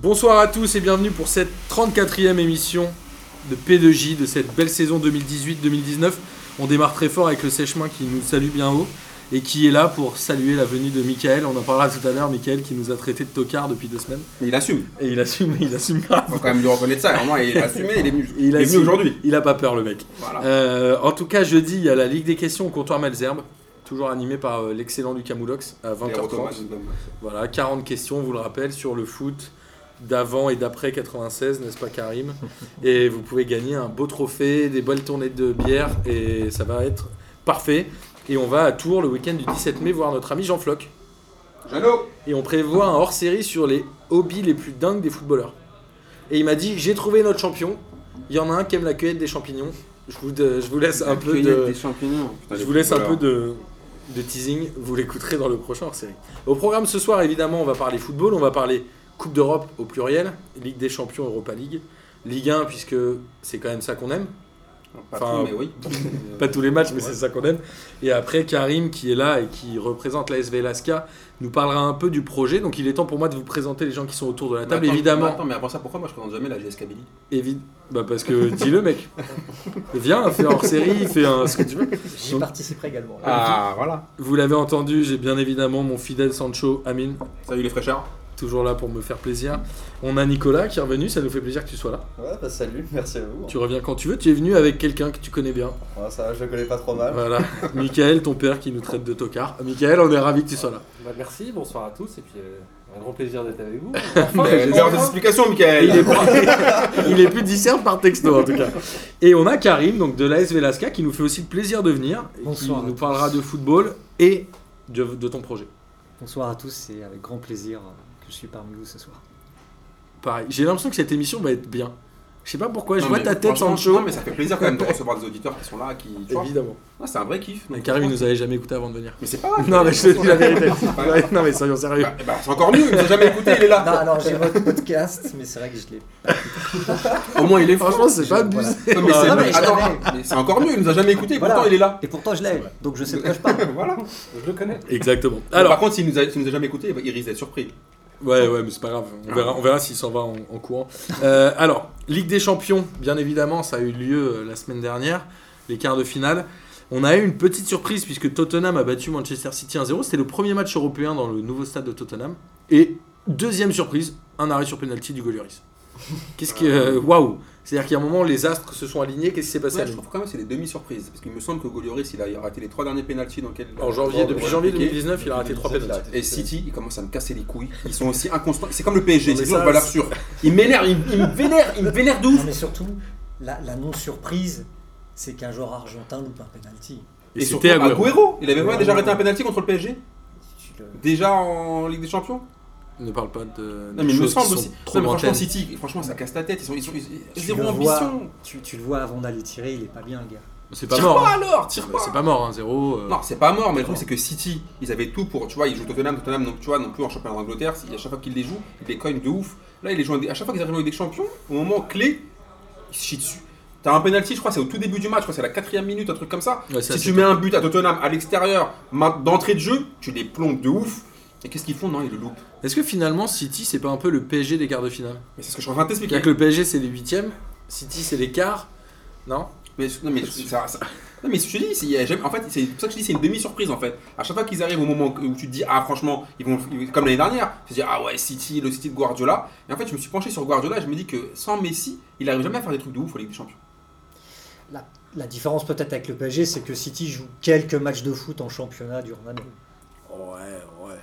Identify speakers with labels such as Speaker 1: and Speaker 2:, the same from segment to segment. Speaker 1: Bonsoir à tous et bienvenue pour cette 34e émission de P2J de cette belle saison 2018-2019. On démarre très fort avec le Sèchemin qui nous salue bien haut et qui est là pour saluer la venue de Michael. On en parlera tout à l'heure, Michael qui nous a traité de tocard depuis deux semaines.
Speaker 2: Mais il assume.
Speaker 1: Et il assume, il assume grave.
Speaker 2: Faut quand même lui reconnaître ça. Vraiment, il a assumé, il est venu, il
Speaker 1: Il
Speaker 2: est venu
Speaker 1: assume.
Speaker 2: aujourd'hui.
Speaker 1: Il a pas peur le mec.
Speaker 2: Voilà.
Speaker 1: Euh, en tout cas, jeudi, il y a la Ligue des questions au comptoir Malzerbe, toujours animé par euh, l'excellent Lucas Moulox à
Speaker 2: Les retours,
Speaker 1: 20h30.
Speaker 2: madame.
Speaker 1: Voilà, 40 questions, on vous le rappelle, sur le foot d'avant et d'après 96, n'est-ce pas Karim Et vous pouvez gagner un beau trophée, des belles tournées de bière, et ça va être parfait. Et on va à Tours le week-end du 17 mai voir notre ami Jean Floch.
Speaker 2: Jeannot
Speaker 1: Et on prévoit un hors-série sur les hobbies les plus dingues des footballeurs. Et il m'a dit, j'ai trouvé notre champion, il y en a un qui aime la cueillette des champignons. Je vous, euh, je vous laisse un peu de...
Speaker 3: champignons.
Speaker 2: Putain,
Speaker 1: Je
Speaker 2: les
Speaker 1: vous laisse un peu
Speaker 2: footballeurs.
Speaker 1: de, de teasing, vous l'écouterez dans le prochain hors-série. Au programme ce soir, évidemment, on va parler football, on va parler Coupe d'Europe au pluriel, Ligue des Champions, Europa League, Ligue 1, puisque c'est quand même ça qu'on aime.
Speaker 2: Pas
Speaker 1: enfin,
Speaker 2: trop, mais oui.
Speaker 1: Pas tous les matchs, mais c'est ça qu'on aime. Et après, Karim, qui est là et qui représente la SV Alaska, nous parlera un peu du projet. Donc il est temps pour moi de vous présenter les gens qui sont autour de la table,
Speaker 2: Mais Bah, attends,
Speaker 1: évidemment.
Speaker 2: mais Attends, mais avant ça, pourquoi moi je présente jamais la GS Kabylie
Speaker 1: évi- bah parce que dis-le mec, viens, fais hors série, fais un, ce que tu veux.
Speaker 4: J'y participerai également.
Speaker 1: Ah,
Speaker 2: voilà.
Speaker 1: Vous l'avez entendu, j'ai bien évidemment mon fidèle Sancho Amine
Speaker 2: Salut les fraîcheurs.
Speaker 1: toujours là pour me faire plaisir. On a Nicolas qui est revenu, ça nous fait plaisir que tu sois là.
Speaker 4: Ouais, bah salut, merci à vous.
Speaker 1: Tu reviens quand tu veux, tu es venu avec quelqu'un que tu connais bien.
Speaker 4: Ouais, ça, va, je le connais pas trop mal.
Speaker 1: Voilà, Michael, ton père qui nous traite de tocard. Euh, Michael, on est ravi que tu sois là.
Speaker 3: Bah, merci, bonsoir à tous, et puis euh, un grand plaisir d'être avec vous.
Speaker 1: Mais-
Speaker 2: L'heure des explications, Michael.
Speaker 1: Il est, plus, il est plus discerné par texto en tout cas. Et on a Karim, donc de l'AS Velasca, qui nous fait aussi le plaisir de venir. Et
Speaker 5: Bonsoir
Speaker 1: Qui
Speaker 5: à
Speaker 1: nous
Speaker 5: tous.
Speaker 1: parlera de football et de, de ton projet.
Speaker 5: Bonsoir à tous, c'est avec grand plaisir euh, que je suis parmi vous ce soir.
Speaker 1: Pareil, j'ai l'impression que cette émission va être bien. Je sais pas pourquoi, je
Speaker 2: Non,
Speaker 1: vois
Speaker 2: mais
Speaker 1: ta tête
Speaker 2: franchement,
Speaker 1: Sancho.
Speaker 2: Non, mais ça fait plaisir quand même de recevoir des auditeurs qui sont là. qui tu vois.
Speaker 1: Évidemment.
Speaker 2: Ah, C'est un vrai kiff.
Speaker 1: Mais Karim, il nous avait jamais écouté avant de venir.
Speaker 2: Mais c'est pas grave.
Speaker 1: Non, mais je te dis la vérité.
Speaker 2: pas
Speaker 1: Ouais, Non, mais soyons sérieux.
Speaker 2: Bah, bah, c'est encore mieux, il nous a jamais écouté, il est
Speaker 5: Non,
Speaker 2: là.
Speaker 5: Ah, alors j'ai votre podcast, mais c'est vrai que je l'ai.
Speaker 2: Au moins, il est fou.
Speaker 1: Franchement, c'est pas
Speaker 5: Voilà.
Speaker 1: abusé.
Speaker 2: Non, mais c'est-
Speaker 5: Non, mais je
Speaker 2: attends, mais c'est encore mieux, il nous a jamais écouté, et
Speaker 5: Voilà.
Speaker 2: pourtant il est là.
Speaker 5: Et pourtant je l'ai, donc je sais de quoi je parle.
Speaker 2: Voilà.
Speaker 3: Je le connais.
Speaker 1: Exactement.
Speaker 2: Alors, par
Speaker 1: Alors,
Speaker 2: contre, s'il nous, a- s'il nous a jamais bah, écouté, il risque d'être surpris.
Speaker 1: ouais, ouais, mais c'est pas grave. On verra, on verra s'il s'en va en, en courant. Euh, alors, Ligue des Champions, bien évidemment, ça a eu lieu euh, la semaine dernière, les quarts de finale. On a eu une petite surprise puisque Tottenham a battu Manchester City 1-0. C'était le premier match européen dans le nouveau stade de Tottenham. Et deuxième surprise, un arrêt sur penalty du Golioris. Qu'est-ce que. euh, Waouh C'est-à-dire qu'il y a un moment, les astres se sont alignés. Qu'est-ce qui s'est passé
Speaker 2: Ouais,
Speaker 1: à
Speaker 2: je
Speaker 1: nous
Speaker 2: trouve quand même que c'est des demi-surprises. Parce qu'il me semble que Golioris, il a raté les trois derniers pénaltys dans lesquels.
Speaker 1: En janvier, depuis
Speaker 2: Ouais,
Speaker 1: janvier
Speaker 2: ok.
Speaker 1: 2019, il a raté trois pénaltys.
Speaker 2: Et City, ils commencent à me casser les couilles. Ils sont aussi inconstants. C'est comme le PSG,
Speaker 1: Non, mais
Speaker 2: c'est toujours
Speaker 1: ça,
Speaker 2: valeur sûre. Ils m'énervent, ils, ils me vénèrent, ils me vénèrent de
Speaker 5: Non,
Speaker 2: ouf.
Speaker 5: mais surtout, la, la non-surprise, c'est qu'un joueur argentin loupe un penalty.
Speaker 1: Et,
Speaker 2: surtout,
Speaker 1: c'était Agüero.
Speaker 2: Agüero. Il avait pas
Speaker 5: Ouais.
Speaker 2: déjà arrêté un pénalty contre le PSG
Speaker 5: Tu le-
Speaker 2: Déjà en Ligue des Champions
Speaker 1: Ne parle pas de.
Speaker 2: Non,
Speaker 1: de
Speaker 2: mais il me
Speaker 1: choses qui
Speaker 2: semble
Speaker 1: sont
Speaker 2: aussi.
Speaker 1: trop
Speaker 2: Non, mais franchement,
Speaker 1: lointaines.
Speaker 2: City, franchement, ça casse la tête. Ils sont, ils sont, ils- ils-
Speaker 5: tu
Speaker 2: zéro
Speaker 5: le vois-
Speaker 2: ambition.
Speaker 5: tu, tu le vois avant d'aller tirer, il est pas bien le gars.
Speaker 1: C'est pas
Speaker 2: Tire
Speaker 1: mort.
Speaker 2: pas
Speaker 1: hein.
Speaker 2: alors, tire
Speaker 1: C'est
Speaker 2: pas.
Speaker 1: pas mort, hein, zéro. euh,
Speaker 2: Non, c'est pas mort, mais le truc c'est que City, ils avaient tout pour, tu vois, ils jouent Tottenham, Tottenham, donc tu vois, non plus en championnat d'Angleterre, si- à chaque fois qu'ils les jouent, ils les cognent de ouf. Là, ils les jouent, en- à chaque fois qu'ils arrivent en Ligue des Champions, au moment clé, ils se chient dessus. T'as un penalty, je crois, c'est au tout début du match, je crois, c'est à la quatrième minute, un truc comme ça.
Speaker 1: ouais, ça,
Speaker 2: Si
Speaker 1: c'est-
Speaker 2: tu mets un but à Tottenham à l'extérieur, ma- d'entrée de jeu, tu les plombes de ouf. Et qu'est-ce qu'ils font Non, ils le loupent.
Speaker 1: Est-ce que finalement City c'est pas un peu le PSG des quarts de finale
Speaker 2: Mais c'est ce que je suis en train de t'expliquer.
Speaker 1: C'est-à-dire que le PSG c'est les huitièmes, City c'est les quarts. Non
Speaker 2: Mais, non, mais, ça- ça- non, mais je te dis, c'est- il y a jamais- en fait, c'est pour ça que je dis c'est une demi-surprise en fait. À chaque fois qu'ils arrivent au moment où tu te dis, ah franchement, ils vont, ils- comme l'année dernière, tu te dis, ah ouais, City, le City de Guardiola. Et en fait, je me suis penché sur Guardiola et je me dis que sans Messi, il arrive jamais à faire des trucs de ouf en Ligue des Champions.
Speaker 5: La, la différence peut-être avec le PSG, c'est que City joue quelques matchs de foot en championnat durant l'année.
Speaker 1: Ouais, ouais.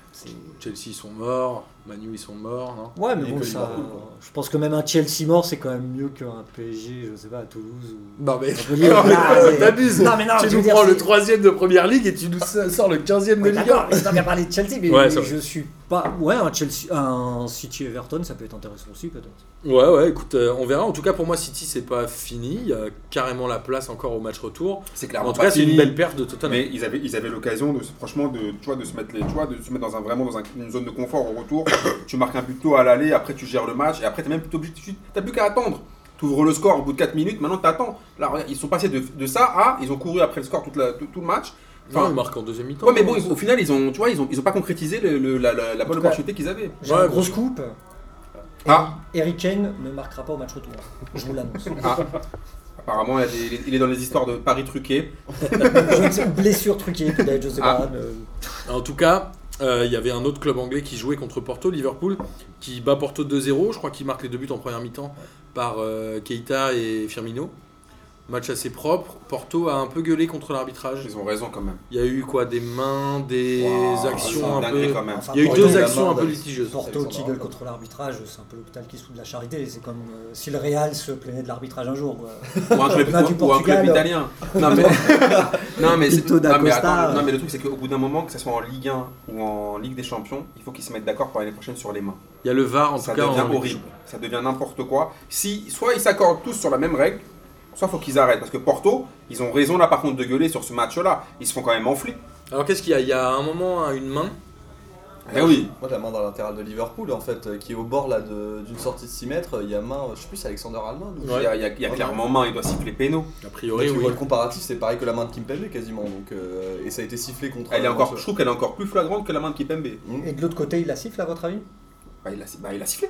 Speaker 1: Chelsea ils sont morts, Manu ils sont morts, non
Speaker 5: Ouais, mais
Speaker 4: Et
Speaker 5: bon,
Speaker 4: que
Speaker 5: ça,
Speaker 4: Liverpool, quoi.
Speaker 5: je pense que même un Chelsea mort, c'est quand même mieux qu'un PSG, je sais pas, à Toulouse ou.
Speaker 1: Non mais.
Speaker 5: Montpellier. Ah, ouais.
Speaker 1: T'abuses
Speaker 5: Non, mais non, je
Speaker 1: Tu
Speaker 5: veux
Speaker 1: nous
Speaker 5: dire,
Speaker 1: prends le
Speaker 5: c'est-
Speaker 1: troisième de première ligue et tu nous sors le 15 de
Speaker 5: Oui,
Speaker 1: Ligue
Speaker 5: d'accord,
Speaker 1: 1.
Speaker 5: mais c'est pas bien parler de Chelsea, mais,
Speaker 1: Ouais,
Speaker 5: mais
Speaker 1: c'est vrai.
Speaker 5: je suis pas. Ouais, un Chelsea, un City Everton, ça peut être intéressant aussi peut-être.
Speaker 1: Ouais, ouais, écoute, euh, on verra. En tout cas, pour moi, City c'est pas fini. Il y a carrément la place encore au match retour.
Speaker 2: C'est clairement
Speaker 1: En tout cas,
Speaker 2: Ah, pas
Speaker 1: c'est une
Speaker 2: fini.
Speaker 1: belle perte de Tottenham.
Speaker 2: Mais ils avaient, ils avaient l'occasion de, se- franchement, de, tu vois, de se mettre, les, tu vois, de se mettre dans un, vraiment dans un- une zone de confort au retour. tu marques un but tôt à l'aller, après tu gères le match, et après t'es même plutôt obligé, tu t'as plus qu'à attendre. Tu ouvres le score au bout de 4 minutes, maintenant t'attends. Là, regarde, ils sont passés de, de ça à, ils ont couru après le score toute la- tout, tout le match.
Speaker 1: Non, ils marquent en deuxième mi-temps.
Speaker 2: Ouais, mais bon, ils- au final, ils ont, tu vois, ils ont, ils ont pas concrétisé le, le- la, la, la bonne
Speaker 5: tout cas,
Speaker 2: opportunité qu'ils avaient.
Speaker 5: J'ai
Speaker 1: Ouais,
Speaker 5: une grosse coupe.
Speaker 2: Ah.
Speaker 5: Eric Kane ne marquera pas au match retour. Je vous l'annonce.
Speaker 2: Apparemment, il, y a des- il est- il est dans les histoires de paris truqués.
Speaker 5: Je ne sais- Blessure truquée, peut-être, je sais
Speaker 2: Ah.
Speaker 5: pas. mais-
Speaker 1: En tout cas, euh, il y avait un autre club anglais qui jouait contre Porto, Liverpool, qui bat Porto 2-0. Je crois qu'il marque les deux buts en première mi-temps par euh, Keita et Firmino. Match assez propre. Porto a un peu gueulé contre l'arbitrage.
Speaker 2: Ils ont raison quand même.
Speaker 1: Il y a eu quoi Des mains, des
Speaker 2: Wow, c'est
Speaker 1: actions un
Speaker 2: dinguerie,
Speaker 1: peu.
Speaker 2: quand même.
Speaker 5: Enfin,
Speaker 1: Il y a eu
Speaker 5: Porto,
Speaker 1: deux
Speaker 5: la
Speaker 1: actions un
Speaker 4: main
Speaker 1: peu
Speaker 4: d'un-
Speaker 1: litigieuses.
Speaker 5: Porto qui
Speaker 4: Exactement.
Speaker 5: gueule contre l'arbitrage, c'est un peu l'hôpital qui soude la charité. C'est comme euh, si le Real se plaignait de l'arbitrage un jour. quoi.
Speaker 2: Ou un club,
Speaker 5: Championnat du
Speaker 2: ou- ou un club
Speaker 5: Portugal.
Speaker 2: italien. Non mais, non, mais, c'est-
Speaker 5: Pinto da
Speaker 2: non, mais
Speaker 5: Costa.
Speaker 2: attends, non, mais le truc c'est qu'au bout d'un moment, que ce soit en Ligue 1 ou en Ligue des Champions, il faut qu'ils se mettent d'accord pour l'année prochaine sur les mains.
Speaker 1: Il y a le VAR en
Speaker 2: ça
Speaker 1: tout cas.
Speaker 2: devient
Speaker 1: en-
Speaker 2: horrible. Ça devient n'importe quoi. Si, soit ils s'accordent tous sur la même règle, soit faut qu'ils arrêtent. Parce que Porto, ils ont raison là par contre de gueuler sur ce match-là. Ils se font quand même enfler.
Speaker 1: Alors qu'est-ce qu'il y a Il y a un moment hein, une main.
Speaker 2: Eh oui.
Speaker 4: Moi, la main dans l'intérieur de Liverpool, en fait, euh, qui est au bord là de- d'une sortie de 6 mètres, il y a main, euh, je sais plus, c'est Alexander Arnold ou-
Speaker 1: Ouais.
Speaker 2: Il y a, il y a- il y a clairement main, il doit siffler péno.
Speaker 1: A
Speaker 4: Quand
Speaker 1: priori,
Speaker 4: tu
Speaker 1: Eh oui.
Speaker 4: vois le comparatif, c'est pareil que la main de Kimpembe quasiment, donc, euh, et ça a été sifflé contre.
Speaker 2: Elle est
Speaker 4: euh,
Speaker 2: encore,
Speaker 4: contre-
Speaker 2: je trouve qu'elle est encore plus flagrante que la main de Kipembe.
Speaker 4: Mmh.
Speaker 5: Et de l'autre côté, il la siffle à votre avis
Speaker 2: Bah, il a, bah, il a sifflé.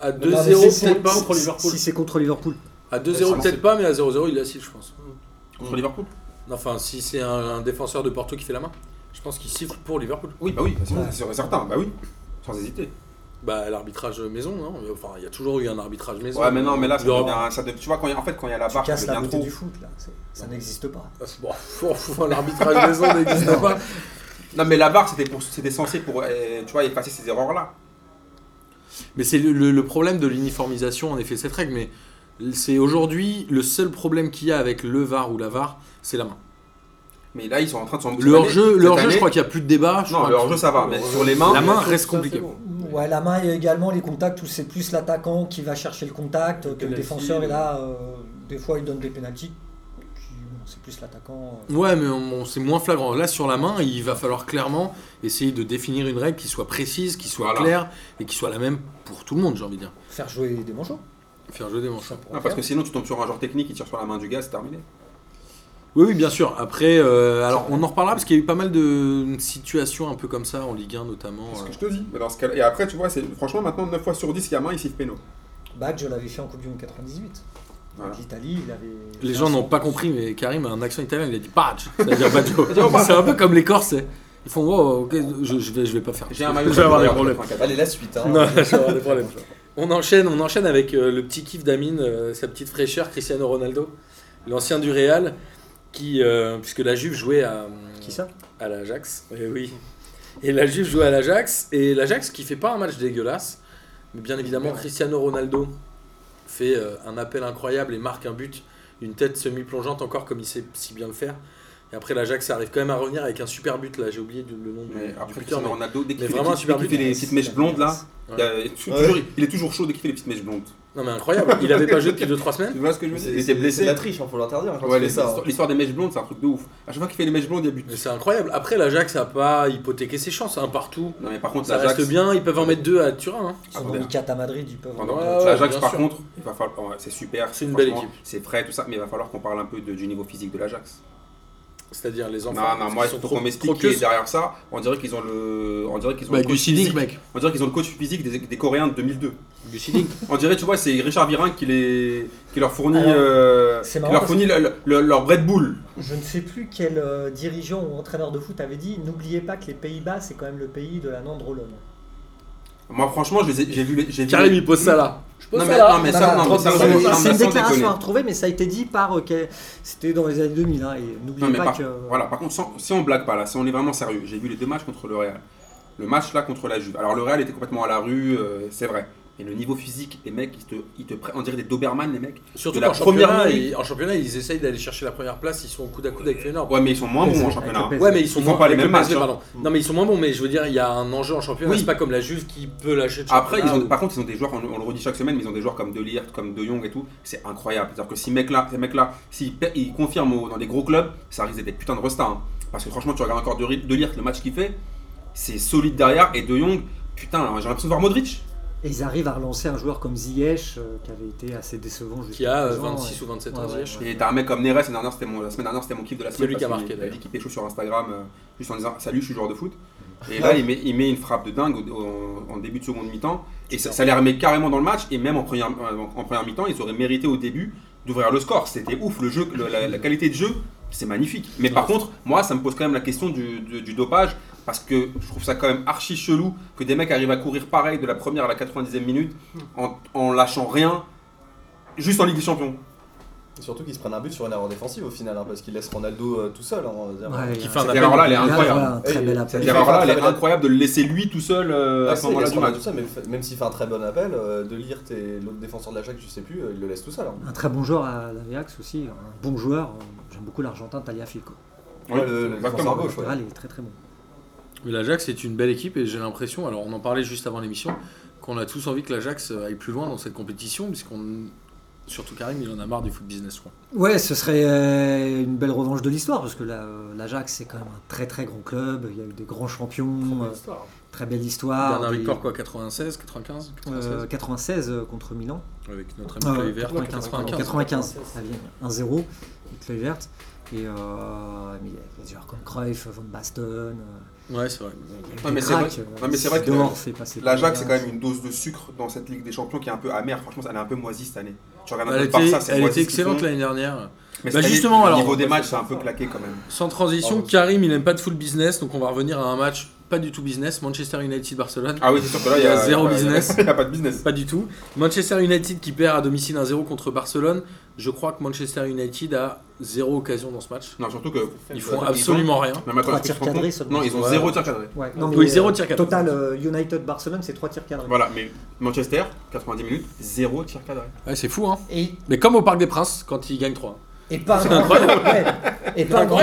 Speaker 1: À
Speaker 5: Non, mais c'est-
Speaker 1: 2-0
Speaker 5: c'est-
Speaker 1: peut-être pas.
Speaker 5: si-
Speaker 3: contre Liverpool.
Speaker 5: Si c'est contre Liverpool.
Speaker 1: À 2-0 peut-être pas, mais à 0-0 il assiste, je pense.
Speaker 2: Contre Liverpool.
Speaker 1: Enfin, si c'est un, un défenseur de Porto qui fait la main, je pense qu'il siffle pour Liverpool.
Speaker 2: Oui, bah oui, bah, sinon,
Speaker 5: Ouais.
Speaker 2: c'est sûr et certain. Bah oui. Sans hésiter.
Speaker 1: Bah, l'arbitrage maison, non Enfin, il y a toujours eu un arbitrage maison.
Speaker 2: Ouais, mais non, mais là, ça
Speaker 1: Il y aura-
Speaker 2: devient- ça devient- tu vois, quand il y a- en fait, quand il y a la
Speaker 5: Tu
Speaker 1: Ah,
Speaker 2: barre,
Speaker 5: casses
Speaker 2: ça
Speaker 5: la
Speaker 2: devient
Speaker 5: beauté
Speaker 2: trop.
Speaker 5: du foot, là. C'est- Ça
Speaker 1: Non.
Speaker 5: n'existe pas.
Speaker 1: Ah, c'est bon, fou, fou, l'arbitrage maison n'existe pas.
Speaker 2: Non, mais la barre, c'était pour, c'était censé pour, euh, tu vois, effacer ces erreurs-là.
Speaker 1: Mais c'est le, le- le problème de l'uniformisation, en effet, cette règle. Mais c'est aujourd'hui le seul problème qu'il y a avec le VAR ou la VAR, c'est la main.
Speaker 2: Mais là, ils sont en train de s'en
Speaker 1: Le hors-jeu, le
Speaker 2: Cette
Speaker 1: hors-jeu,
Speaker 2: année-
Speaker 1: je crois qu'il n'y a plus de débat. je
Speaker 2: Non,
Speaker 1: crois
Speaker 2: le
Speaker 1: que-
Speaker 2: hors-jeu, ça va. Mais sur les mains,
Speaker 1: La main
Speaker 3: Ça,
Speaker 1: reste
Speaker 3: c'est
Speaker 1: compliquée.
Speaker 3: bon.
Speaker 5: Ouais, la main, il y a également les contacts où c'est plus l'attaquant qui va chercher le contact, que
Speaker 3: Penalty,
Speaker 5: le défenseur est
Speaker 3: euh.
Speaker 5: là. euh, des fois, il donne des pénalties. C'est plus l'attaquant. euh.
Speaker 1: Ouais, mais on- on- c'est moins flagrant. Là, sur la main, il va falloir clairement essayer de définir une règle qui soit précise, qui soit
Speaker 2: Voilà.
Speaker 1: claire et qui soit la même pour tout le monde, j'ai envie de dire.
Speaker 5: Faire jouer des manchots.
Speaker 1: Faire jeu des manches.
Speaker 5: ça pourrait
Speaker 2: Non, Ah, parce que
Speaker 5: faire.
Speaker 2: sinon, tu tombes sur un joueur technique, il tire sur la main du gars, c'est terminé.
Speaker 1: Oui, oui, bien sûr. Après, euh, alors on en reparlera parce qu'il y a eu pas mal de situations un peu comme ça en Ligue 1 notamment.
Speaker 2: C'est ce
Speaker 1: euh.
Speaker 2: que je te dis. Mais dans ce cas Et après, tu vois, c'est franchement, maintenant, 9 fois sur 10, il y a main, il siffle péno.
Speaker 5: Bach, je l'avais fait en Coupe du Monde 98.
Speaker 2: Voilà.
Speaker 5: Avec L'Italie, il avait.
Speaker 1: Les gens n'ont pas compris, mais Karim a un accent italien, il a dit Badge, c'est-à-dire Baggio.
Speaker 2: Baggio.
Speaker 1: c'est un peu comme les Corses. hein. Ils font Wow, ok, je, je vais, je vais pas faire.
Speaker 2: J'ai un maillot.
Speaker 1: Je vais avoir des
Speaker 2: de
Speaker 1: problèmes.
Speaker 2: 84.
Speaker 4: Allez, la suite. Hein.
Speaker 1: Non, je vais avoir des problèmes. On enchaîne, on enchaîne avec euh, le petit kiff d'Amine, euh, sa petite fraîcheur, Cristiano Ronaldo, l'ancien du Real, qui, euh, puisque la Juve jouait à.
Speaker 5: Qui ça
Speaker 1: À l'Ajax, eh oui. Et la Juve joue à l'Ajax, et l'Ajax qui fait pas un match dégueulasse, mais bien évidemment Cristiano Ronaldo fait euh, un appel incroyable et marque un but, une tête semi-plongeante encore comme il sait si bien le faire. Et après l'Ajax arrive quand même à revenir avec un super but là, j'ai oublié du- le nom du,
Speaker 2: Mais
Speaker 1: du
Speaker 2: après,
Speaker 1: buteur,
Speaker 2: Cristiano
Speaker 1: mais
Speaker 2: Ronaldo, dès qu'il
Speaker 1: mais
Speaker 2: fait,
Speaker 1: vraiment
Speaker 2: dès
Speaker 1: un super
Speaker 2: qu'il
Speaker 1: but.
Speaker 2: fait les petites mèches blondes, là, il, y a- il est toujours-
Speaker 4: Ouais.
Speaker 2: il est toujours chaud dès qu'il fait les petites mèches blondes.
Speaker 1: Non mais incroyable, il avait pas joué depuis 2-3 semaines.
Speaker 2: Tu vois ce que je veux dire
Speaker 4: C'est-
Speaker 2: Il
Speaker 4: C'est
Speaker 2: était
Speaker 4: blessé.
Speaker 2: blessé.
Speaker 4: la triche, il faut l'interdire. hein, quand
Speaker 2: Ouais,
Speaker 4: tu
Speaker 2: les-
Speaker 4: fais ça.
Speaker 2: l'histoire l'histoire des mèches blondes, c'est un truc de ouf. À chaque fois qu'il fait les mèches blondes, il y a but.
Speaker 1: Mais c'est incroyable. Après l'Ajax a pas hypothéqué ses chances, un partout.
Speaker 2: Non, mais par contre,
Speaker 1: Ça reste
Speaker 2: l'Ajax.
Speaker 1: bien, ils peuvent en mettre deux à Turin. hein.
Speaker 5: Ils en ont
Speaker 2: Attendez.
Speaker 5: mis 4 à Madrid, ils peuvent. en
Speaker 2: Pardon.
Speaker 1: Ouais,
Speaker 5: mettre
Speaker 1: Ah ouais,
Speaker 2: L'Ajax,
Speaker 1: bien
Speaker 2: par
Speaker 1: sûr.
Speaker 2: contre, il va falloir... ouais, c'est super.
Speaker 1: C'est une belle
Speaker 2: franchement,
Speaker 1: équipe.
Speaker 2: C'est frais, tout ça, mais il va falloir qu'on parle un peu du niveau physique de l'Ajax.
Speaker 1: C'est-à-dire les
Speaker 2: Non,
Speaker 1: enfants.
Speaker 2: non, moi,
Speaker 1: ils
Speaker 2: il
Speaker 1: sont
Speaker 2: faut
Speaker 1: trop
Speaker 2: qu'on m'explique qui est derrière ça. On dirait qu'ils ont le. On dirait qu'ils ont
Speaker 1: Bah,
Speaker 2: le coach
Speaker 1: du
Speaker 2: physique.
Speaker 1: Siding, mec.
Speaker 2: On dirait qu'ils ont le coach physique des, des Coréens de 2002.
Speaker 1: Du Siding.
Speaker 2: On dirait, tu vois, c'est Richard Virin qui, les, qui leur fournit,
Speaker 5: Alors,
Speaker 2: euh,
Speaker 5: c'est
Speaker 2: qui
Speaker 5: marrant
Speaker 2: leur,
Speaker 5: parce
Speaker 2: fournit le- le- leur bread bull.
Speaker 5: Je ne sais plus quel euh, dirigeant ou entraîneur de foot avait dit n'oubliez pas que les Pays-Bas, c'est quand même le pays de la non-drôlonne.
Speaker 2: Moi, franchement, je les ai- j'ai vu. les- j'ai vu
Speaker 1: Karim,
Speaker 2: les-
Speaker 1: il pose ça là. Je pose
Speaker 2: Non,
Speaker 1: ça
Speaker 2: mais-
Speaker 1: là.
Speaker 2: non, mais ça,
Speaker 5: Voilà.
Speaker 2: non, mais Oh, ça,
Speaker 5: C'est-
Speaker 2: vraiment, non, mais
Speaker 5: c'est une
Speaker 2: sans
Speaker 5: déclaration à
Speaker 2: déconner.
Speaker 5: retrouver, mais ça a été dit par. ok, C'était dans les euh, années 2000, hein, et
Speaker 2: Non,
Speaker 5: n'oubliez
Speaker 2: mais
Speaker 5: pas
Speaker 2: par,
Speaker 5: que.
Speaker 2: voilà, par contre, sans- si on blague pas là, si on est vraiment sérieux, j'ai vu les deux matchs contre le Real. Le match là contre la Juve. Alors, le Real était complètement à la rue, euh, c'est vrai. Mais le niveau physique, les mecs, ils te, ils te pre- on dirait des Doberman, les mecs.
Speaker 1: Surtout
Speaker 2: de la
Speaker 1: qu'en
Speaker 2: première
Speaker 1: championnat,
Speaker 2: ligue.
Speaker 1: ils- en championnat, ils essayent d'aller chercher la première place, ils sont au coude à coude avec Feyenoord.
Speaker 2: Ouais, mais ils sont moins
Speaker 5: Mais c'est-
Speaker 2: bons en
Speaker 5: avec
Speaker 2: championnat.
Speaker 5: le
Speaker 2: hein.
Speaker 5: PSG.
Speaker 1: Ouais, mais ils sont
Speaker 2: Ils font
Speaker 1: moins-
Speaker 2: pas les
Speaker 1: avec
Speaker 2: mêmes
Speaker 1: le PSG,
Speaker 2: matchs, hein.
Speaker 1: pardon. Non, mais ils sont moins bons, mais je veux dire, il y a un enjeu en championnat.
Speaker 2: Oui.
Speaker 1: C'est pas comme la Juve qui peut lâcher de
Speaker 2: Après, ils
Speaker 1: championnat
Speaker 2: ont-
Speaker 1: ou-
Speaker 2: par contre, ils ont des joueurs, on, on le redit chaque semaine, mais ils ont des joueurs comme De Ligt, comme De Jong et tout. C'est incroyable. C'est-à-dire que ces mecs-là, ces mecs-là, s'ils pe- ils confirment au- dans des gros clubs, ça risque d'être des putains de restars. hein. Parce que franchement, tu regardes encore De Ri- De Ligt, le match qu'il fait, c'est solide derrière. Et De Jong, putain, j'ai l'impression de voir Modric.
Speaker 5: Et ils arrivent à relancer un joueur comme Ziyech, euh, qui avait été assez décevant jusqu'à
Speaker 1: qui a euh,
Speaker 5: présent,
Speaker 1: 26
Speaker 5: ouais.
Speaker 1: ou 27
Speaker 5: Ouais,
Speaker 1: ans.
Speaker 5: ouais,
Speaker 1: Ziyech.
Speaker 5: ouais.
Speaker 2: Et t'as un mec comme Neres, la semaine dernière, c'était mon, la semaine dernière, c'était mon kiff de la
Speaker 1: C'est
Speaker 2: semaine.
Speaker 1: lui qui a
Speaker 2: parce
Speaker 1: marqué,
Speaker 2: qu'il- Il a
Speaker 1: d'ailleurs.
Speaker 2: dit qu'il pécho sur Instagram, euh, juste en disant Salut, je suis joueur de foot. Et là, il met, il met une frappe de dingue au- au- en début de seconde mi-temps. Et ça, ça les remet carrément dans le match. Et même en première, euh, en première mi-temps, ils auraient mérité au début d'ouvrir le score. C'était ouf, le jeu, le- la, la qualité de jeu, c'est magnifique. Mais par contre, moi, ça me pose quand même la question du, du- du dopage. Parce que je trouve ça quand même archi chelou que des mecs arrivent à courir pareil de la première à la 90e minute en, en lâchant rien, juste en Ligue des Champions.
Speaker 4: hein. Surtout qu'ils se prennent un but sur une erreur défensive au final, hein, parce qu'ils laissent Ronaldo euh, tout seul. hein, on va dire.
Speaker 1: Qui fait un
Speaker 2: Cette
Speaker 1: appel.
Speaker 2: erreur-là, Ah, elle est
Speaker 5: Là,
Speaker 2: incroyable.
Speaker 5: voilà, un très
Speaker 4: Et-
Speaker 5: bel
Speaker 2: Cette
Speaker 5: appel.
Speaker 2: erreur-là, elle est incroyable de le laisser lui tout seul euh,
Speaker 4: Ah,
Speaker 2: à
Speaker 4: si,
Speaker 2: ce
Speaker 4: il
Speaker 2: moment-là
Speaker 4: laisse
Speaker 2: du
Speaker 4: Ronaldo
Speaker 2: match.
Speaker 4: tout seul, mais fa- même s'il fait un très bon appel, euh, De Ligt et l'autre défenseur de l'Ajax, je sais plus, euh, il le laisse tout seul. hein.
Speaker 5: Un très bon joueur à l'Ajax aussi, un bon joueur. J'aime beaucoup l'Argentin Taliafico.
Speaker 2: Oui,
Speaker 4: Ouais, le, le
Speaker 2: exactement.
Speaker 4: défenseur gauche, ouais.
Speaker 5: Latéral, il est très très bon.
Speaker 1: Mais l'Ajax est une belle équipe et j'ai l'impression, alors on en parlait juste avant l'émission, qu'on a tous envie que l'Ajax euh, aille plus loin dans cette compétition, puisqu'on. Surtout Karim, il en a marre du foot business, je crois.
Speaker 5: Ouais, ce serait euh, une belle revanche de l'histoire parce que la- euh, l'Ajax c'est quand même un très très grand club. Il y a eu des grands champions, euh,
Speaker 3: histoire.
Speaker 5: très belle
Speaker 2: Ah,
Speaker 5: histoire.
Speaker 1: Dernière
Speaker 5: des-
Speaker 1: victoire, quoi, 96, 95 96
Speaker 5: euh, 96 euh, contre Milan.
Speaker 1: Avec notre
Speaker 5: Ah
Speaker 1: ami
Speaker 5: ouais,
Speaker 1: Clay Vert,
Speaker 5: 95,
Speaker 1: 95.
Speaker 5: 95, à Vienne, 1-0, avec verte Et euh, mais il y a des joueurs comme Cruyff, Van Basten, euh,
Speaker 1: Ouais, c'est vrai.
Speaker 2: Non, mais
Speaker 5: des
Speaker 2: c'est vrai-
Speaker 5: cracks, euh,
Speaker 2: non, mais c'est vrai que
Speaker 5: Sidorf est passé par
Speaker 2: L'Ajax, c'est quand
Speaker 5: là.
Speaker 2: même une dose de sucre dans cette Ligue des Champions qui est un peu amère. Franchement, elle est un peu moisie cette année. Tu regardes un
Speaker 1: Bah, Elle
Speaker 2: peu par
Speaker 1: était,
Speaker 2: ça, c'est
Speaker 1: elle
Speaker 2: moisi
Speaker 1: était
Speaker 2: ce qu'ils
Speaker 1: excellente
Speaker 2: font.
Speaker 1: l'année dernière. Bah,
Speaker 2: Mais cette année,
Speaker 1: justement,
Speaker 2: au
Speaker 1: alors,
Speaker 2: niveau
Speaker 1: on
Speaker 2: des
Speaker 1: va
Speaker 2: matchs, c'est un peu claqué quand même.
Speaker 1: Sans transition,
Speaker 4: Oh,
Speaker 1: Karim, il n'aime pas de foot business, donc on va revenir à un match pas du tout business. Manchester United-Barcelone,
Speaker 2: Ah oui, c'est sûr que là,
Speaker 1: Il y a zéro
Speaker 2: il y
Speaker 1: business.
Speaker 2: Il n'y a pas de business.
Speaker 1: pas du tout. Manchester United qui perd à domicile 1-0 contre Barcelone. Je crois que Manchester United a zéro occasion dans ce match.
Speaker 2: Non, surtout que.
Speaker 1: Ils
Speaker 2: Ils
Speaker 1: font
Speaker 2: ont-
Speaker 1: absolument rien.
Speaker 2: Même attends,
Speaker 5: Trois
Speaker 2: est-ce que tu te
Speaker 5: tirs
Speaker 2: rends
Speaker 5: cadrés
Speaker 2: compte
Speaker 5: seulement.
Speaker 2: Non, ils ont
Speaker 1: Ouais.
Speaker 2: zéro tir cadré.
Speaker 5: Ouais, non, mais,
Speaker 1: Oui, zéro tir
Speaker 5: euh,
Speaker 1: cadré.
Speaker 5: Total euh, United Barcelone, c'est 3 tirs cadrés.
Speaker 2: Voilà, mais Manchester, 90 minutes, zéro tir cadré.
Speaker 1: Ouais, c'est fou, hein.
Speaker 5: Et,
Speaker 1: Mais comme au Parc des Princes, quand ils gagnent 3.
Speaker 5: et pas un grand, ouais, et, pas un grand,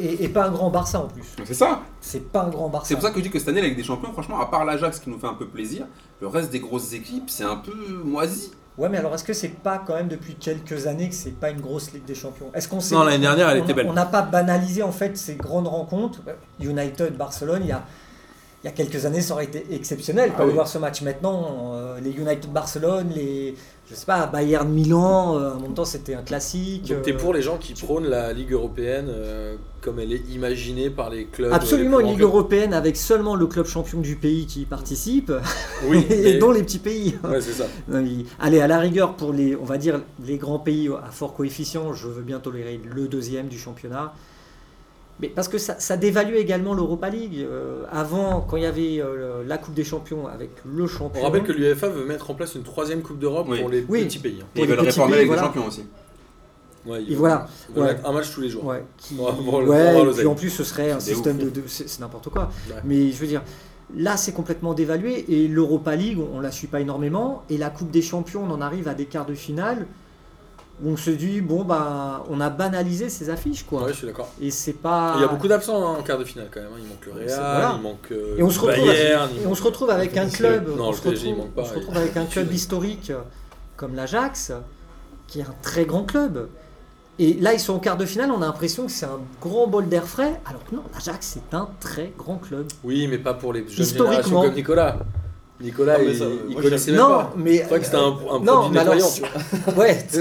Speaker 5: et, et pas un grand Barça en plus.
Speaker 2: Donc, C'est ça.
Speaker 5: C'est pas un grand Barça.
Speaker 2: C'est pour ça que je dis que cette année, la Ligue des Champions, franchement, à part l'Ajax qui nous fait un peu plaisir, le reste des grosses équipes, c'est un peu moisi.
Speaker 5: Ouais, mais alors est-ce que c'est pas quand même depuis quelques années que c'est pas une grosse Ligue des Champions Est-ce qu'on sait
Speaker 1: Non, l'année dernière, elle
Speaker 5: on-
Speaker 1: était belle.
Speaker 5: On n'a pas banalisé en fait ces grandes rencontres. United, Barcelone, il y a, il y a quelques années, ça aurait été exceptionnel
Speaker 2: Ah
Speaker 5: pour
Speaker 2: oui.
Speaker 5: voir ce match. Maintenant, euh, les United, Barcelone, les je sais pas, Bayern, Milan, euh, en même temps c'était un classique.
Speaker 1: Donc t'es
Speaker 5: euh,
Speaker 1: pour les gens qui prônent la Ligue européenne euh, comme elle est imaginée par les clubs.
Speaker 5: Absolument,
Speaker 1: les
Speaker 5: une
Speaker 1: plus
Speaker 5: Ligue
Speaker 1: grands
Speaker 5: européenne avec seulement le club champion du pays qui y participe
Speaker 1: clubs. Oui,
Speaker 5: et
Speaker 1: mais-
Speaker 5: dont les petits pays.
Speaker 1: Ouais, c'est ça.
Speaker 5: Non, il- Allez, à la rigueur, pour les, on va dire, les grands pays à fort coefficient, je veux bien tolérer le deuxième du championnat. Mais parce que ça, ça dévalue également l'Europa League. Euh, avant, quand il y avait euh, la Coupe des Champions avec le champion.
Speaker 1: On rappelle que l'UEFA veut mettre en place une troisième Coupe d'Europe
Speaker 2: Oui.
Speaker 1: pour les
Speaker 5: Oui.
Speaker 1: petits pays. hein.
Speaker 2: Et
Speaker 5: Pour
Speaker 2: ils veulent
Speaker 5: les petits
Speaker 2: réformer la
Speaker 5: pays,
Speaker 2: Ligue des
Speaker 5: voilà.
Speaker 2: Champions aussi.
Speaker 1: Ouais,
Speaker 5: Et voilà.
Speaker 1: ils veulent
Speaker 5: Ouais.
Speaker 1: mettre un match tous les jours.
Speaker 5: Ouais, qui-
Speaker 1: Pour avoir le-
Speaker 5: ouais,
Speaker 1: pour avoir
Speaker 5: et
Speaker 1: l'oseille.
Speaker 5: puis en plus, ce serait un
Speaker 2: C'est
Speaker 5: système
Speaker 2: ouf.
Speaker 5: de. de- c'est c'est n'importe quoi.
Speaker 1: Ouais.
Speaker 5: Mais je veux dire, là, c'est complètement dévalué. Et l'Europa League, on, on la suit pas énormément. Et la Coupe des Champions, on en arrive à des quarts de finale où on se dit, bon, bah, on a banalisé ces affiches, quoi.
Speaker 1: Ouais, je suis d'accord.
Speaker 5: Et c'est pas.
Speaker 1: Il y a beaucoup d'absents hein, en quart de finale quand même. hein. Il manque le Real,
Speaker 5: Ah. C'est- voilà.
Speaker 1: il manque euh,
Speaker 5: Et on se retrouve,
Speaker 1: Bayern. il
Speaker 5: et on
Speaker 1: manque-
Speaker 5: se retrouve avec un
Speaker 1: C'est-
Speaker 5: club,
Speaker 1: non,
Speaker 5: on
Speaker 1: le
Speaker 5: se
Speaker 1: PSG, il
Speaker 5: retrouve,
Speaker 1: manque pas,
Speaker 5: on se
Speaker 1: il-
Speaker 5: retrouve avec un
Speaker 1: il-
Speaker 5: club
Speaker 1: il-
Speaker 5: historique euh, comme l'Ajax, euh, qui est un très grand club. Et là, ils sont en quart de finale, on a l'impression que c'est un grand bol d'air frais, alors que non, l'Ajax c'est un très grand club.
Speaker 1: Oui, mais pas pour les jeunes
Speaker 5: Historiquement.
Speaker 1: générations comme Nicolas. Nicolas,
Speaker 4: Non, mais
Speaker 1: il,
Speaker 4: ça, euh,
Speaker 1: il
Speaker 4: moi,
Speaker 1: connaissait
Speaker 4: j'aime-
Speaker 1: même
Speaker 5: non,
Speaker 1: pas.
Speaker 5: mais.
Speaker 1: Je crois que c'était un, un
Speaker 5: non,
Speaker 1: produit
Speaker 5: mais alors,
Speaker 1: nettoyant.
Speaker 5: c'est-
Speaker 1: tu vois.
Speaker 5: Ouais, tu-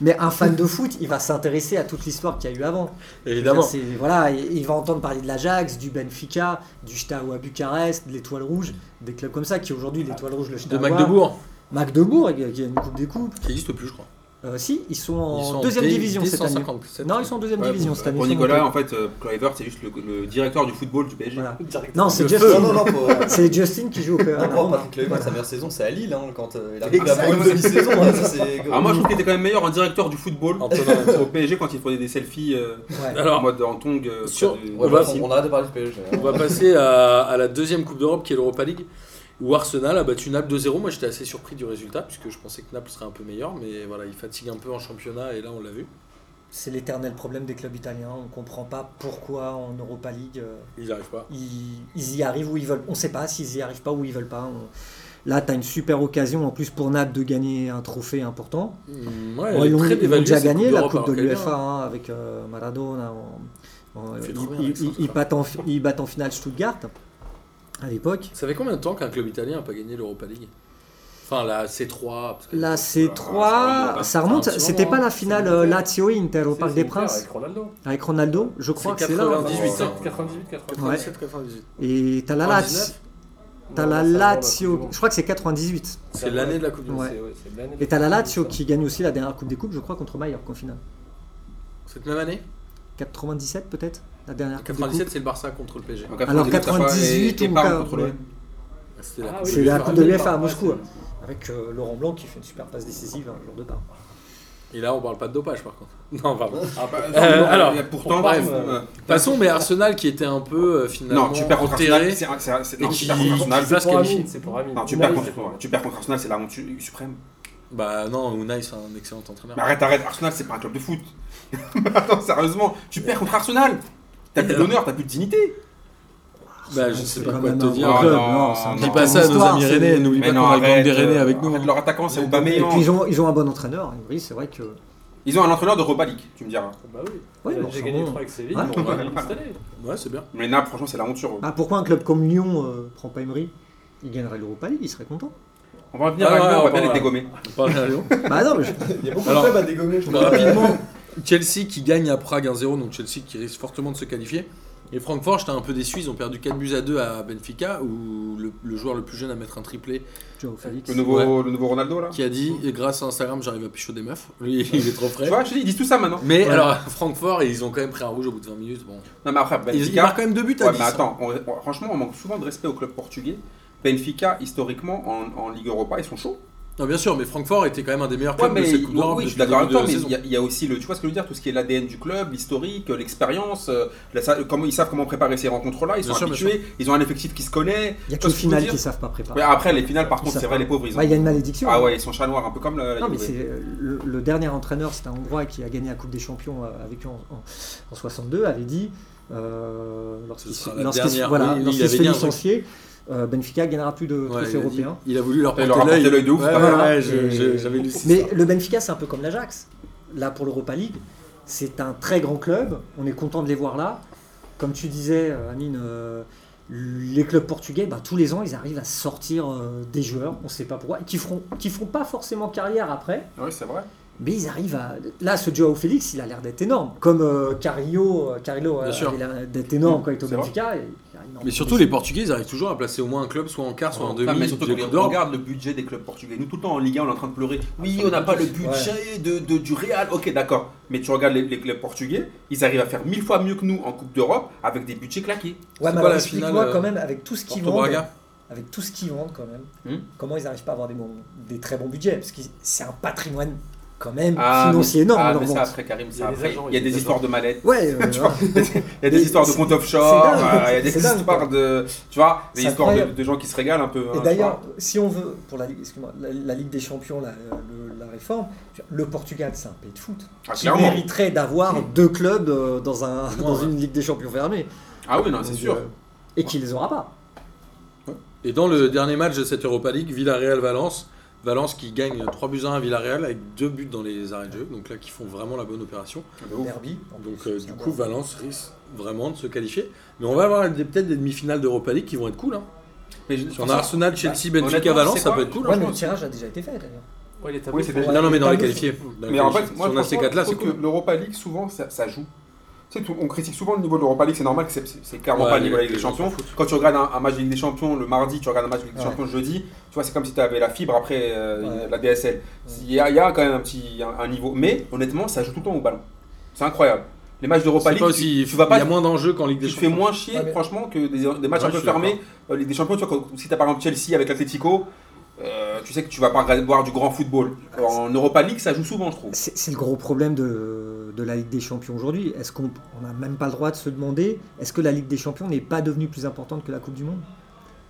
Speaker 5: mais un fan de foot, il va s'intéresser à toute l'histoire qu'il y a eu avant.
Speaker 1: Évidemment.
Speaker 5: C'est- Voilà, et- et il va entendre parler de l'Ajax, du Benfica, du Steaua Bucarest, de l'Étoile Rouge, des clubs comme ça qui aujourd'hui, l'Étoile Rouge, le
Speaker 1: De
Speaker 5: Steaua.
Speaker 1: Magdebourg,
Speaker 5: Magdebourg, il y a- il y eh a une coupe des coupes.
Speaker 1: qui n'existe plus, je crois.
Speaker 5: Euh, si, ils sont en
Speaker 1: Ils sont en
Speaker 5: deuxième
Speaker 1: D-
Speaker 5: division cette année.
Speaker 1: D157.
Speaker 5: Non, ils sont en deuxième
Speaker 2: Ouais,
Speaker 5: division
Speaker 2: pour-
Speaker 5: cette année.
Speaker 2: Pour
Speaker 5: ils sont
Speaker 2: Nicolas,
Speaker 5: montés.
Speaker 2: en fait, euh, Kluivert, c'est juste le, le directeur du football du PSG.
Speaker 5: Voilà.
Speaker 3: Direct.
Speaker 5: Non, c'est
Speaker 1: Le
Speaker 5: Justin.
Speaker 4: Non, non, non, pour,
Speaker 5: C'est Justin qui joue au PRO.
Speaker 4: non, pour
Speaker 5: Voilà.
Speaker 4: Patrick Kluivert, sa meilleure saison, c'est à Lille, hein, quand euh, il a
Speaker 5: Exact.
Speaker 4: pris une demi-saison. hein, ça, c'est-
Speaker 2: Ah, moi, je trouve qu'il était quand même meilleur en directeur du football
Speaker 1: En tenant-
Speaker 2: au PSG quand il prenait des selfies euh,
Speaker 5: Ouais.
Speaker 2: en
Speaker 1: Alors,
Speaker 2: mode en tongue. euh,
Speaker 1: Sur-
Speaker 2: près du-
Speaker 4: Ouais,
Speaker 1: On va-
Speaker 4: bref, on, on arrête de parler du PSG. hein.
Speaker 1: on va passer à, à la deuxième Coupe d'Europe qui est l'Europa League, où Arsenal a battu Naples 2-0. Moi, j'étais assez surpris du résultat, puisque je pensais que Naples serait un peu meilleur, mais voilà, il fatigue un peu en championnat, et là, on l'a vu.
Speaker 5: C'est l'éternel problème des clubs italiens. On ne comprend pas pourquoi en Europa League euh,
Speaker 1: Ils n'y arrivent pas.
Speaker 5: ils, ils y arrivent ou ils veulent. On ne sait pas s'ils y arrivent pas ou ils veulent pas. On- Là, tu as une super occasion en plus pour Naples de gagner un trophée important.
Speaker 1: Mm, Ouais,
Speaker 5: Bon,
Speaker 1: elle est
Speaker 5: ils ont,
Speaker 1: très
Speaker 5: ils ont
Speaker 1: dévaluée,
Speaker 5: déjà
Speaker 1: cette
Speaker 5: gagné la
Speaker 1: d'Europe,
Speaker 5: Coupe de
Speaker 1: alors qu'elle est
Speaker 5: l'UEFA
Speaker 1: bien.
Speaker 5: hein, avec euh, Maradona. en- en-
Speaker 1: Tu fais
Speaker 5: ils-
Speaker 1: trop bien,
Speaker 5: ils-
Speaker 1: Alexandre,
Speaker 5: ils- ils
Speaker 1: ça.
Speaker 5: battent en, ils battent en finale Stuttgart à l'époque.
Speaker 1: Ça fait combien de temps qu'un club italien n'a pas gagné l'Europa League Enfin, la C3. parce que-
Speaker 5: La
Speaker 2: Ah, ça
Speaker 5: C3, ça remonte.
Speaker 1: ça remonte,
Speaker 5: C'était pas
Speaker 1: hein.
Speaker 5: la finale
Speaker 3: C'est
Speaker 5: euh,
Speaker 3: une
Speaker 5: Lazio-Inter au
Speaker 3: C'est-
Speaker 5: Parc
Speaker 3: c'est
Speaker 5: des
Speaker 3: une paire
Speaker 5: Princes
Speaker 3: Avec Ronaldo.
Speaker 5: avec Ronaldo. Je crois que
Speaker 1: C'est
Speaker 5: c'est là. hein.
Speaker 1: 98, hein.
Speaker 3: 98, 98.
Speaker 5: Ouais.
Speaker 1: 97, 98.
Speaker 5: Et t'as la, Lazio,
Speaker 1: 99,
Speaker 5: t'as la Lazio. Je crois que c'est 98.
Speaker 1: C'est l'année de la Coupe du Monde.
Speaker 5: Ouais.
Speaker 3: c'est l'année de
Speaker 5: Et t'as la
Speaker 3: Coupe du
Speaker 5: Lazio
Speaker 3: Monde, ça.
Speaker 5: qui gagne aussi la dernière Coupe des Coupes, je crois, contre Mallorca en finale.
Speaker 1: Cette même année
Speaker 5: Ah, 97 peut-être La dernière Coupe des Coupes.
Speaker 1: 97, c'est le Barça contre le PSG.
Speaker 2: En
Speaker 5: Alors 98
Speaker 2: et, et
Speaker 5: ou
Speaker 2: Parme
Speaker 5: cas-
Speaker 2: contre l'OM.
Speaker 5: ouais.
Speaker 1: C'était la
Speaker 3: Ah
Speaker 1: Coupe
Speaker 3: oui,
Speaker 1: du
Speaker 5: C'est la
Speaker 1: Monde.
Speaker 5: Coupe de
Speaker 3: Barça,
Speaker 5: l'UEFA à
Speaker 3: ouais,
Speaker 5: Moscou.
Speaker 3: c'est-
Speaker 5: Avec euh, Laurent Blanc qui fait une super passe décisive, hein, jour de part.
Speaker 1: Et là, on parle pas de dopage par contre. Non, pardon.
Speaker 3: Ah, bah,
Speaker 1: Euh, alors,
Speaker 2: il y a pourtant,
Speaker 1: pour Parme,
Speaker 2: bref,
Speaker 3: euh,
Speaker 2: euh,
Speaker 1: Passons, mais Arsenal qui était un peu euh, finalement
Speaker 2: non, tu perds contre
Speaker 1: enterré.
Speaker 2: Arsenal, c'est un- c'est un- c'est-
Speaker 1: et
Speaker 2: non,
Speaker 1: qui-
Speaker 2: tu perds contre Arsenal.
Speaker 1: qui-
Speaker 3: c'est pour
Speaker 1: qualifie.
Speaker 3: Amine, c'est pour Amine.
Speaker 2: Non, tu
Speaker 3: Unai,
Speaker 2: perds
Speaker 3: c'est
Speaker 2: contre
Speaker 3: pour-
Speaker 2: ouais, tu perds contre Arsenal, c'est la honte su- suprême.
Speaker 1: Bah non, Unai c'est un excellent entraîneur.
Speaker 2: Mais arrête, arrête, Arsenal, c'est pas un club de foot. Attends, sérieusement, tu perds contre Arsenal. T'as plus d'honneur, t'as plus de dignité.
Speaker 1: Bah je sais
Speaker 5: C'est
Speaker 1: pas
Speaker 5: quand
Speaker 1: quoi
Speaker 5: même
Speaker 1: te
Speaker 5: un
Speaker 1: dire.
Speaker 5: grand
Speaker 2: Ah,
Speaker 5: club,
Speaker 2: non,
Speaker 5: non, c'est un
Speaker 1: Dis
Speaker 2: dis
Speaker 5: grand
Speaker 1: pas
Speaker 5: club.
Speaker 1: ça à nos
Speaker 5: L'histoire,
Speaker 1: amis
Speaker 5: c'est-
Speaker 1: rennais, n'oublie pas
Speaker 2: Mais
Speaker 1: qu'on
Speaker 2: non,
Speaker 1: a le gang
Speaker 2: arrête.
Speaker 1: des rennais
Speaker 2: euh,
Speaker 1: avec nous. hein.
Speaker 2: arrête, leur attaquant, c'est
Speaker 5: Et puis
Speaker 2: Aubameyang.
Speaker 5: ils ont, ils ont un bon entraîneur, oui, c'est vrai que.
Speaker 2: Ils ont un entraîneur de Europa League, tu me diras.
Speaker 3: Bah oui.
Speaker 5: Ouais, bon,
Speaker 3: J'ai
Speaker 5: c'est
Speaker 3: gagné
Speaker 5: bon.
Speaker 3: 3 avec Séville,
Speaker 5: Ouais.
Speaker 3: mais on va gagner cette année.
Speaker 1: Ouais, c'est bien.
Speaker 2: Mais Naples, franchement, c'est la honte sur eux.
Speaker 5: Ah, pourquoi un club comme Lyon euh, prend pas Emery Il gagnerait l'Europa League, il serait content.
Speaker 2: On va revenir
Speaker 1: Ah,
Speaker 2: à Lyon,
Speaker 1: ouais,
Speaker 2: on va
Speaker 1: on
Speaker 2: bien
Speaker 1: va-
Speaker 2: les dégommer.
Speaker 1: On parle à Lyon.
Speaker 5: bah non, mais je-
Speaker 4: Il y a beaucoup
Speaker 1: Alors,
Speaker 4: de clubs à dégommer, je
Speaker 1: Bah,
Speaker 4: trouve.
Speaker 1: Rapidement, Chelsea qui gagne à Prague 1-0, donc Chelsea qui risque fortement de se qualifier. Et Francfort, j'étais un peu déçu, ils ont perdu 4 buts à 2 à Benfica, où le, le joueur le plus jeune à mettre un triplé,
Speaker 5: Joao Félix.
Speaker 2: Le nouveau, le nouveau Ronaldo, là.
Speaker 1: qui a dit « Grâce à Instagram, j'arrive à pichot des meufs ». Lui, il est trop
Speaker 2: Tu
Speaker 1: frais.
Speaker 2: vois, je te dis, ils disent tout ça maintenant.
Speaker 1: Mais
Speaker 5: Ouais.
Speaker 1: alors, Francfort, ils ont quand même pris un rouge au bout de 20 minutes. Bon.
Speaker 2: Non, mais après,
Speaker 1: Ils, ils
Speaker 2: Benfica.
Speaker 1: marquent quand même 2 buts à
Speaker 2: Ouais,
Speaker 1: 10.
Speaker 2: mais
Speaker 1: hein.
Speaker 2: attends, on- on- franchement, on manque souvent de respect au club portugais. Benfica, historiquement, en, en Ligue Europa, ils sont chauds.
Speaker 1: Non, bien sûr, mais Francfort était quand même un des meilleurs
Speaker 2: Ouais,
Speaker 1: clubs
Speaker 2: mais
Speaker 1: de cette Coupe d'Europe
Speaker 2: oui, je suis
Speaker 1: depuis
Speaker 2: d'accord avec
Speaker 1: le
Speaker 2: toi,
Speaker 1: début de
Speaker 2: mais
Speaker 1: la
Speaker 2: il
Speaker 1: saison.
Speaker 2: y, a- il y a aussi le, tu vois ce que je veux dire, tout ce qui est l'ADN du club, l'historique, euh, l'expérience, euh, la- ça- comment ils savent comment préparer ces rencontres-là, ils
Speaker 1: Bien
Speaker 2: sont
Speaker 1: sûr, bien
Speaker 2: habitués, ils ont un effectif qui se connaît.
Speaker 5: Il y
Speaker 2: Tu vois
Speaker 5: a que les
Speaker 2: ce je veux
Speaker 5: finales
Speaker 2: dire
Speaker 5: qui savent pas préparer.
Speaker 2: Ouais, après, les finales, par contre,
Speaker 5: savent
Speaker 2: c'est vrai,
Speaker 5: pas.
Speaker 2: les pauvres, ils ont.
Speaker 5: Bah, il y a une malédiction.
Speaker 2: Ah ouais, ils sont chats noirs, un peu comme la. la
Speaker 5: Non, mais
Speaker 2: Juve.
Speaker 5: c'est euh, le, le dernier entraîneur, c'était un Hongrois qui a gagné la Coupe des Champions euh, avec eux en, en- en 62, avait dit euh, lorsqu'il
Speaker 1: Ce sera
Speaker 5: se-
Speaker 1: la
Speaker 5: lorsqu'il se-
Speaker 1: dernière,
Speaker 5: voilà,
Speaker 1: oui, oui, il
Speaker 5: lorsqu'il
Speaker 1: avait
Speaker 5: se fait
Speaker 1: dit un truc.
Speaker 5: licencier, euh, Benfica gagnera plus de
Speaker 1: Ouais,
Speaker 5: trophées
Speaker 1: il, a dit-
Speaker 5: européens.
Speaker 1: il a voulu leur
Speaker 2: Il
Speaker 1: porter
Speaker 2: leur a porté
Speaker 1: l'œil.
Speaker 2: l'œil de ouf,
Speaker 1: Ouais,
Speaker 2: pas
Speaker 1: ouais,
Speaker 2: mal,
Speaker 1: Ah, ouais,
Speaker 5: hein.
Speaker 1: je- je-
Speaker 5: Et-
Speaker 1: j'avais lu ça.
Speaker 5: Mais le Benfica, c'est un peu comme l'Ajax. Là, pour l'Europa League, c'est un très grand club. On est content de les voir là. Comme tu disais, euh, Amine, euh, les clubs portugais, bah, tous les ans, ils arrivent à sortir euh, des joueurs, on ne sait pas pourquoi, qui feront, qui feront pas forcément carrière après,
Speaker 2: Ouais, c'est vrai.
Speaker 5: mais ils arrivent à. Là, ce Joao Félix, il a l'air d'être énorme. Comme euh, Carillo, euh, Carillo
Speaker 1: Bien
Speaker 5: euh,
Speaker 1: sûr. Mmh.
Speaker 5: avait l'air d'être énorme quand il était au
Speaker 2: C'est vrai.
Speaker 5: Benfica. et il a énormément
Speaker 1: Mais surtout, les Portugais, ils arrivent toujours à placer au moins un club, soit en quart, soit en demi.
Speaker 2: Enfin, mais surtout,
Speaker 1: de
Speaker 2: quand
Speaker 1: Coupe
Speaker 2: on
Speaker 1: d'Europe.
Speaker 2: regarde le budget des clubs portugais. Nous, tout le temps en Ligue 1, on est en train de pleurer. Oui, on n'a pas le budget de, de- du Real. Ok, d'accord. Mais tu regardes les, les clubs portugais, ils arrivent à faire mille fois mieux que nous en Coupe d'Europe avec des budgets claqués.
Speaker 1: C'est
Speaker 5: Ouais, mais
Speaker 1: quoi
Speaker 5: alors
Speaker 1: la
Speaker 5: explique-moi
Speaker 1: finale, euh,
Speaker 5: quand même avec tout ce qu'ils
Speaker 1: Porto
Speaker 5: vendent.
Speaker 1: Braga.
Speaker 5: Avec tout ce qu'ils vendent quand même.
Speaker 2: Hmm.
Speaker 5: Comment ils n'arrivent pas à avoir des, bons- des très bons budgets Parce que c'est un patrimoine quand même
Speaker 2: Ah,
Speaker 5: financier énorme.
Speaker 2: Ah,
Speaker 5: leur
Speaker 2: mais ça
Speaker 5: vente.
Speaker 2: après, Karim,
Speaker 3: Il y a
Speaker 2: ça
Speaker 3: des
Speaker 2: après.
Speaker 3: agents,
Speaker 2: Il y a des histoires de mallettes.
Speaker 5: Ouais, euh,
Speaker 2: Il y a des
Speaker 5: Mais
Speaker 2: histoires de
Speaker 5: c'est-
Speaker 2: comptes
Speaker 5: c'est
Speaker 2: offshore,
Speaker 5: dingue,
Speaker 2: euh, il y a
Speaker 5: c'est
Speaker 2: des
Speaker 5: dingue,
Speaker 2: histoires
Speaker 5: quoi.
Speaker 2: de. Tu vois, des
Speaker 5: C'est
Speaker 2: histoires de,
Speaker 5: incroyable.
Speaker 2: de gens qui se régalent un peu. hein,
Speaker 5: et
Speaker 2: tu
Speaker 5: d'ailleurs,
Speaker 2: vois.
Speaker 5: si on veut, pour la, Ligue- excuse-moi, la, la Ligue des Champions, la, euh, le- la réforme, je veux dire, le Portugal, c'est un pays de foot.
Speaker 2: Ah,
Speaker 5: qui
Speaker 2: clairement.
Speaker 5: mériterait d'avoir deux clubs euh, dans, un,
Speaker 1: Au moins,
Speaker 5: dans
Speaker 1: ouais.
Speaker 5: une Ligue des Champions fermée.
Speaker 2: Ah oui, non, c'est
Speaker 5: Donc,
Speaker 2: sûr.
Speaker 5: euh, et qui les aura pas.
Speaker 1: Et dans le dernier match de cette Europa League, Villarreal-Valence, Valence qui gagne 3 buts à 1 à Villarreal avec 2 buts dans les arrêts de jeu, donc là qui font vraiment la bonne opération.
Speaker 2: De ouf.
Speaker 5: Derby. en
Speaker 1: Donc
Speaker 5: plus,
Speaker 1: euh,
Speaker 5: c'est
Speaker 1: du
Speaker 5: un
Speaker 1: coup,
Speaker 5: bon-
Speaker 1: Valence risque vraiment de se qualifier. Mais on va avoir des- peut-être des demi-finales d'Europa League qui vont être cool. Hein.
Speaker 2: Mais je-
Speaker 1: Si on a Arsenal, Chelsea, Benfica,
Speaker 2: Bah, honnêtement,
Speaker 1: Valence,
Speaker 2: c'est
Speaker 1: ça
Speaker 2: quoi
Speaker 1: peut être cool.
Speaker 5: Ouais,
Speaker 1: hein.
Speaker 5: mais le tirage a déjà été fait d'ailleurs.
Speaker 3: Ouais, il est tabou.
Speaker 2: Oui, c'est
Speaker 3: pour-
Speaker 2: déjà-
Speaker 1: Non, non, mais dans les
Speaker 5: Ouais,
Speaker 1: qualifiés. Euh, Dans les
Speaker 2: Mais en
Speaker 1: qualifiés.
Speaker 2: fait, moi,
Speaker 1: si on a ces
Speaker 2: franchement,
Speaker 1: 4 là,
Speaker 2: je
Speaker 1: c'est
Speaker 2: trouve
Speaker 1: cool.
Speaker 2: que l'Europa League, souvent, ça, ça joue. Tu sais, tout- on critique souvent le niveau de l'Europa League, c'est normal que c'est- c'est clairement
Speaker 1: Ouais,
Speaker 2: pas le niveau de
Speaker 1: les-
Speaker 2: la Ligue des
Speaker 1: les gens
Speaker 2: Champions. Quand tu regardes un, un match de Ligue des Champions le mardi, tu regardes un match de Ligue des
Speaker 5: Ouais.
Speaker 2: Champions le jeudi, tu vois, c'est comme si tu avais la fibre après euh,
Speaker 5: Ouais.
Speaker 2: la DSL. Il y, a, il y a quand même un petit un, un niveau. Mais honnêtement, ça joue tout le temps au ballon. C'est incroyable. Les matchs
Speaker 1: C'est
Speaker 2: d'Europa League,
Speaker 1: pas
Speaker 2: tu-
Speaker 1: aussi-
Speaker 2: tu, vas pas
Speaker 1: Il y a moins d'enjeux qu'en Ligue des
Speaker 2: tu te fais
Speaker 1: Champions.
Speaker 2: moins chier,
Speaker 5: Ouais, mais-
Speaker 2: franchement, que des, des matchs
Speaker 1: Ouais,
Speaker 2: un
Speaker 1: je
Speaker 2: peu
Speaker 1: suis d'accord.
Speaker 2: fermés. Euh, Ligue des Champions, tu vois, quand- si t'as par exemple Chelsea avec l'Atletico, tu sais que tu vas pas regarder- voir du grand football. En Europa League, ça joue souvent, je trouve.
Speaker 5: C'est c'est le gros problème de, de la Ligue des Champions aujourd'hui. Est-ce qu'on n'a même pas le droit de se demander est-ce que la Ligue des Champions n'est pas devenue plus importante que la Coupe du Monde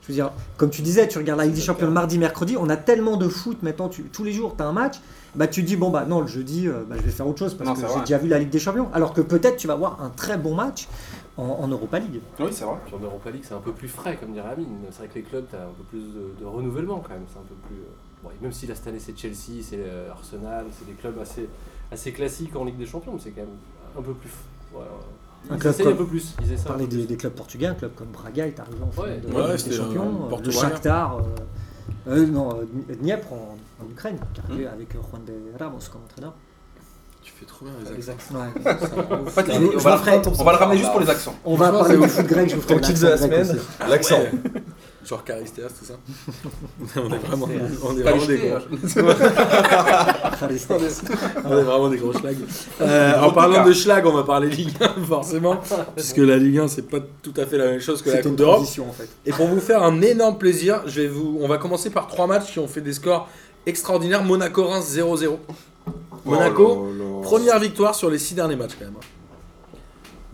Speaker 5: Je veux dire, comme tu disais, tu regardes la Ligue des Champions le mardi, mercredi, on a tellement de foot maintenant, tu- tous les jours, tu as un match, bah tu te dis bon bah non, le jeudi, euh, bah, je vais faire autre chose parce
Speaker 2: Non,
Speaker 5: que
Speaker 2: c'est
Speaker 5: j'ai
Speaker 2: vrai.
Speaker 5: déjà vu la Ligue des Champions. Alors que peut-être tu vas voir un très bon match en, en Europa League.
Speaker 2: Oui, c'est vrai.
Speaker 3: Puis en Europa League, c'est un peu plus frais, comme dirait Amine. C'est vrai que les clubs, t'as un peu plus de, de renouvellement quand même. C'est un peu plus. euh, bon, et même si là, cette année, c'est Chelsea, c'est euh, Arsenal, c'est des clubs assez, assez classiques en Ligue des Champions, mais c'est quand même un peu plus. ouais,
Speaker 5: Un
Speaker 3: ils
Speaker 5: club
Speaker 3: essayent
Speaker 5: comme-
Speaker 3: un peu plus. Ils
Speaker 5: On
Speaker 3: essaient un
Speaker 5: parlait
Speaker 3: peu
Speaker 5: des,
Speaker 3: plus.
Speaker 5: des clubs portugais, un club comme Braga est arrivé en finale
Speaker 3: Ouais.
Speaker 5: de la
Speaker 1: Ouais,
Speaker 5: Ligue des
Speaker 1: c'était, euh,
Speaker 5: Champions, euh,
Speaker 1: Porto
Speaker 5: le
Speaker 1: Braga.
Speaker 5: Shakhtar. euh, Euh, non, euh, Dniepr en, en Ukraine, qui est
Speaker 2: Hmm.
Speaker 5: arrivé avec euh, Juan de Ramos comme entraîneur.
Speaker 1: Tu fais trop bien les accents.
Speaker 5: Ouais.
Speaker 2: En fait,
Speaker 5: Je-
Speaker 2: on
Speaker 5: je
Speaker 2: va-
Speaker 5: le ferai.
Speaker 2: on va le ramener juste pour Ah, bah. les accents.
Speaker 5: On va
Speaker 1: Franchement,
Speaker 5: parler
Speaker 1: c'est
Speaker 5: du foot grec, je vous ferai
Speaker 4: Ton
Speaker 5: un
Speaker 4: kiff de la
Speaker 5: accent grec
Speaker 4: semaine,
Speaker 5: aussi.
Speaker 4: l'accent.
Speaker 1: Ouais. Genre Caristeas, tout ça. on est vraiment, on est
Speaker 2: Pas
Speaker 1: vraiment
Speaker 2: les
Speaker 1: des
Speaker 2: jeter,
Speaker 1: gros.
Speaker 2: hein.
Speaker 5: Harry Styles.
Speaker 1: On
Speaker 2: hein.
Speaker 1: est vraiment des gros schlags. Euh, en parlant de schlag, on va parler Ligue 1 forcément, puisque la Ligue 1 c'est pas tout à fait la même chose que la
Speaker 5: C'était
Speaker 1: Coupe
Speaker 5: une
Speaker 1: d'Europe.
Speaker 5: transition en fait.
Speaker 1: Et pour vous faire un énorme plaisir, je vais vous, on va commencer par trois matchs qui ont fait des scores extraordinaires. Monaco Reims 0-0. Monaco, première victoire sur les six derniers matchs quand même. hein.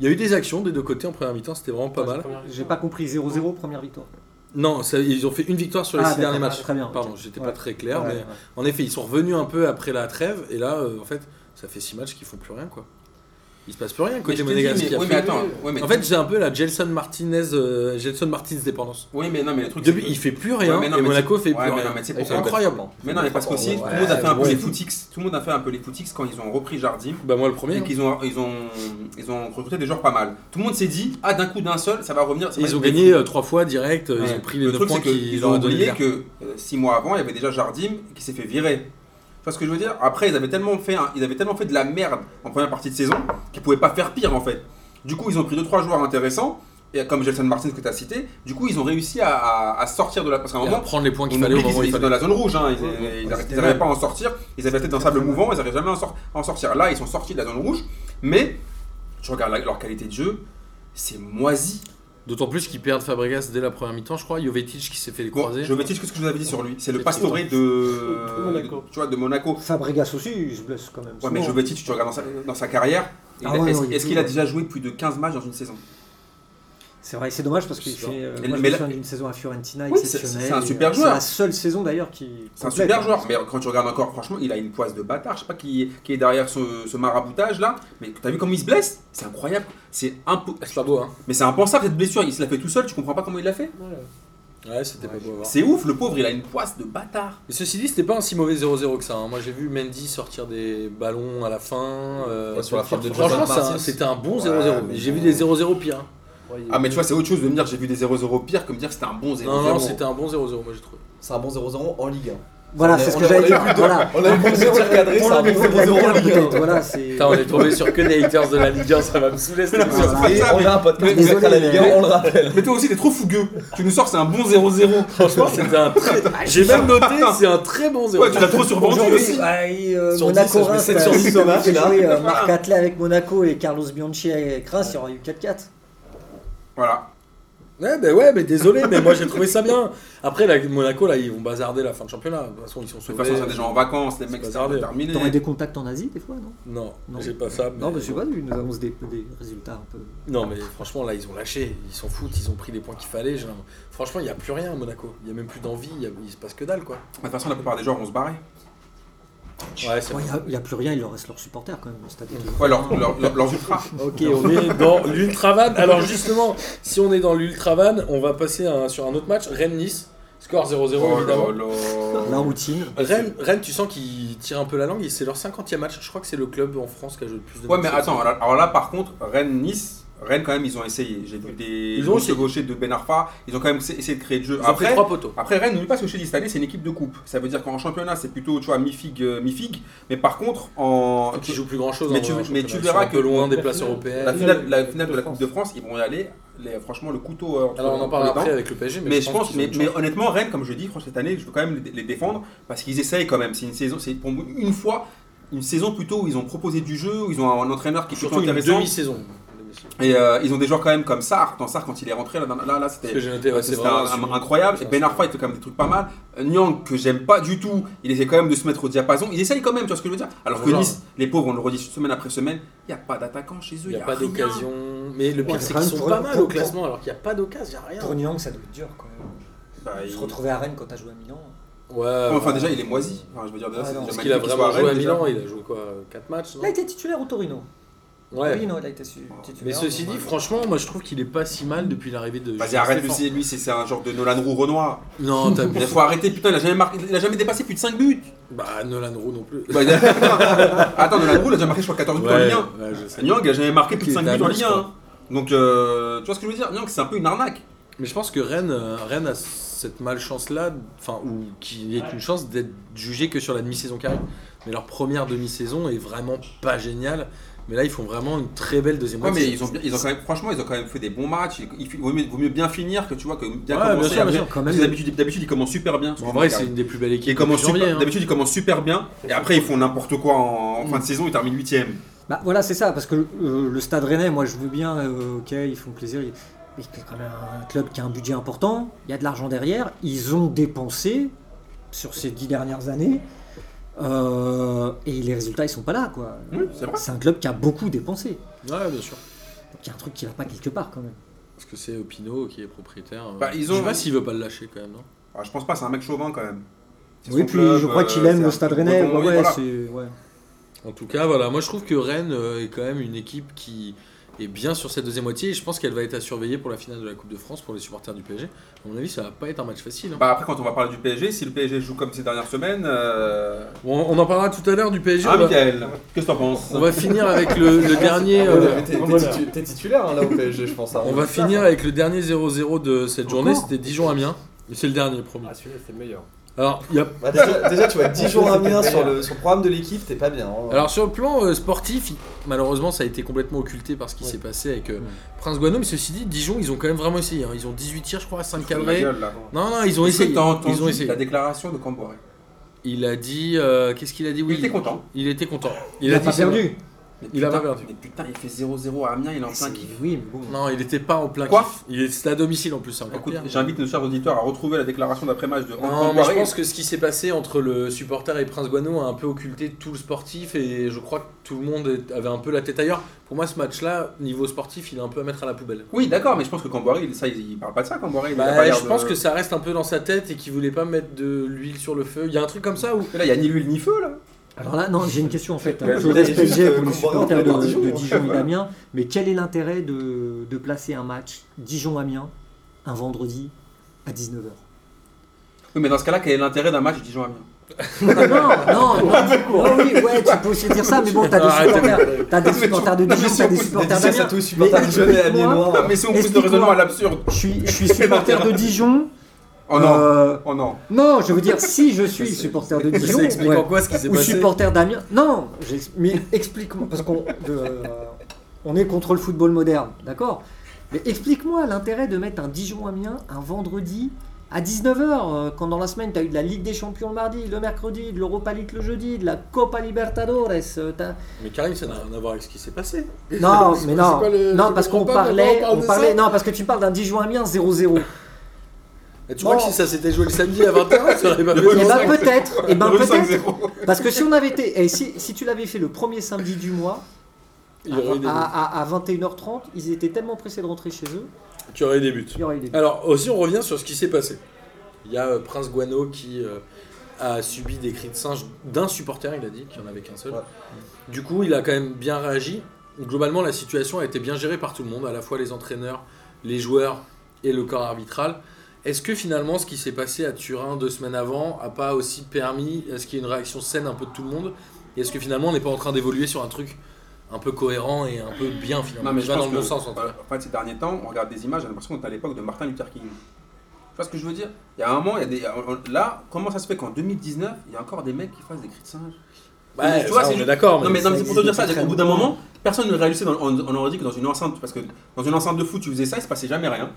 Speaker 1: Il y a eu des actions des deux côtés en première mi-temps, c'était vraiment pas mal.
Speaker 5: J'ai pas compris 0-0 première victoire.
Speaker 1: Non, ça- ils ont fait une victoire sur les
Speaker 5: Ah,
Speaker 1: six derniers
Speaker 5: d'accord,
Speaker 1: matchs.
Speaker 5: très bien, ok.
Speaker 1: Pardon, j'étais pas
Speaker 5: Ouais.
Speaker 1: très clair,
Speaker 5: Ouais,
Speaker 1: mais
Speaker 5: ouais.
Speaker 1: en effet, ils sont revenus un peu après la trêve, et là, euh, en fait, ça fait six matchs qu'ils font plus rien, quoi. Il se passe plus rien
Speaker 2: Mais je
Speaker 1: côté
Speaker 2: te dis,
Speaker 1: monégasque.
Speaker 2: mais-
Speaker 1: qui a
Speaker 2: Oui, mais
Speaker 1: fait-
Speaker 2: attends. ouais, mais-
Speaker 1: En fait, j'ai un peu la Gelson Martinez, euh, Gelson Martinez dépendance.
Speaker 2: oui, mais non, mais le truc.
Speaker 1: Depuis,
Speaker 2: c'est que-
Speaker 1: il fait plus rien,
Speaker 2: Ouais, mais non,
Speaker 1: et
Speaker 2: mais
Speaker 1: Monaco
Speaker 2: c'est-
Speaker 1: fait
Speaker 2: ouais,
Speaker 1: plus
Speaker 2: mais non,
Speaker 1: rien.
Speaker 2: mais c'est pour
Speaker 1: C'est
Speaker 2: ça.
Speaker 1: incroyable. hein.
Speaker 2: Mais non, mais parce qu'aussi,
Speaker 4: Ouais,
Speaker 2: tout le monde a fait un peu
Speaker 1: ouais.
Speaker 2: les footix. Tout le monde a fait un peu les footix quand ils ont repris Jardim.
Speaker 1: Bah, moi, le premier.
Speaker 2: Et qu'ils ont, ils ont, ils ont recruté des joueurs pas mal. Tout le monde s'est dit, ah d'un coup d'un seul, ça va revenir. ça va
Speaker 1: Ils
Speaker 2: être
Speaker 1: ont
Speaker 2: des
Speaker 1: gagné
Speaker 2: fous.
Speaker 1: euh, trois fois direct, euh, ils
Speaker 2: Ouais.
Speaker 1: ont pris les
Speaker 2: Le
Speaker 1: deux
Speaker 2: truc,
Speaker 1: points
Speaker 2: c'est qu'ils
Speaker 1: qu'ils
Speaker 2: ont
Speaker 1: ont donné.
Speaker 2: oublié
Speaker 1: hier.
Speaker 2: que euh, six mois avant, il y avait déjà Jardim qui s'est fait virer. Tu vois ce que je veux dire Après, ils avaient tellement fait, un- ils avaient tellement fait de la merde en première partie de saison qu'ils pouvaient pas faire pire en fait. Du coup, ils ont pris deux trois joueurs intéressants. Et comme Jelson Martins que tu as cité, du coup ils ont réussi à, à- à sortir de la. Parce qu'à un
Speaker 1: Et à
Speaker 2: moment,
Speaker 1: prendre les points qu'il
Speaker 2: on
Speaker 1: fallait au
Speaker 2: oublie qu'ils
Speaker 1: moment où il
Speaker 2: étaient dans
Speaker 1: fallait.
Speaker 2: la zone rouge, hein. ils
Speaker 4: ouais, c'était
Speaker 2: n'arrivaient pas à en sortir, ils avaient été dans le sable mouvant, ils n'arrivaient jamais à en, sor- à en sortir. Là, ils sont sortis de la zone rouge, mais tu regardes la- leur qualité de jeu, c'est moisi.
Speaker 1: D'autant plus qu'ils perdent Fabregas dès la première mi-temps, je crois. Jovetic qui s'est fait les
Speaker 2: Bon,
Speaker 1: croiser.
Speaker 2: je vais te dire ce que je vous avais dit sur lui, c'est le
Speaker 1: C'est
Speaker 2: pastoré de,
Speaker 3: De Monaco.
Speaker 2: tu vois, de Monaco.
Speaker 5: Fabregas aussi, il se blesse quand même.
Speaker 2: Ouais, mais
Speaker 5: souvent.
Speaker 2: Jovetic, tu regardes dans sa, dans sa carrière, il
Speaker 5: Ah
Speaker 2: a-
Speaker 5: ouais,
Speaker 2: est-ce
Speaker 5: ouais, il
Speaker 2: est-ce
Speaker 5: joue,
Speaker 2: qu'il a
Speaker 5: ouais.
Speaker 2: déjà joué plus de 15 matchs dans une saison
Speaker 5: C'est vrai, c'est dommage parce qu'il
Speaker 1: Je sais
Speaker 5: fait. euh,
Speaker 2: Mais-
Speaker 5: moi, je
Speaker 2: mais
Speaker 5: me
Speaker 2: là-
Speaker 5: souviens d'une saison à Fiorentina
Speaker 2: Oui, c'est-
Speaker 5: exceptionnelle.
Speaker 2: c'est un
Speaker 5: et,
Speaker 2: super
Speaker 5: euh,
Speaker 2: joueur.
Speaker 5: C'est la seule saison d'ailleurs qui.
Speaker 2: C'est un
Speaker 5: complète,
Speaker 2: super
Speaker 5: hein.
Speaker 2: joueur, mais quand tu regardes encore, franchement, il a une poisse de bâtard. Je sais pas qui est, qui est derrière ce, ce maraboutage là, mais t'as vu comment il se blesse C'est incroyable, c'est impo-
Speaker 1: C'est pas beau, hein.
Speaker 2: Mais c'est impensable cette blessure, il se l'a fait tout seul, tu comprends pas comment il l'a fait
Speaker 1: Ouais, c'était pas beau à voir.
Speaker 2: C'est ouf, le pauvre, il a une poisse de bâtard.
Speaker 1: Mais ceci dit, c'était pas un si mauvais 0-0 que ça. hein. Moi, j'ai vu Mendy sortir des ballons à la fin. euh,
Speaker 4: Ouais, sur la frappe de
Speaker 1: Franchement,
Speaker 4: Jordan
Speaker 1: c'est un-
Speaker 4: Martins.
Speaker 1: c'était un bon
Speaker 4: Ouais,
Speaker 1: 0-0.
Speaker 4: mais
Speaker 1: j'ai vu
Speaker 4: bon.
Speaker 1: des 0-0 pires. hein.
Speaker 2: Ah, mais tu vois, c'est autre chose de me dire j'ai vu des 0-0 pire que me dire que c'était un bon 0-0.
Speaker 1: Non, non, c'était un bon 0-0, moi, j'ai trouvé.
Speaker 4: C'est un bon 0-0 en Ligue 1.
Speaker 5: Voilà,
Speaker 4: On
Speaker 5: c'est
Speaker 4: est-
Speaker 5: ce
Speaker 4: on
Speaker 5: que
Speaker 4: est-
Speaker 5: j'avais dit
Speaker 4: on est-
Speaker 5: plus tôt. Voilà.
Speaker 4: on est- on est-
Speaker 5: Zéro-
Speaker 4: on est- cadré,
Speaker 5: pour
Speaker 4: c'est un
Speaker 5: le
Speaker 4: bon
Speaker 5: niveau de la
Speaker 4: zéro hein,
Speaker 5: Ligue un,
Speaker 4: en Ligue un.
Speaker 5: peut-être. Voilà, c'est.
Speaker 1: Putain, on est tombé sur que des haters de la Ligue 1, ça va me saouler cette émission.
Speaker 5: Voilà.
Speaker 4: Et on a un podcast
Speaker 5: Désolé,
Speaker 4: consacré à la Ligue 1,
Speaker 5: mais-
Speaker 2: euh,
Speaker 4: on le rappelle.
Speaker 2: Mais toi aussi, t'es trop fougueux. tu nous sors, c'est un bon 0-0.
Speaker 1: Franchement, c'était un très. J'ai même noté, c'est un très bon 0-0.
Speaker 2: Ouais, tu l'as trop survendu
Speaker 5: Aujourd'hui,
Speaker 2: aussi.
Speaker 5: bah, et, euh,
Speaker 4: Sur dix,
Speaker 5: Monaco
Speaker 4: ça se met
Speaker 5: Reims,
Speaker 4: sept sur
Speaker 5: t'as-
Speaker 4: dix au match,
Speaker 5: t'as
Speaker 4: là.
Speaker 5: joué, euh, Marc Atlet avec Monaco et Carlos Bianchi avec Reims, il y aurait eu 4-4.
Speaker 2: Voilà.
Speaker 1: Ouais, ben ouais, mais désolé, mais moi j'ai trouvé ça bien. Après, là, Monaco, là, ils vont bazarder la fin de championnat. De toute façon, ils sont
Speaker 2: De toute
Speaker 1: sauvés.
Speaker 2: façon, c'est déjà en vacances, les mecs,
Speaker 1: pas
Speaker 2: c'est un peu
Speaker 1: tardé.
Speaker 2: terminé.
Speaker 5: T'aurais des contacts en Asie des fois, non
Speaker 1: Non,
Speaker 5: Non.
Speaker 1: j'ai pas ça. Mais...
Speaker 5: Non, mais je sais pas, nous annonce des, des résultats un peu.
Speaker 1: Non, mais franchement, là, ils ont lâché. Ils s'en foutent, ils ont pris les points qu'il fallait. J'ai l'impression- Franchement, il n'y a plus rien à Monaco. Il n'y a même plus d'envie, il, y a- il se passe que dalle, quoi.
Speaker 2: De toute façon, la plupart des joueurs vont se barrer.
Speaker 1: Ouais, c'est
Speaker 5: Il n'y a, plus rien, il leur reste leurs supporters quand même au stade.
Speaker 2: Ouais, leur- leur- leur- leurs ultras.
Speaker 1: Ok, on est dans l'ultravan. Alors, justement, si on est dans l'ultravan, on va passer à- sur un autre match. Rennes-Nice, score 0-0,
Speaker 2: Oh là
Speaker 1: évidemment.
Speaker 2: là.
Speaker 5: La routine.
Speaker 1: Rennes, Rennes, tu sens qu'ils tirent un peu la langue. et C'est leur 50e match. Je crois que c'est le club en France qui a joué le plus de
Speaker 2: Ouais,
Speaker 1: matchs
Speaker 2: mais
Speaker 1: cette
Speaker 2: attends, alors alors là, par contre, Rennes-Nice. Rennes, quand même, ils ont essayé. J'ai vu des
Speaker 1: Ils ont
Speaker 2: gauchers
Speaker 1: essayé.
Speaker 2: gauchers de Ben Arfa. Ils ont quand même essayé de créer de jeu.
Speaker 1: saison. Ils ont pris
Speaker 2: Après,
Speaker 1: trois poteaux.
Speaker 2: Après, Rennes, n'oublie pas ce que je t'ai dit cette année, c'est une équipe de coupe. Ça veut dire qu'en championnat, c'est plutôt, tu vois, mi-figue, euh, mi-figue. Mais par contre, en.
Speaker 1: qui joue plus hein, grand chose.
Speaker 2: Mais tu- mais tu verras
Speaker 1: un peu
Speaker 2: que-
Speaker 1: loin des places
Speaker 3: La
Speaker 2: La
Speaker 1: européennes.
Speaker 2: finale, la finale de la Coupe de France, ils vont y aller, les- franchement, le couteau. euh, entre-
Speaker 1: Alors on en
Speaker 2: entre les
Speaker 1: parlera
Speaker 2: dents.
Speaker 1: après avec le PSG, mais,
Speaker 2: Mais je pense,
Speaker 1: qu'ils ont
Speaker 2: mais,
Speaker 1: une
Speaker 2: mais
Speaker 1: chance.
Speaker 2: honnêtement, Rennes, comme je dis, franchement, cette année, je veux quand même les, les défendre parce qu'ils essayent quand même. C'est une saison, c'est pour moi une fois, une saison plutôt où ils ont proposé du jeu, où ils ont un entraîneur qui est plutôt
Speaker 1: surtout une
Speaker 2: intéressant.
Speaker 1: demi-saison.
Speaker 2: Et euh, ils ont des joueurs quand même comme Sarr. Dans Sarr, quand il est rentré, là, là, là
Speaker 1: Ce que
Speaker 2: c'était.
Speaker 1: j'ai noté, ouais, c'est
Speaker 2: C'était
Speaker 1: vraiment
Speaker 2: un-
Speaker 1: sur-
Speaker 2: un- incroyable. Et Ben Arfa, il fait quand même des trucs pas mal. Euh, Nyang, que j'aime pas du tout, il essaie quand même de se mettre au diapason. Ils essayent quand même, tu vois ce que je veux dire Alors que
Speaker 1: Genre.
Speaker 2: Nice, les pauvres, on le redit semaine après semaine, il n'y a pas d'attaquant chez eux.
Speaker 1: Il n'y a
Speaker 2: y
Speaker 1: pas
Speaker 2: rien.
Speaker 1: d'occasion. Mais le pire,
Speaker 5: Ouais,
Speaker 1: c'est
Speaker 5: quand
Speaker 1: qu'ils
Speaker 5: même,
Speaker 1: sont
Speaker 5: pour-
Speaker 1: pas mal
Speaker 5: pour-
Speaker 1: au classement alors qu'il n'y a pas d'occasion, il n'y a
Speaker 5: Pour
Speaker 1: rien.
Speaker 5: Nyang, ça doit être dur quand même.
Speaker 2: Bah, il-
Speaker 5: Se retrouver à Rennes quand t'as joué à Milan.
Speaker 1: Ouais.
Speaker 2: Enfin, déjà, il est moisi. Enfin, je veux dire, déjà,
Speaker 5: Ah,
Speaker 2: c'est
Speaker 5: non.
Speaker 1: Parce
Speaker 2: déjà magnifique
Speaker 1: qu'il a
Speaker 2: qu'il soit
Speaker 1: vraiment joué à
Speaker 2: Rennes, déjà.
Speaker 1: Milan,
Speaker 5: hein.
Speaker 1: il a joué quoi 4 matchs non
Speaker 5: Il a été titulaire au Torino.
Speaker 1: Ouais.
Speaker 5: Torino, il a été su- titulaire.
Speaker 1: Mais ceci dit, franchement, moi je trouve qu'il est pas si mal depuis l'arrivée de.
Speaker 2: Vas-y,
Speaker 1: Julien
Speaker 2: arrête, lui,
Speaker 1: Stéphane.
Speaker 2: c'est- lui, c'est c'est un genre de Nolan Roux Renoir.
Speaker 1: Non, t'as
Speaker 2: Il faut arrêter, putain, il a jamais, marqué, il a jamais dépassé plus de 5 buts.
Speaker 1: Bah, Nolan Roux non plus.
Speaker 2: Bah, il a- Attends, Nolan Roux, il a déjà marqué, je crois, 14 buts en Ligue 1.
Speaker 1: ouais, je sais.
Speaker 2: Nyang, il a jamais marqué plus de
Speaker 1: Qui est
Speaker 2: 5 buts en
Speaker 1: d'Amiens,
Speaker 2: Ligue 1. hein. Donc, euh, tu vois ce que je veux dire Nyang, c'est un peu une arnaque.
Speaker 1: Mais je pense que Rennes, euh, Rennes a cette malchance-là, enfin, ou qui est une chance d'être jugé que sur la demi-saison qui arrive. Mais leur première demi-saison est vraiment pas géniale. Mais là, ils font vraiment une très belle deuxième
Speaker 2: Ouais, mais
Speaker 1: moitié.
Speaker 2: ils ont, bien- ils ont quand même, franchement, ils ont quand même fait des bons matchs. Il, il vaut, mieux, vaut mieux bien finir que tu vois que bien
Speaker 1: Ouais, bien
Speaker 2: commencer.
Speaker 1: sûr, bien
Speaker 2: après.
Speaker 1: sûr.
Speaker 5: Quand
Speaker 2: Parce que
Speaker 5: même,
Speaker 2: D'habitude, d'habitude, ils commencent super bien.
Speaker 1: Bon, en vrai, c'est une des plus belles équipes.
Speaker 2: Ils commencent
Speaker 1: depuis janvier,
Speaker 2: super-
Speaker 1: hein.
Speaker 2: D'habitude, ils commencent super bien et après, ils font n'importe quoi en, en
Speaker 1: Mm.
Speaker 2: fin de saison. Ils terminent huitième.
Speaker 5: Bah, voilà, c'est ça, parce que euh, le Stade Rennais, moi je veux bien, euh, ok, ils font plaisir, ils- mais c'est quand même un club qui a un budget important, il y a de l'argent derrière, ils ont dépensé sur ces dix dernières années, euh, et les résultats ils sont pas là, quoi.
Speaker 2: Oui, c'est vrai.
Speaker 5: C'est un club qui a beaucoup dépensé,
Speaker 1: Ouais, bien sûr.
Speaker 5: donc il y a un truc qui va pas quelque part quand même.
Speaker 1: Parce que c'est Opino qui est propriétaire. euh,
Speaker 2: Bah, ils ont-
Speaker 1: Je sais pas s'il veut pas le lâcher quand même. hein. non
Speaker 2: Ah, je pense pas, c'est un mec chauvin quand même. C'est
Speaker 5: Oui,
Speaker 2: son
Speaker 5: puis
Speaker 2: club,
Speaker 5: je crois
Speaker 2: euh,
Speaker 5: qu'il aime
Speaker 2: c'est
Speaker 5: le
Speaker 2: un
Speaker 5: Stade
Speaker 2: truc
Speaker 5: Rennais,
Speaker 2: breton,
Speaker 5: ouais,
Speaker 2: oui,
Speaker 5: ouais,
Speaker 2: voilà.
Speaker 5: c'est... ouais.
Speaker 1: En tout cas, voilà, moi je trouve que Rennes euh, est quand même une équipe qui est bien sur cette deuxième moitié et je pense qu'elle va être à surveiller pour la finale de la Coupe de France pour les supporters du PSG. À mon avis, ça va pas être un match facile. hein.
Speaker 2: Bah, après, quand on va parler du PSG, si le PSG joue comme ces dernières semaines. euh,
Speaker 1: Bon, on en parlera tout à l'heure du PSG.
Speaker 2: Ah,
Speaker 1: on, va,
Speaker 2: Michael, qu'est-ce que t'en penses
Speaker 1: on va finir avec le, le dernier. euh,
Speaker 4: Mais t'es- t'es
Speaker 3: Voilà.
Speaker 4: titu- T'es titulaire hein, là au PSG, je pense. hein.
Speaker 1: on va finir avec le dernier 0-0 de cette journée. C'était Dijon-Amiens. Et C'est le dernier, promis.
Speaker 3: Ah, celui-là, c'était le meilleur.
Speaker 1: Alors, il y a
Speaker 4: Bah, déjà, déjà, tu vois, 10 jours à Amiens sur le, sur le programme de l'équipe, t'es pas bien. hein.
Speaker 1: Alors sur le plan euh, sportif, il- malheureusement ça a été complètement occulté par ce qui s'est passé avec euh, Prince Guano, mais ceci dit, Dijon ils ont quand même vraiment essayé. hein. Ils ont 18 tirs je crois à 5 cadrés. Non, non, ils ont
Speaker 2: Est-ce que
Speaker 1: essayé.
Speaker 2: t'as entendu
Speaker 1: Ils ont essayé.
Speaker 2: La déclaration de Camboré.
Speaker 1: Il a dit... euh, Qu'est-ce qu'il a dit Oui,
Speaker 2: Il était content.
Speaker 1: Il était content.
Speaker 5: Il, a, pas
Speaker 1: c'est bon.
Speaker 5: perdu
Speaker 1: Il a
Speaker 2: Putain,
Speaker 1: pas perdu. Ah,
Speaker 2: Mais putain, il fait 0-0 à Amiens, il est en plein
Speaker 5: C'est-
Speaker 2: kiff.
Speaker 5: Oui, mais bon...
Speaker 1: Non, il était pas en plein
Speaker 2: Quoi
Speaker 1: kiff. Il est- C'était à domicile en plus, hein, c'est encore
Speaker 2: Écoute,
Speaker 1: pire.
Speaker 2: j'invite nos chers auditeurs à retrouver la déclaration d'après-match de
Speaker 1: Non, mais je pense que ce qui s'est passé entre le supporter et Prince Guano a un peu occulté tout le sportif et je crois que tout le monde est- avait un peu la tête ailleurs. Pour moi, ce match-là, niveau sportif, il est un peu à mettre à la poubelle.
Speaker 2: Oui, d'accord, mais je pense que Camboré, il, ça, il, il parle pas de ça, Camboré. Il a
Speaker 1: Bah,
Speaker 2: pas l'air
Speaker 1: je
Speaker 2: de-
Speaker 1: pense que ça reste un peu dans sa tête et qu'il voulait pas mettre de l'huile sur le feu. Il y a un truc comme ça où.
Speaker 2: Parce que Là, il y a ni l'huile ni feu, là.
Speaker 5: Alors là, non, j'ai une question en fait.
Speaker 2: Ouais,
Speaker 5: Je
Speaker 2: je
Speaker 5: laisse
Speaker 4: voulais juste,
Speaker 5: PSG
Speaker 4: euh,
Speaker 5: pour les
Speaker 4: comparer
Speaker 5: supporters de,
Speaker 4: entre les deux
Speaker 5: de
Speaker 4: Dijon,
Speaker 5: Dijon et
Speaker 2: voilà.
Speaker 5: d'Amiens, mais quel est l'intérêt de, de placer un match Dijon-Amiens un vendredi à 19h
Speaker 2: Oui, mais dans ce cas-là, quel est l'intérêt d'un match Dijon-Amiens
Speaker 5: Non,
Speaker 4: Ah,
Speaker 5: non, non,
Speaker 4: bah,
Speaker 5: non, oui, ouais, tu peux aussi dire ça, mais bon, t'as des
Speaker 1: Arrêtez.
Speaker 5: supporters, t'as des supporters de
Speaker 2: Non, Ah, mais
Speaker 5: Dijon,
Speaker 2: si
Speaker 5: t'as
Speaker 2: on
Speaker 5: des
Speaker 2: pousse des
Speaker 5: supporters
Speaker 4: Dis ça à
Speaker 5: d'Amiens.
Speaker 4: tous les supporters
Speaker 5: Mais
Speaker 4: dijonnais,
Speaker 5: explique-moi.
Speaker 4: amiénois.
Speaker 2: Mais c'est on pousse de
Speaker 5: Explique-moi.
Speaker 2: raisonnement à l'absurde.
Speaker 5: Je suis, je suis supporter de Dijon.
Speaker 2: Oh non,
Speaker 5: euh,
Speaker 2: oh non.
Speaker 5: non, je veux dire, si je suis supporter de Dijon,
Speaker 1: Ça explique
Speaker 5: ouais,
Speaker 1: en quoi ce qui s'est
Speaker 5: ou
Speaker 1: passé.
Speaker 5: supporter d'Amiens. Non, j'ai- mais explique-moi, parce qu'on de- on est contre le football moderne, d'accord Mais explique-moi l'intérêt de mettre un Dijon-Amiens un vendredi à 19h, quand dans la semaine, tu as eu de la Ligue des Champions le mardi, le mercredi, de l'Europa League le jeudi, de la Copa Libertadores. euh, t'as-
Speaker 1: Mais Karim, ça n'a rien à voir avec ce qui s'est passé.
Speaker 5: Non,
Speaker 1: C'est
Speaker 5: mais
Speaker 1: quoi- c'est
Speaker 5: non,
Speaker 1: quoi le-
Speaker 5: non
Speaker 1: je
Speaker 5: parce qu'on
Speaker 1: comprends pas pourquoi
Speaker 5: parlait,
Speaker 1: on parle
Speaker 5: on
Speaker 1: de
Speaker 5: parlait,
Speaker 1: ça.
Speaker 5: non, parce que tu parles d'un Dijon-Amiens 0-0.
Speaker 1: Et tu
Speaker 5: Bon.
Speaker 1: crois que si ça s'était joué le samedi à 21h, ça aurait pas
Speaker 2: Le
Speaker 1: fait
Speaker 5: Eh
Speaker 1: ça.
Speaker 5: ben peut-être, eh ben
Speaker 2: Le
Speaker 5: peut-être,
Speaker 2: 5-0.
Speaker 5: parce que si on avait été, et si, si tu l'avais fait le premier samedi du mois,
Speaker 1: Il y aurait eu des buts.
Speaker 5: à, à- à 21h30, ils étaient tellement pressés de rentrer chez eux
Speaker 1: Tu aurais eu des buts.
Speaker 5: qu'il y aurait eu des buts.
Speaker 1: Alors aussi, on revient sur ce qui s'est passé. Il y a euh, Prince Guano qui euh, a subi des cris de singe d'un supporter, il a dit, qu'il n'y en avait qu'un seul.
Speaker 4: Ouais.
Speaker 1: Du coup, il a quand même bien réagi. Globalement, la situation a été bien gérée par tout le monde, à la fois les entraîneurs, les joueurs et le corps arbitral. Est-ce que finalement, ce qui s'est passé à Turin deux semaines avant a pas aussi permis à ce qu'il y ait une réaction saine un peu de tout le monde Et est-ce que finalement, on n'est pas en train d'évoluer sur un truc un peu cohérent et un peu bien finalement
Speaker 2: Non, mais
Speaker 1: qui
Speaker 2: je
Speaker 1: va
Speaker 2: pense
Speaker 1: dans le bon
Speaker 2: que,
Speaker 1: sens en tout
Speaker 2: voilà,
Speaker 1: cas
Speaker 2: En fait, ces derniers temps, on regarde des images, j'ai l'impression qu'on est à l'époque de Martin Luther King. Tu vois ce que je veux dire Il y a un moment, il y a des. on- on- Là, comment ça se fait qu'en 2019, il y a encore des mecs qui fassent des cris de singe
Speaker 1: Ouais,
Speaker 2: tu vois,
Speaker 1: ça,
Speaker 2: c'est
Speaker 1: on est
Speaker 2: juste-
Speaker 1: d'accord.
Speaker 2: Non mais, non, mais
Speaker 5: ça
Speaker 2: c'est pour te dire ça,
Speaker 5: existe
Speaker 2: au
Speaker 5: depuis
Speaker 2: bout d'un moment, personne ne réalisait, dans, on, on aurait dit que dans une enceinte, parce que dans une enceinte de foot tu faisais ça, il se passait jamais rien.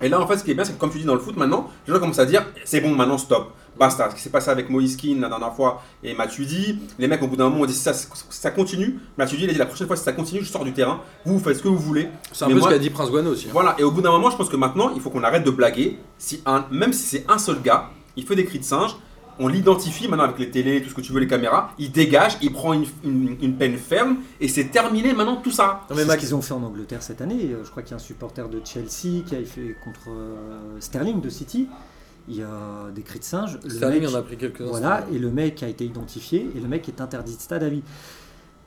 Speaker 2: Et là en fait ce qui est bien c'est que comme tu dis dans le foot maintenant, les gens commencent à dire c'est bon maintenant stop, basta, ce qui s'est passé avec Moïse Keane la dernière fois et Matuidi, les mecs au bout d'un moment ont dit si ça, si ça continue, Matuidi il a dit la prochaine fois si ça continue je sors du terrain, vous, vous faites ce que vous voulez.
Speaker 1: C'est un
Speaker 2: Mais
Speaker 1: peu
Speaker 2: moi-
Speaker 1: ce qu'a dit Prince Guano aussi. hein.
Speaker 2: Voilà, et au bout d'un moment, je pense que maintenant, il faut qu'on arrête de blaguer. Si un, même si c'est un seul gars, il fait des cris de singe, on l'identifie maintenant avec les télés, tout ce que tu veux, les caméras, il dégage, il prend une, une- une peine ferme, et c'est terminé maintenant tout ça.
Speaker 1: Non, mais
Speaker 5: C'est ce
Speaker 1: Mac-
Speaker 5: qu'ils ont fait en Angleterre cette année. Euh, Je crois qu'il y a un supporter de Chelsea qui a fait contre euh, Sterling de City. Il y a des cris de singe. Le
Speaker 1: Sterling
Speaker 5: mec-
Speaker 1: en a pris quelques-uns.
Speaker 5: Voilà, et le mec a été identifié et le mec est interdit de stade à vie.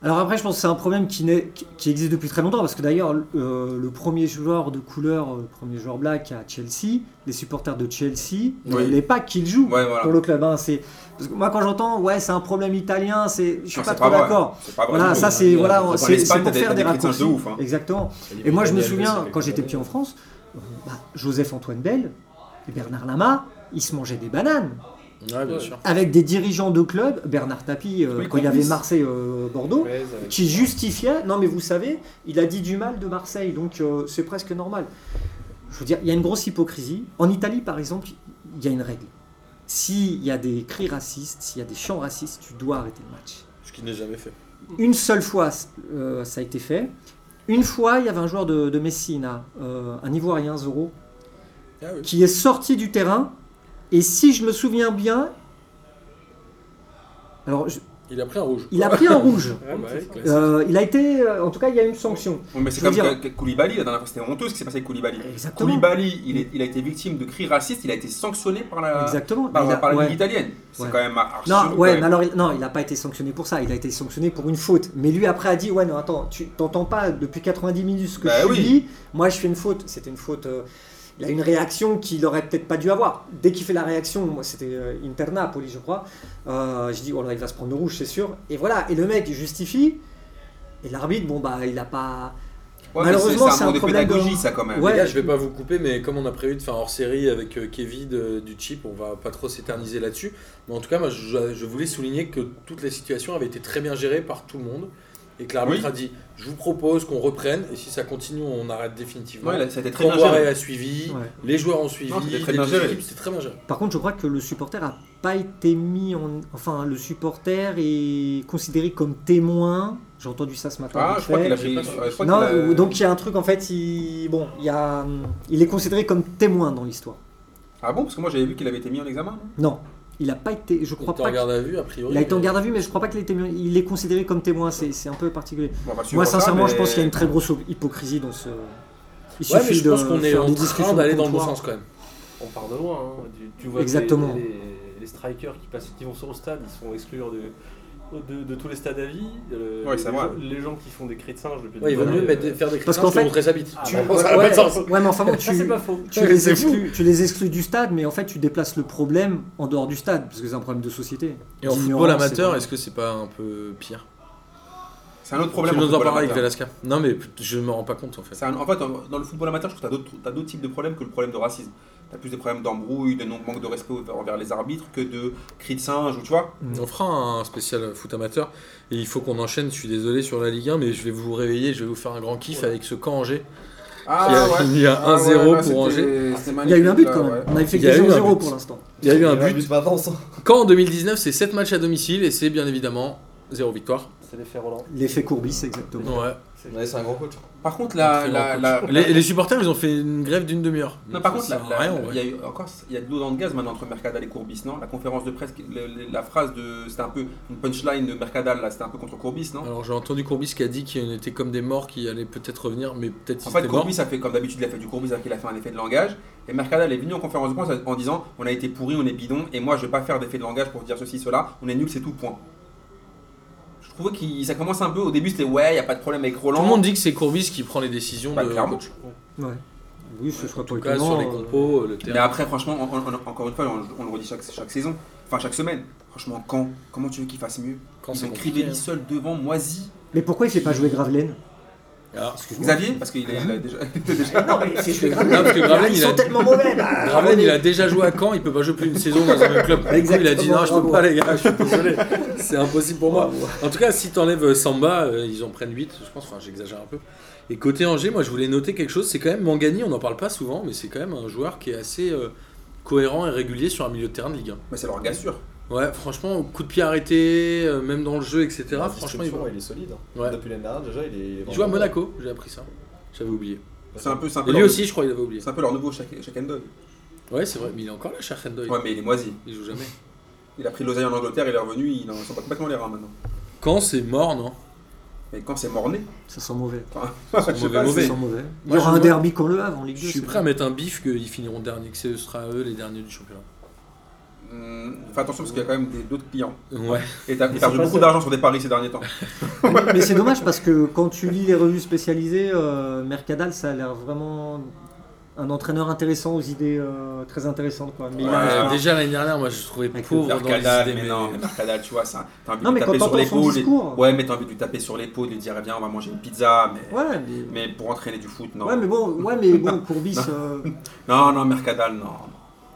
Speaker 5: Alors après, je pense que c'est un problème qui, naît- qui- qui existe depuis très longtemps, parce que d'ailleurs, euh, le premier joueur de couleur, euh, le premier joueur black à Chelsea, les supporters de Chelsea ne
Speaker 2: Oui.
Speaker 5: voulaient pas qu'il joue
Speaker 2: Ouais, voilà.
Speaker 5: pour le club. hein. C'est- parce que moi, quand j'entends, ouais, c'est un problème italien, c'est, je suis
Speaker 2: Non,
Speaker 5: pas
Speaker 2: c'est
Speaker 5: trop
Speaker 2: vrai.
Speaker 5: d'accord.
Speaker 2: C'est pas Ah vrai.
Speaker 5: Voilà,
Speaker 2: du
Speaker 5: ça
Speaker 2: tout.
Speaker 5: c'est
Speaker 1: Ouais,
Speaker 5: voilà,
Speaker 2: en
Speaker 5: c'est c'est
Speaker 2: Espagne,
Speaker 5: pour
Speaker 2: t'as des-
Speaker 5: faire
Speaker 2: t'as
Speaker 5: des
Speaker 2: des critères de
Speaker 5: raccourcis.
Speaker 2: ouf, hein.
Speaker 5: Exactement. Et moi je me souviens quand j'étais petit en France, bah, Joseph-Antoine Bell et Bernard Lama, ils se mangeaient des bananes.
Speaker 1: Ouais, bien sûr.
Speaker 5: Avec des dirigeants de clubs, Bernard Tapie, euh,
Speaker 2: Oui,
Speaker 5: quand il y avait euh,
Speaker 2: complice.
Speaker 1: Oh.
Speaker 5: Marseille-Bordeaux,
Speaker 3: Lopez, avec-
Speaker 5: qui justifiait, non mais vous savez, il a dit du mal de Marseille, donc euh, c'est presque normal. Je veux dire, il y a une grosse hypocrisie. En Italie, par exemple, il y a une règle. S'il y a des cris racistes, s'il y a des chants racistes, tu dois arrêter le match.
Speaker 1: Ce qui n'est jamais fait.
Speaker 5: Une seule fois, euh, ça a été fait. Une fois, il y avait un joueur de, de Messina, euh, un Ivoirien, Zoro,
Speaker 1: Ah oui.
Speaker 5: qui est sorti du terrain. Et si je me souviens bien, alors je-
Speaker 1: Il a pris un rouge.
Speaker 5: il a pris un rouge.
Speaker 1: Ouais, bah, ouais, classique.
Speaker 5: Euh, il a été, euh, en tout cas, il y a eu une sanction.
Speaker 2: Oui, hein. mais c'est
Speaker 5: Je veux
Speaker 2: comme
Speaker 5: dire-
Speaker 2: que- que Koulibaly, la dernière fois, c'était honteux ce qui s'est passé avec Koulibaly.
Speaker 5: Exactement.
Speaker 2: Koulibaly, il, est- il a été victime de cris racistes, il a été sanctionné par la,
Speaker 5: Exactement.
Speaker 2: par,
Speaker 5: Il a-
Speaker 2: par la
Speaker 5: ouais.
Speaker 2: Ligue italienne. C'est
Speaker 5: Ouais.
Speaker 2: quand même archi.
Speaker 5: Non,
Speaker 2: quand
Speaker 5: ouais,
Speaker 2: même.
Speaker 5: mais alors, il- non, il n'a pas été sanctionné pour ça. Il a été sanctionné pour une faute. Mais lui, après, a dit Ouais, non, attends, tu t'entends pas depuis 90 minutes ce que
Speaker 2: Bah
Speaker 5: je
Speaker 2: oui.
Speaker 5: dis. Moi, je fais une faute. C'était une faute. euh, il a une réaction qu'il aurait peut-être pas dû avoir. Dès qu'il fait la réaction, moi, c'était euh, Interna, Poli, je crois. euh, je dis Oh là, il va se prendre le rouge, c'est sûr. Et voilà. Et le mec, il justifie. Et l'arbitre, bon, bah, il a pas.
Speaker 2: Ouais, mais
Speaker 5: malheureusement, c'est
Speaker 2: c'est un
Speaker 5: un
Speaker 2: manque de
Speaker 5: problème de-
Speaker 2: pédagogie, ça, quand même.
Speaker 5: Ouais.
Speaker 1: Les gars, je vais pas vous couper, mais comme on a prévu de faire hors série avec euh, Kevin de- du Chip, on va pas trop s'éterniser là-dessus. Mais en tout cas, moi, je, je voulais souligner que toutes les situations avaient été très bien gérées par tout le monde. Et que l'arbitre
Speaker 2: Oui.
Speaker 1: a dit Je vous propose qu'on reprenne, et si ça continue, on arrête définitivement.
Speaker 2: Ouais, là, ça a été très bien
Speaker 1: Camboire
Speaker 5: euh,
Speaker 2: géré.
Speaker 1: a suivi,
Speaker 5: Ouais.
Speaker 1: les joueurs ont suivi,
Speaker 2: Non, c'était très
Speaker 1: les
Speaker 2: bien
Speaker 1: deux
Speaker 2: géré.
Speaker 1: équipes, c'était très bien géré.
Speaker 5: Par contre, je crois que le supporter a pas été mis en. Enfin, le supporter est considéré comme témoin. J'ai entendu ça ce matin.
Speaker 2: Ah,
Speaker 5: vite
Speaker 2: je crois
Speaker 5: fait.
Speaker 2: qu'il a
Speaker 1: j'ai
Speaker 2: pris.
Speaker 1: pas
Speaker 2: je
Speaker 1: su.
Speaker 2: crois qu'il
Speaker 5: Non,
Speaker 2: a-
Speaker 5: ou- donc il y a un truc en fait, il, bon, il, y a, hum, il est considéré comme témoin dans l'histoire.
Speaker 2: Ah bon Parce que moi, j'avais vu qu'il avait été mis en examen. non
Speaker 5: Non, il n'a pas été, je
Speaker 1: Il
Speaker 5: crois
Speaker 1: était
Speaker 5: pas.
Speaker 1: en
Speaker 5: que-
Speaker 1: garde à vue, euh. a priori.
Speaker 5: il a été en
Speaker 1: mais-
Speaker 5: garde à vue, mais je crois pas qu'il ait été mis- il est considéré comme témoin. C'est c'est un peu particulier.
Speaker 2: Bon, on va suivre
Speaker 5: Moi,
Speaker 2: ça,
Speaker 5: sincèrement, je
Speaker 2: mais-
Speaker 5: pense qu'il y a une très grosse hypocrisie dans ce. Il
Speaker 1: Ouais, mais je pense
Speaker 5: de
Speaker 1: qu'on est
Speaker 5: faire
Speaker 1: en
Speaker 5: des
Speaker 1: train
Speaker 5: discussions
Speaker 1: d'aller
Speaker 5: de
Speaker 1: dans le bon
Speaker 5: comptoir.
Speaker 1: sens quand même.
Speaker 3: On part de loin. hein. Tu, tu vois que
Speaker 5: Exactement.
Speaker 3: les, les- les strikers qui, passent, qui vont sur le stade, ils sont exclus de, de, de tous les stades à vie. Euh,
Speaker 2: Ouais, c'est
Speaker 3: les,
Speaker 2: vrai.
Speaker 3: gens, les gens qui font des cris de singe depuis
Speaker 1: Ouais, il vaut
Speaker 3: des
Speaker 1: mieux
Speaker 3: années,
Speaker 1: mettre
Speaker 3: euh,
Speaker 1: des- faire des
Speaker 5: Parce
Speaker 1: critiques
Speaker 5: qu'en
Speaker 1: pour
Speaker 5: fait,
Speaker 1: montrer sa bite.
Speaker 3: Ah,
Speaker 1: Tu
Speaker 3: bah,
Speaker 1: vois, ça n'a
Speaker 5: ouais.
Speaker 1: pas de sens.
Speaker 5: Ouais, mais enfin bon,
Speaker 3: Ah, Ça, c'est
Speaker 5: tu,
Speaker 3: pas faux.
Speaker 5: tu les
Speaker 1: C'est fou.
Speaker 5: exclus, tu les exclus du stade, mais en fait, tu déplaces le problème en dehors du stade, parce que c'est un problème de société.
Speaker 1: Et en football
Speaker 5: L'ignorance,
Speaker 1: amateur,
Speaker 5: c'est-
Speaker 1: est-ce que c'est pas un peu pire
Speaker 2: C'est un autre
Speaker 1: Tu
Speaker 2: problème.
Speaker 1: nous
Speaker 2: au
Speaker 1: en
Speaker 2: football
Speaker 1: parles avec
Speaker 2: amateur.
Speaker 1: Velasca. Non, mais je me rends pas compte en fait.
Speaker 2: C'est un- En fait, en- dans le football amateur, je trouve que tu as d'autres types de problèmes que le problème de racisme. Tu as plus des problèmes d'embrouille, de non- manque de respect envers les arbitres que de cris de singe, ou tu vois
Speaker 5: Mm.
Speaker 1: On fera un spécial foot amateur et il faut qu'on enchaîne. Je suis désolé sur la Ligue 1, mais je vais vous réveiller. Je vais vous faire un grand kiff avec ce camp Angers.
Speaker 2: Ah,
Speaker 1: Il y a- il y a 1-0 pour Angers.
Speaker 5: Il y a eu un but quand même. On avait fait
Speaker 1: Il y a
Speaker 5: que
Speaker 1: eu un
Speaker 5: 0
Speaker 1: but.
Speaker 5: pour l'instant.
Speaker 1: Il y a eu un
Speaker 4: Il y avait
Speaker 1: but.
Speaker 4: pas d'avance.
Speaker 1: Caen en 2019, c'est 7 matchs à domicile et c'est bien évidemment 0 victoire.
Speaker 3: C'est l'effet Roland.
Speaker 5: L'effet Courbis, exactement.
Speaker 1: Ouais.
Speaker 4: Ouais, c'est un grand coach.
Speaker 2: Par contre, la. la, la-
Speaker 1: Les, les supporters, ils ont fait une grève d'une demi-heure.
Speaker 2: Non, par contre,
Speaker 1: Ça
Speaker 2: la-
Speaker 1: sert à
Speaker 2: la-
Speaker 1: rien, en
Speaker 2: il
Speaker 1: vrai.
Speaker 2: y a eu encore il y a de l'eau dans le gaz maintenant entre Mercadal et Courbis, non La conférence de presse, le- le- la phrase de. C'était un peu une punchline de Mercadal, là, c'était un peu contre Courbis, non
Speaker 1: Alors j'ai entendu Courbis qui a dit qu'il était comme des morts qui allaient peut-être revenir, mais peut-être
Speaker 2: En
Speaker 1: qu'ils
Speaker 2: fait,
Speaker 1: étaient morts.
Speaker 2: Courbis a fait comme d'habitude, il a fait du Courbis, c'est-à-dire qu'il a fait un effet de langage. Et Mercadal est venu en conférence de presse en disant On a été pourri, on est bidon, et moi je vais pas faire d'effet de langage pour dire ceci, cela, on est nul, c'est tout, point. Je trouvais que ça commence un peu, au début c'était ouais, y a pas de problème avec Roland.
Speaker 1: Tout le monde dit que c'est Courbis qui prend les décisions
Speaker 2: Bah,
Speaker 1: de
Speaker 2: clairement.
Speaker 1: coach.
Speaker 5: Ouais. Oui, ce sera
Speaker 1: En
Speaker 5: pas
Speaker 1: tout cas, sur les
Speaker 5: euh,
Speaker 1: compos, euh, le
Speaker 2: Mais
Speaker 1: terrain.
Speaker 2: après, franchement, on- on- on- encore une fois, on, on le redit chaque, chaque saison, enfin chaque semaine. Franchement, quand Comment tu veux qu'il fasse mieux
Speaker 1: Quand
Speaker 2: Ils
Speaker 1: c'est
Speaker 2: ont
Speaker 1: compliqué, hein.
Speaker 2: Crivelli seul devant, moisi.
Speaker 5: Mais pourquoi il fait pas jouer Gravelaine
Speaker 1: Ah.
Speaker 5: Excuse-moi.
Speaker 2: Xavier Parce qu'il est- il a déjà. il était déjà-
Speaker 5: Non, mais c'est jouer
Speaker 1: Non, parce que Gravelaine,
Speaker 5: Ils
Speaker 1: il
Speaker 5: sont
Speaker 1: a-
Speaker 5: tellement mauvais. bah,
Speaker 1: Graven, il a déjà joué à Caen, il peut pas jouer plus une saison dans un même club. Du coup, il a dit
Speaker 5: Exactement,
Speaker 1: non, je peux
Speaker 5: bravo.
Speaker 1: pas, les gars, je suis désolé. C'est impossible pour moi. En tout cas, si t'enlèves Samba, euh, ils en prennent 8, je pense. Enfin, j'exagère un peu. Et côté Angers, moi, je voulais noter quelque chose. C'est quand même Mangani, on n'en parle pas souvent, mais c'est quand même un joueur qui est assez euh, cohérent et régulier sur un milieu de terrain de Ligue
Speaker 2: Mais c'est leur gars sûr.
Speaker 1: 1. Ouais, franchement, coup de pied arrêté, euh, même dans le jeu, etc.
Speaker 4: La
Speaker 1: franchement, il,
Speaker 4: distribution, il est solide. hein.
Speaker 1: Ouais.
Speaker 4: Depuis l'année dernière, déjà, il est.
Speaker 1: il joue à Monaco, j'ai appris ça. J'avais oublié.
Speaker 2: C'est un peu, c'est un peu
Speaker 1: Et lui
Speaker 2: leur-
Speaker 1: aussi, je crois, il avait oublié.
Speaker 2: C'est un peu leur nouveau chaque, chaque Endon.
Speaker 1: Ouais, c'est vrai, mais il est encore là, Sharkendoy.
Speaker 2: Ouais, mais il est moisi.
Speaker 1: Il joue jamais.
Speaker 2: Il a pris l'oseille en Angleterre, il est revenu, il en sent pas complètement les reins maintenant.
Speaker 1: Caen, c'est mort, non
Speaker 2: Mais quand c'est morné,
Speaker 5: Ça sent mauvais.
Speaker 2: je sais
Speaker 1: mauvais,
Speaker 2: pas,
Speaker 1: mauvais.
Speaker 5: Ça
Speaker 2: c'est-
Speaker 5: sent mauvais. Il y
Speaker 1: Moi,
Speaker 5: aura
Speaker 1: je
Speaker 5: un
Speaker 1: vois-
Speaker 5: derby quand le Havre en Ligue 2.
Speaker 1: Je suis
Speaker 5: c'est
Speaker 1: prêt à mettre un bif qu'ils finiront dernier, que ce sera eux les derniers du championnat.
Speaker 2: Hum, Fais attention parce qu'il y a quand même des- d'autres clients.
Speaker 1: Ouais.
Speaker 2: Et t'as perdu
Speaker 3: pas
Speaker 2: beaucoup
Speaker 3: ça.
Speaker 2: d'argent sur des paris ces derniers temps.
Speaker 5: Mais- Mais c'est dommage parce que quand tu lis les revues spécialisées, euh, Mercadal, ça a l'air vraiment un entraîneur intéressant aux idées euh, très intéressantes. Quoi. Mais il
Speaker 2: Ouais,
Speaker 5: arrive pas.
Speaker 2: ouais.
Speaker 1: euh, déjà l'année dernière, moi je trouvais
Speaker 5: Avec
Speaker 1: pauvre dans les
Speaker 2: Mercadal,
Speaker 1: idées.
Speaker 2: mais
Speaker 1: mais-
Speaker 2: non, Mercadal, tu vois, ça. T'as envie
Speaker 5: Non,
Speaker 2: de
Speaker 5: mais
Speaker 2: lui
Speaker 5: taper
Speaker 2: taper sur
Speaker 5: son
Speaker 2: l'épaule. et-
Speaker 1: hein.
Speaker 5: discours.
Speaker 2: Ouais, mais t'as envie de lui taper sur l'épaule, de lui dire, eh, viens, on va manger une pizza, mais.
Speaker 5: Ouais,
Speaker 2: Mais
Speaker 5: mais...
Speaker 2: pour entraîner du foot, non.
Speaker 5: ouais, mais bon, ouais, mais bon Courbis, euh,
Speaker 2: Non, non, Mercadal, non.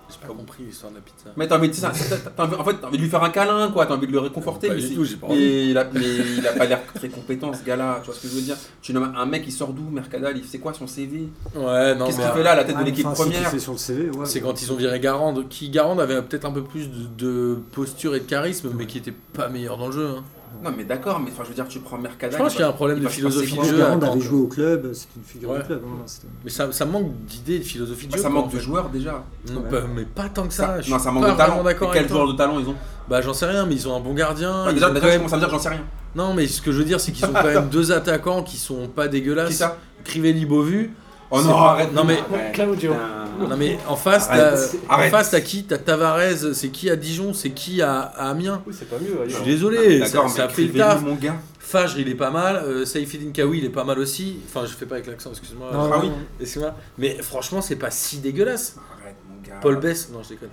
Speaker 1: J'ai pas compris l'histoire de la pizza.
Speaker 2: Mais t'as envie de, ça, t'as- t'as envie- en fait, t'as envie de lui faire un câlin, quoi. T'as envie de le réconforter.
Speaker 1: Pas
Speaker 2: mais
Speaker 1: du
Speaker 2: c'est-
Speaker 1: tout, j'ai pas
Speaker 2: mais
Speaker 1: envie.
Speaker 2: il a, mais il a pas l'air très compétent, ce gars-là. Tu vois ce que je veux dire Tu nommes un mec, il sort d'où, Mercadal il- C'est quoi son CV
Speaker 1: Ouais, non,
Speaker 2: Qu'est-ce
Speaker 1: Ah, mais
Speaker 2: qu'il fait là, à la tête
Speaker 5: enfin,
Speaker 2: de l'équipe
Speaker 5: si,
Speaker 2: première
Speaker 5: C'est sur le CV, ouais.
Speaker 1: c'est quand ils ont viré Garande, qui Garande avait peut-être un peu plus de, de posture et de charisme, mais qui était pas meilleur dans le jeu. hein.
Speaker 2: Non, mais d'accord, mais enfin, je veux dire, tu prends Mercadal. bah,
Speaker 1: Je pense
Speaker 2: il
Speaker 1: qu'il y a
Speaker 2: va-
Speaker 1: un problème
Speaker 2: il
Speaker 1: de
Speaker 2: va se passer
Speaker 1: philosophie de
Speaker 2: grand-
Speaker 1: jeu.
Speaker 5: Garand
Speaker 1: à Caen,
Speaker 5: avait joué au club, c'est une figure
Speaker 1: Ouais.
Speaker 5: du club. hein, c'était-
Speaker 1: Mais ça, ça manque d'idées et de philosophie de jeu.
Speaker 2: bah, Ça
Speaker 1: quoi, en
Speaker 2: manque de
Speaker 1: fait.
Speaker 2: joueurs déjà.
Speaker 1: Non,
Speaker 5: Ouais.
Speaker 1: pas- mais pas tant que ça. je
Speaker 2: non,
Speaker 1: suis
Speaker 2: ça manque
Speaker 1: pas
Speaker 2: de talent.
Speaker 1: vraiment d'accord
Speaker 2: Mais Quel
Speaker 1: avec toi.
Speaker 2: joueur de talent ils ont
Speaker 1: Bah j'en sais rien, mais ils ont un bon gardien.
Speaker 2: Enfin,
Speaker 1: ils
Speaker 2: Déjà,
Speaker 1: ont
Speaker 2: déjà,
Speaker 1: quand
Speaker 2: je
Speaker 1: même-
Speaker 2: commence à me dire, j'en sais rien.
Speaker 1: Non, mais ce que je veux dire, c'est qu'ils ont quand même deux attaquants qui sont pas dégueulasses.
Speaker 2: Qui ça
Speaker 1: Crivelli Bovu.
Speaker 2: Oh
Speaker 1: C'est
Speaker 2: non,
Speaker 1: Euh, pas-
Speaker 2: arrête.
Speaker 1: non, mais-
Speaker 2: Ouais.
Speaker 3: Claudio.
Speaker 2: Putain.
Speaker 1: Non mais en face,
Speaker 2: Arrête,
Speaker 1: t'as-
Speaker 2: c'est-
Speaker 1: en
Speaker 2: arrête.
Speaker 1: face t'as qui T'as Tavares, c'est qui à Dijon, c'est qui à, à Amiens
Speaker 3: Oui, c'est pas mieux.
Speaker 1: Je
Speaker 3: ailleurs.
Speaker 1: suis
Speaker 2: Ah, mais
Speaker 1: désolé, ça,
Speaker 2: d'accord,
Speaker 1: ça
Speaker 2: mais
Speaker 1: fait le
Speaker 2: écrivez-nous,
Speaker 1: taf.
Speaker 2: mon gars.
Speaker 1: Fajr il est pas mal, euh, Saifedin Kawi il est pas mal aussi. Enfin je fais pas avec l'accent, excuse-moi.
Speaker 5: Non,
Speaker 2: ah
Speaker 5: non,
Speaker 2: oui.
Speaker 5: non.
Speaker 1: Excuse-moi. Mais franchement c'est pas si dégueulasse.
Speaker 2: Arrête, mon gars.
Speaker 1: Paul Bess, non je déconne.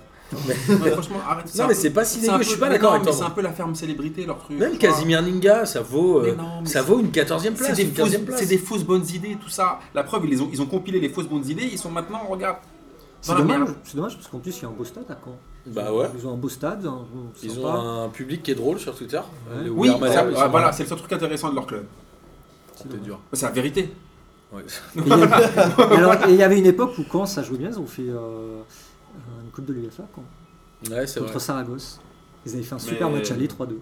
Speaker 2: Ouais, franchement, arrête.
Speaker 1: Non
Speaker 2: un
Speaker 1: mais
Speaker 2: peu-
Speaker 1: c'est pas si
Speaker 2: c'est un
Speaker 1: dégueu,
Speaker 2: peu-
Speaker 1: je suis pas
Speaker 2: mais
Speaker 1: d'accord
Speaker 2: non,
Speaker 1: avec
Speaker 2: mais
Speaker 1: toi.
Speaker 2: C'est un peu la ferme célébrité, leur truc.
Speaker 1: Même
Speaker 2: tu vois.
Speaker 1: Casimir Ninga, ça vaut, euh,
Speaker 2: Mais non, mais
Speaker 1: ça
Speaker 2: c'est-
Speaker 1: vaut une 14e place,
Speaker 2: C'est des,
Speaker 1: une
Speaker 2: fausses,
Speaker 1: 15e place.
Speaker 2: c'est des fausses bonnes idées, tout ça. La preuve, ils, les ont, ils ont compilé les fausses bonnes idées, ils sont maintenant, regarde.
Speaker 5: C'est
Speaker 2: Dans la
Speaker 5: dommage,
Speaker 2: merde.
Speaker 5: c'est dommage parce qu'en plus il y a un beau stade à Caen. Ils
Speaker 1: Bah
Speaker 5: ont-
Speaker 1: ouais.
Speaker 5: Ils ont un beau stade. hein,
Speaker 1: Ils
Speaker 5: sympa.
Speaker 1: ont un public qui est drôle sur Twitter.
Speaker 5: Ouais.
Speaker 1: Les
Speaker 2: Oui,
Speaker 1: Ouverts Mazars,
Speaker 2: ça-
Speaker 1: ils
Speaker 2: ouais,
Speaker 1: sont
Speaker 2: voilà, c'est le seul truc intéressant de leur club.
Speaker 5: C'est
Speaker 1: C'était
Speaker 5: dommage.
Speaker 1: dur.
Speaker 2: C'est la vérité.
Speaker 1: Ouais.
Speaker 5: Et il y avait- Alors, et il y avait une époque où quand ça jouait bien, ils ont fait euh, une coupe de l'UEFA quoi,
Speaker 1: Ouais, c'est vrai.
Speaker 5: contre Saragosse. Ils avaient fait un super
Speaker 2: Mais-
Speaker 5: match aller 3-2.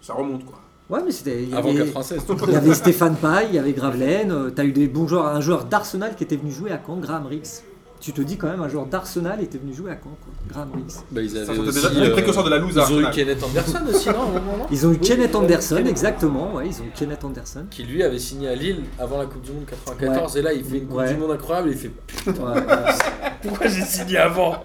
Speaker 2: Ça remonte, quoi.
Speaker 5: Ouais, mais c'était. il y
Speaker 1: Avant
Speaker 5: avait-
Speaker 1: 96. tout.
Speaker 5: Il y avait Stéphane Paille, il y avait Gravelaine, euh, t'as eu des bons joueurs, un joueur d'Arsenal qui était venu jouer à Caen, Graham Rix. Tu te dis quand même, un joueur d'Arsenal était venu jouer à Caen, quoi. Graham Rix.
Speaker 1: Bah, ils
Speaker 2: Ça
Speaker 1: avaient
Speaker 2: sentait
Speaker 1: aussi,
Speaker 2: déjà les
Speaker 1: euh,
Speaker 2: précurseurs de la hein, loose à
Speaker 1: Ils ont eu
Speaker 2: Arsenal.
Speaker 1: Kenneth Anderson aussi, non, à un moment, non
Speaker 5: Ils ont eu
Speaker 3: Oui,
Speaker 5: Kenneth
Speaker 3: euh,
Speaker 5: Anderson,
Speaker 3: Kenneth.
Speaker 5: exactement, ouais, ils ont eu Kenneth Anderson.
Speaker 1: Qui lui avait signé à Lille avant la Coupe du Monde 94 et là il fait une Coupe
Speaker 5: Ouais.
Speaker 1: du Monde incroyable et il fait
Speaker 5: Ouais, ouais.
Speaker 1: pourquoi j'ai signé avant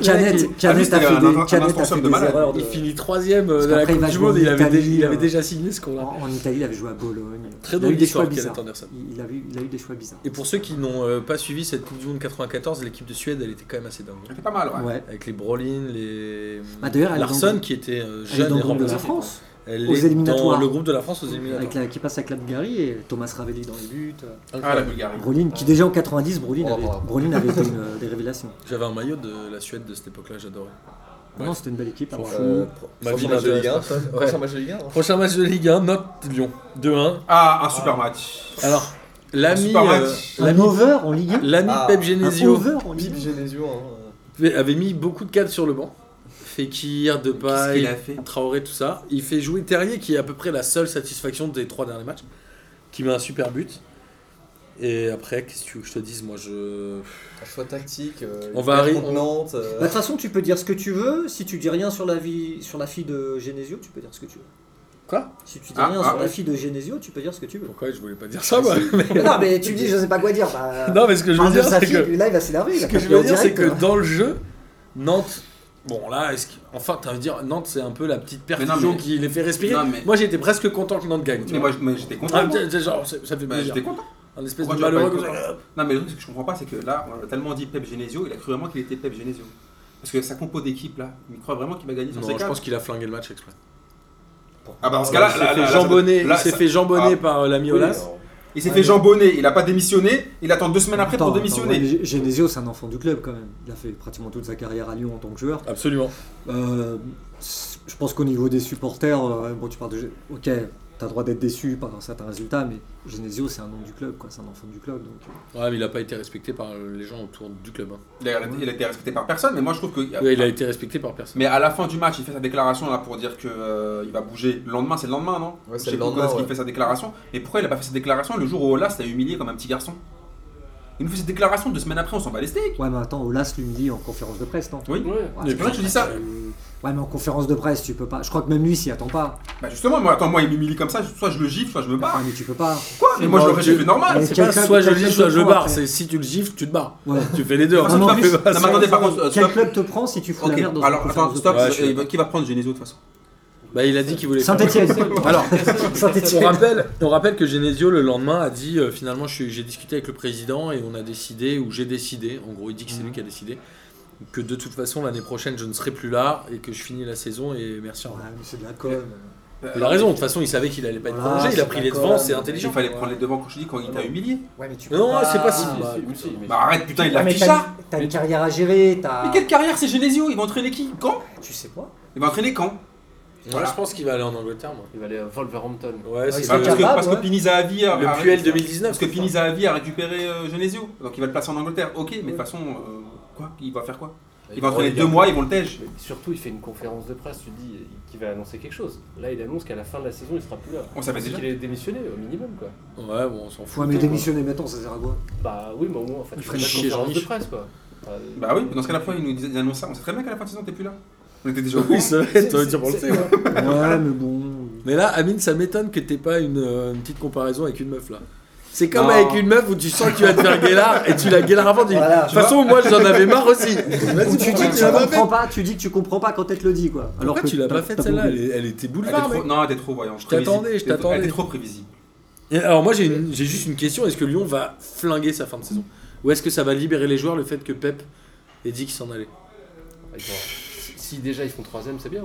Speaker 5: Kenneth,
Speaker 2: Ah, mais
Speaker 5: Kenneth
Speaker 2: c'était
Speaker 5: a fait
Speaker 2: un-
Speaker 5: des,
Speaker 2: un- un
Speaker 5: Kenneth a
Speaker 2: instant
Speaker 5: fait
Speaker 2: somme de
Speaker 5: des
Speaker 2: malade.
Speaker 5: erreurs. de-
Speaker 1: Il finit troisième euh,
Speaker 5: Parce
Speaker 1: de la
Speaker 5: qu'après, il
Speaker 1: Coupe
Speaker 5: va
Speaker 1: du
Speaker 5: jouer
Speaker 1: Monde
Speaker 5: en
Speaker 1: et il avait,
Speaker 5: Italie,
Speaker 1: dé- il avait
Speaker 5: euh,
Speaker 1: déjà signé ce qu'on a.
Speaker 5: En, en Italie, il avait joué à Bologne.
Speaker 1: Très
Speaker 5: il a eu
Speaker 1: drôle
Speaker 5: des choix
Speaker 1: d'histoire Kenneth
Speaker 5: bizarres.
Speaker 1: Anderson.
Speaker 5: Il il a, eu, il a eu des choix bizarres.
Speaker 1: Et pour ceux qui n'ont euh, pas suivi cette Coupe du Monde 94, l'équipe de Suède elle était quand même assez dingue.
Speaker 2: C'était pas mal, ouais.
Speaker 5: Ouais.
Speaker 1: Avec les Brolin, les
Speaker 5: Bah, d'ailleurs, elle est
Speaker 1: Larson
Speaker 5: dans-
Speaker 1: qui était euh,
Speaker 5: Elle est
Speaker 1: jeune
Speaker 5: dans
Speaker 1: et
Speaker 5: le groupe de la
Speaker 1: remplaçant.
Speaker 5: France,
Speaker 1: Elle
Speaker 5: Aux
Speaker 1: est dans
Speaker 5: éliminatoires.
Speaker 1: le groupe de la France aux éliminatoires.
Speaker 5: avec la, qui passe avec la Bulgarie et Thomas Ravelli dans les buts.
Speaker 2: Ah, la
Speaker 1: Incroyable.
Speaker 2: Bulgarie.
Speaker 5: Brolin, qui déjà en 90, Brolin
Speaker 4: Oh,
Speaker 5: avait,
Speaker 4: bravo.
Speaker 5: Brolin avait été une, euh, des révélations.
Speaker 1: J'avais un maillot de la Suède de cette époque-là, j'adorais.
Speaker 5: Non, c'était une belle équipe.
Speaker 1: J'en
Speaker 5: hein.
Speaker 1: fous.
Speaker 4: Euh,
Speaker 1: Ma vie
Speaker 4: prochain match de Ligue 1.
Speaker 1: m'intéresse pas. Ouais.
Speaker 4: Prochain match de Ligue 1. hein.
Speaker 1: Prochain match de Ligue 1, note Lyon 2-1.
Speaker 2: Ah, un super match.
Speaker 1: Alors, l'ami
Speaker 2: Super
Speaker 1: euh,
Speaker 2: match.
Speaker 5: Un
Speaker 1: l'ami-
Speaker 5: over en Ligue 1
Speaker 1: l'ami
Speaker 4: Ah.
Speaker 1: Pep
Speaker 5: Un
Speaker 1: Genesio
Speaker 5: over en Ligue
Speaker 4: Bip
Speaker 5: 1
Speaker 4: Genesio. hein.
Speaker 1: avait mis beaucoup de cadres sur le banc. Fekir,
Speaker 2: Qu'est-ce qu'il a
Speaker 1: Depay,
Speaker 2: fait
Speaker 1: Traoré, tout ça. Il fait jouer Terrier qui est à peu près la seule satisfaction des trois derniers matchs. Qui met un super but. Et après, qu'est-ce que tu veux que je te dise Moi, je.
Speaker 4: Un choix tactique. euh,
Speaker 1: On va
Speaker 4: hyper
Speaker 1: arri-
Speaker 4: contenante,
Speaker 5: Bah,
Speaker 4: euh,
Speaker 5: De toute façon, tu peux dire ce que tu veux. Si tu dis rien sur la, vie, sur la fille de Genesio, tu peux dire ce que tu veux.
Speaker 1: Quoi
Speaker 5: Si tu dis
Speaker 2: Ah,
Speaker 5: rien
Speaker 2: ah,
Speaker 5: sur la
Speaker 2: ouais.
Speaker 5: fille de Genesio, tu peux dire ce que tu veux.
Speaker 1: Pourquoi je voulais pas dire ça, moi mais-
Speaker 5: Mais non, mais tu me dis, je sais pas quoi dire. Bah,
Speaker 1: Non, mais ce que je veux
Speaker 5: parle de
Speaker 1: dire,
Speaker 5: sa
Speaker 1: c'est
Speaker 5: fille,
Speaker 1: que.
Speaker 5: Là, il va s'énerver. il
Speaker 1: Ce
Speaker 5: va
Speaker 1: que je
Speaker 5: t'appeler
Speaker 1: veux
Speaker 5: en
Speaker 1: dire, c'est
Speaker 5: direct,
Speaker 1: que
Speaker 5: hein.
Speaker 1: dans le jeu, Nantes. Bon, là, est-ce que... enfin, t'as envie de dire, Nantes, c'est un peu la petite
Speaker 2: non,
Speaker 1: perfusion
Speaker 2: mais-
Speaker 1: qui les fait respirer.
Speaker 2: Non, mais-
Speaker 1: Moi, j'étais presque content que Nantes gagne. tu
Speaker 2: Mais
Speaker 1: vois.
Speaker 2: moi, je- mais j'étais
Speaker 1: Ah,
Speaker 2: content. moi.
Speaker 1: tiens, tiens, genre, ça ça fait
Speaker 2: Bah,
Speaker 1: plaisir.
Speaker 2: J'étais content.
Speaker 1: Un espèce
Speaker 2: Pourquoi
Speaker 1: de
Speaker 2: tu vas pas
Speaker 1: malheureux.
Speaker 2: être
Speaker 1: comme ça.
Speaker 2: Non, mais le truc, ce que je comprends pas, c'est que là, on a tellement dit Pep Genesio, il a cru vraiment qu'il était Pep Genesio. Parce que sa compo d'équipe, là, il croit vraiment qu'il va gagner sur ses
Speaker 1: Non, je
Speaker 2: quatre.
Speaker 1: pense qu'il a flingué le match exprès.
Speaker 2: Ah, bah, dans ce
Speaker 1: Parce
Speaker 2: cas-là,
Speaker 1: qu'il
Speaker 2: là-
Speaker 1: s'est
Speaker 2: là-
Speaker 1: fait
Speaker 2: là,
Speaker 1: jambonner,
Speaker 2: là,
Speaker 1: il s'est
Speaker 2: ça- Ah.
Speaker 1: fait jambonner par euh, l'ami
Speaker 4: oui,
Speaker 1: Olas.
Speaker 4: alors,
Speaker 2: Il s'est fait jambonner, il a pas démissionné, il attend deux semaines après
Speaker 5: Attends,
Speaker 2: pour
Speaker 5: attends,
Speaker 2: démissionner.
Speaker 5: ouais, mais G- Genesio, c'est un enfant du club quand même. Il a fait pratiquement toute sa carrière à Lyon en tant que joueur.
Speaker 1: Absolument.
Speaker 5: Euh, je pense qu'au niveau des supporters, euh, bon, tu parles de. Ok, t'as droit d'être déçu par certains résultats, mais Genesio, c'est un nom du club, quoi. C'est un enfant du club. Donc, euh,
Speaker 1: Ouais, mais il a pas été respecté par euh, les gens autour du club. hein.
Speaker 2: Il a, il a été respecté par personne, mais moi je trouve que.
Speaker 1: Ouais, il a été respecté par personne.
Speaker 2: Mais à la fin du match, il fait sa déclaration là pour dire que euh, il va bouger. Le lendemain, c'est le lendemain, non Je
Speaker 4: Ouais, c'est
Speaker 2: sais
Speaker 4: le
Speaker 2: plus quand est-ce
Speaker 4: lendemain,
Speaker 2: qu'il
Speaker 4: ouais.
Speaker 2: fait sa déclaration. Et pourquoi il a pas fait sa déclaration le jour où Olas l'a humilié comme un petit garçon Il nous fait cette déclaration deux semaines après, on s'en bat les steaks.
Speaker 5: Ouais, mais attends, Olas lui me dit en conférence de presse, non
Speaker 2: Oui.
Speaker 3: Ouais.
Speaker 5: Ouais,
Speaker 1: Et
Speaker 5: c'est
Speaker 1: puis,
Speaker 5: pas-
Speaker 2: je dis ça.
Speaker 5: euh, Ouais, mais en conférence de presse, tu peux pas. Je crois que même lui s'y attend pas.
Speaker 2: Bah justement, moi, attends, moi il m'humilie comme ça, soit je le gifle, soit je me
Speaker 5: Ah,
Speaker 2: barre.
Speaker 5: mais tu peux pas.
Speaker 2: Quoi Mais moi je
Speaker 1: Bon,
Speaker 2: l'aurais
Speaker 1: tu-
Speaker 2: giflé normal.
Speaker 5: Ah, Mais
Speaker 1: C'est pas
Speaker 5: quelqu'un-
Speaker 1: soit je
Speaker 5: quelqu'un
Speaker 1: gifle,
Speaker 5: te
Speaker 1: soit je
Speaker 5: prend
Speaker 1: barre.
Speaker 5: après.
Speaker 1: C'est si tu le gifles, tu te barres.
Speaker 5: Ouais.
Speaker 1: Tu fais les deux. hein.
Speaker 5: Ah, non,
Speaker 1: Ça
Speaker 5: mais-
Speaker 1: fait pas
Speaker 2: non,
Speaker 1: ça.
Speaker 2: mais attendez, par contre, euh,
Speaker 5: Quel
Speaker 2: stop.
Speaker 5: club te prend si tu fous
Speaker 2: Ok,
Speaker 5: la merde dans une
Speaker 2: alors
Speaker 5: conférence
Speaker 2: attends,
Speaker 5: de
Speaker 2: stop.
Speaker 5: presse
Speaker 1: Ouais, je suis
Speaker 2: euh, Qui va prendre Genesio de toute façon
Speaker 1: Bah, il a dit qu'il voulait faire-
Speaker 5: Saint-Etienne.
Speaker 1: Alors, on
Speaker 5: Saint-Etienne.
Speaker 1: rappelle, on rappelle que Genesio le lendemain a dit euh, finalement je suis- j'ai discuté avec le président et on a décidé ou j'ai décidé, en gros il dit que c'est lui qui a décidé que de toute façon l'année prochaine je ne serai plus là et que je finis la saison et merci. au revoir.
Speaker 5: C'est de la com.
Speaker 1: Il a raison, de toute façon il savait qu'il allait pas être
Speaker 5: Voilà,
Speaker 1: prolongé, il a
Speaker 5: c'est
Speaker 1: pris les
Speaker 5: d'accord.
Speaker 1: devants, c'est
Speaker 2: Il
Speaker 1: Euh, intelligent. Ah
Speaker 2: fallait prendre les devants quand je dis quand il t'a humilié.
Speaker 5: Ouais, mais tu
Speaker 1: Non,
Speaker 5: peux
Speaker 1: c'est pas si-
Speaker 5: Ah,
Speaker 1: bah,
Speaker 3: Si, si, mais-
Speaker 2: Bah arrête, putain, il
Speaker 1: Ah,
Speaker 5: mais
Speaker 2: l'a fait
Speaker 5: t'as
Speaker 2: ça.
Speaker 5: une- T'as une carrière à gérer, t'as.
Speaker 2: Mais quelle carrière, c'est Genesio Il va entraîner qui Quand
Speaker 5: Tu sais quoi
Speaker 2: Il va entraîner quand
Speaker 1: Moi je pense qu'il va aller en Angleterre. Moi.
Speaker 3: Il va aller à Wolverhampton.
Speaker 1: Ouais,
Speaker 5: c'est
Speaker 1: c'est
Speaker 2: Bah,
Speaker 5: le-
Speaker 2: Parce que,
Speaker 5: capable,
Speaker 2: parce que
Speaker 5: ouais.
Speaker 2: Pinizahavi a- a-
Speaker 1: le Puel 2019.
Speaker 2: Parce que Pinizahavi a récupéré euh, Genesio, donc il va le placer en Angleterre. Ok, mais de toute façon, euh, quoi Il va faire quoi Il va entraîner deux mois, ils vont le tège.
Speaker 3: Mais surtout, il fait une conférence de presse, tu te dis euh, qu'il va annoncer quelque chose. Là, il annonce qu'à la fin de la saison, il sera plus là.
Speaker 2: On savait
Speaker 3: C'est
Speaker 2: déjà.
Speaker 3: qu'il est démissionné, au minimum, quoi.
Speaker 1: Ouais, bon, on s'en fout.
Speaker 5: Ouais, mais
Speaker 1: quoi.
Speaker 5: démissionner maintenant, ça sert à quoi
Speaker 3: Bah oui, mais au moins, en fait,
Speaker 1: Il
Speaker 3: il
Speaker 1: ferait
Speaker 3: fait une
Speaker 1: chier
Speaker 3: conférence de
Speaker 1: Jean-Michel.
Speaker 3: presse, quoi. Enfin,
Speaker 2: Bah oui, mais dans ce cas-là, pourquoi ils nous disent- ils annoncent ça On sait très bien qu'à la fin de saison, t'es plus là. On était déjà au courant.
Speaker 1: Oui, c'est vrai, t'aurais dû penser, ouais.
Speaker 5: Ouais, mais bon.
Speaker 1: Mais là, Amine, ça m'étonne que t'aies pas une, euh, une petite comparaison avec une meuf là. C'est comme
Speaker 2: Non.
Speaker 1: avec une meuf où tu sens que tu vas te faire guélard et tu la guélards avant. tu dis, De
Speaker 5: Voilà.
Speaker 1: toute façon, moi j'en avais marre aussi. Vas-y,
Speaker 5: Ou tu dis
Speaker 1: pourquoi
Speaker 5: que
Speaker 1: tu
Speaker 5: tu
Speaker 1: l'as pas
Speaker 5: comprends
Speaker 1: faite
Speaker 5: pas, tu dis que tu comprends pas quand elle te le dit quoi.
Speaker 1: Alors
Speaker 5: que
Speaker 1: tu l'as
Speaker 5: t'as-
Speaker 1: pas faite
Speaker 5: t'as
Speaker 1: celle-là,
Speaker 5: compris.
Speaker 1: elle, est- elle était
Speaker 2: Elle était
Speaker 1: boulevard.
Speaker 2: trop...
Speaker 1: mec.
Speaker 2: Non, t'es trop voyant.
Speaker 1: Je t'attendais, je
Speaker 2: T'es trop- Elle
Speaker 1: t'attendais.
Speaker 2: était trop prévisible.
Speaker 1: Et alors moi j'ai une- j'ai juste une question, est-ce que Lyon va flinguer sa fin de saison Ou est-ce que ça va libérer les joueurs le fait que Pep ait dit qu'il s'en allait
Speaker 3: avec- si si déjà ils font troisième, c'est bien. hein.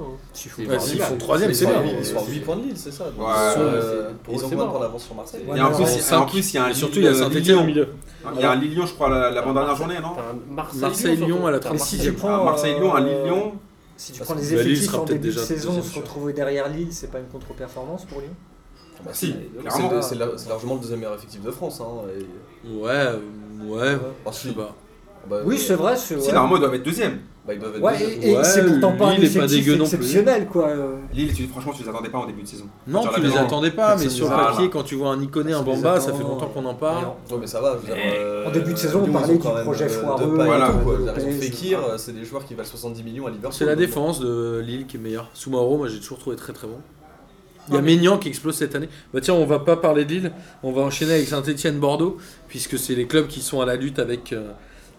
Speaker 1: Ouais,
Speaker 3: pas
Speaker 1: S'ils
Speaker 3: mal.
Speaker 1: font troisième, c'est bien.
Speaker 3: pas mal.
Speaker 4: Ils sont à 8 points de Lille, c'est ça. Donc, ils sont, euh,
Speaker 3: pour eux,
Speaker 4: Ils ont
Speaker 3: c'est
Speaker 4: moins de
Speaker 3: mort.
Speaker 4: points d'avance sur Marseille.
Speaker 5: Ouais,
Speaker 2: Et en
Speaker 5: mais
Speaker 2: plus,
Speaker 5: alors,
Speaker 2: et
Speaker 1: cinq.
Speaker 2: en plus, il y a un
Speaker 1: Et surtout Ah, il y
Speaker 2: Lille-
Speaker 1: a Saint-Etienne au
Speaker 2: Lille-Lyon.
Speaker 1: milieu.
Speaker 2: Il y a un Lille-Lyon, je crois, la- l'avant-dernière journée, non
Speaker 3: Enfin, Marseille,
Speaker 1: Marseille-Lyon
Speaker 3: surtout.
Speaker 1: à la
Speaker 3: T'as
Speaker 1: 36
Speaker 5: Marseille,
Speaker 1: e
Speaker 5: tu prends,
Speaker 2: Un Marseille-Lyon, un
Speaker 5: euh,
Speaker 2: Lille-Lyon.
Speaker 5: Si tu
Speaker 4: Parce
Speaker 5: prends
Speaker 1: que
Speaker 5: les
Speaker 1: Lille
Speaker 5: effectifs
Speaker 1: sera
Speaker 5: en
Speaker 1: peut-être
Speaker 5: début de
Speaker 1: déjà
Speaker 5: saison,
Speaker 1: deuxième,
Speaker 5: se
Speaker 1: sûr.
Speaker 5: retrouver derrière Lille, c'est pas une contre-performance pour Lyon
Speaker 4: Bah,
Speaker 2: Si,
Speaker 4: c'est-
Speaker 2: clairement.
Speaker 4: c'est- C'est la- c'est largement le deuxième meilleur effectif de France. Hein. et-
Speaker 1: Ouais, euh, ouais,
Speaker 4: bah,
Speaker 1: je sais
Speaker 4: si,
Speaker 1: pas.
Speaker 4: bah,
Speaker 5: Oui, c'est vrai, c'est
Speaker 2: Si, normalement, ils doivent être deuxième.
Speaker 4: bah, ils doivent être
Speaker 5: Ouais,
Speaker 4: deuxième.
Speaker 5: et, et
Speaker 1: Ouais,
Speaker 5: c'est pourtant pas un
Speaker 1: Lille est pas
Speaker 5: effectif
Speaker 1: dégueu non plus.
Speaker 5: exceptionnel quoi. euh.
Speaker 2: Lille, tu- franchement, tu les attendais pas en début de saison.
Speaker 1: Non,
Speaker 2: Genre,
Speaker 1: tu
Speaker 2: la
Speaker 1: les
Speaker 2: maison.
Speaker 1: attendais pas, mais
Speaker 5: Personne
Speaker 1: sur
Speaker 2: les attend.
Speaker 1: papier, quand tu vois un Iconé, un
Speaker 5: Personne les
Speaker 1: Bamba,
Speaker 5: attend.
Speaker 1: ça fait longtemps qu'on en parle.
Speaker 4: Ouais, mais ça va. je veux dire,
Speaker 2: Mais
Speaker 4: euh,
Speaker 5: en début de saison, on
Speaker 4: Lyon, ils
Speaker 5: parlait
Speaker 4: ont
Speaker 5: du
Speaker 4: quand même,
Speaker 5: projet
Speaker 4: euh,
Speaker 5: foireux,
Speaker 4: Depay et
Speaker 2: voilà,
Speaker 4: tout, quoi.
Speaker 5: de
Speaker 4: Ils ont
Speaker 5: Lopez,
Speaker 4: Fekir,
Speaker 5: voilà.
Speaker 4: c'est des joueurs qui valent 70 millions à Liverpool.
Speaker 1: C'est la
Speaker 4: donc,
Speaker 1: défense de Lille qui est meilleure. Soumaoro, moi j'ai toujours trouvé très très bon. Il y
Speaker 2: Ah,
Speaker 1: a Maignan qui explose cette année. Bah tiens, on va pas parler de Lille, on va enchaîner avec Saint-Etienne-Bordeaux, puisque c'est les clubs qui sont à la lutte avec, euh,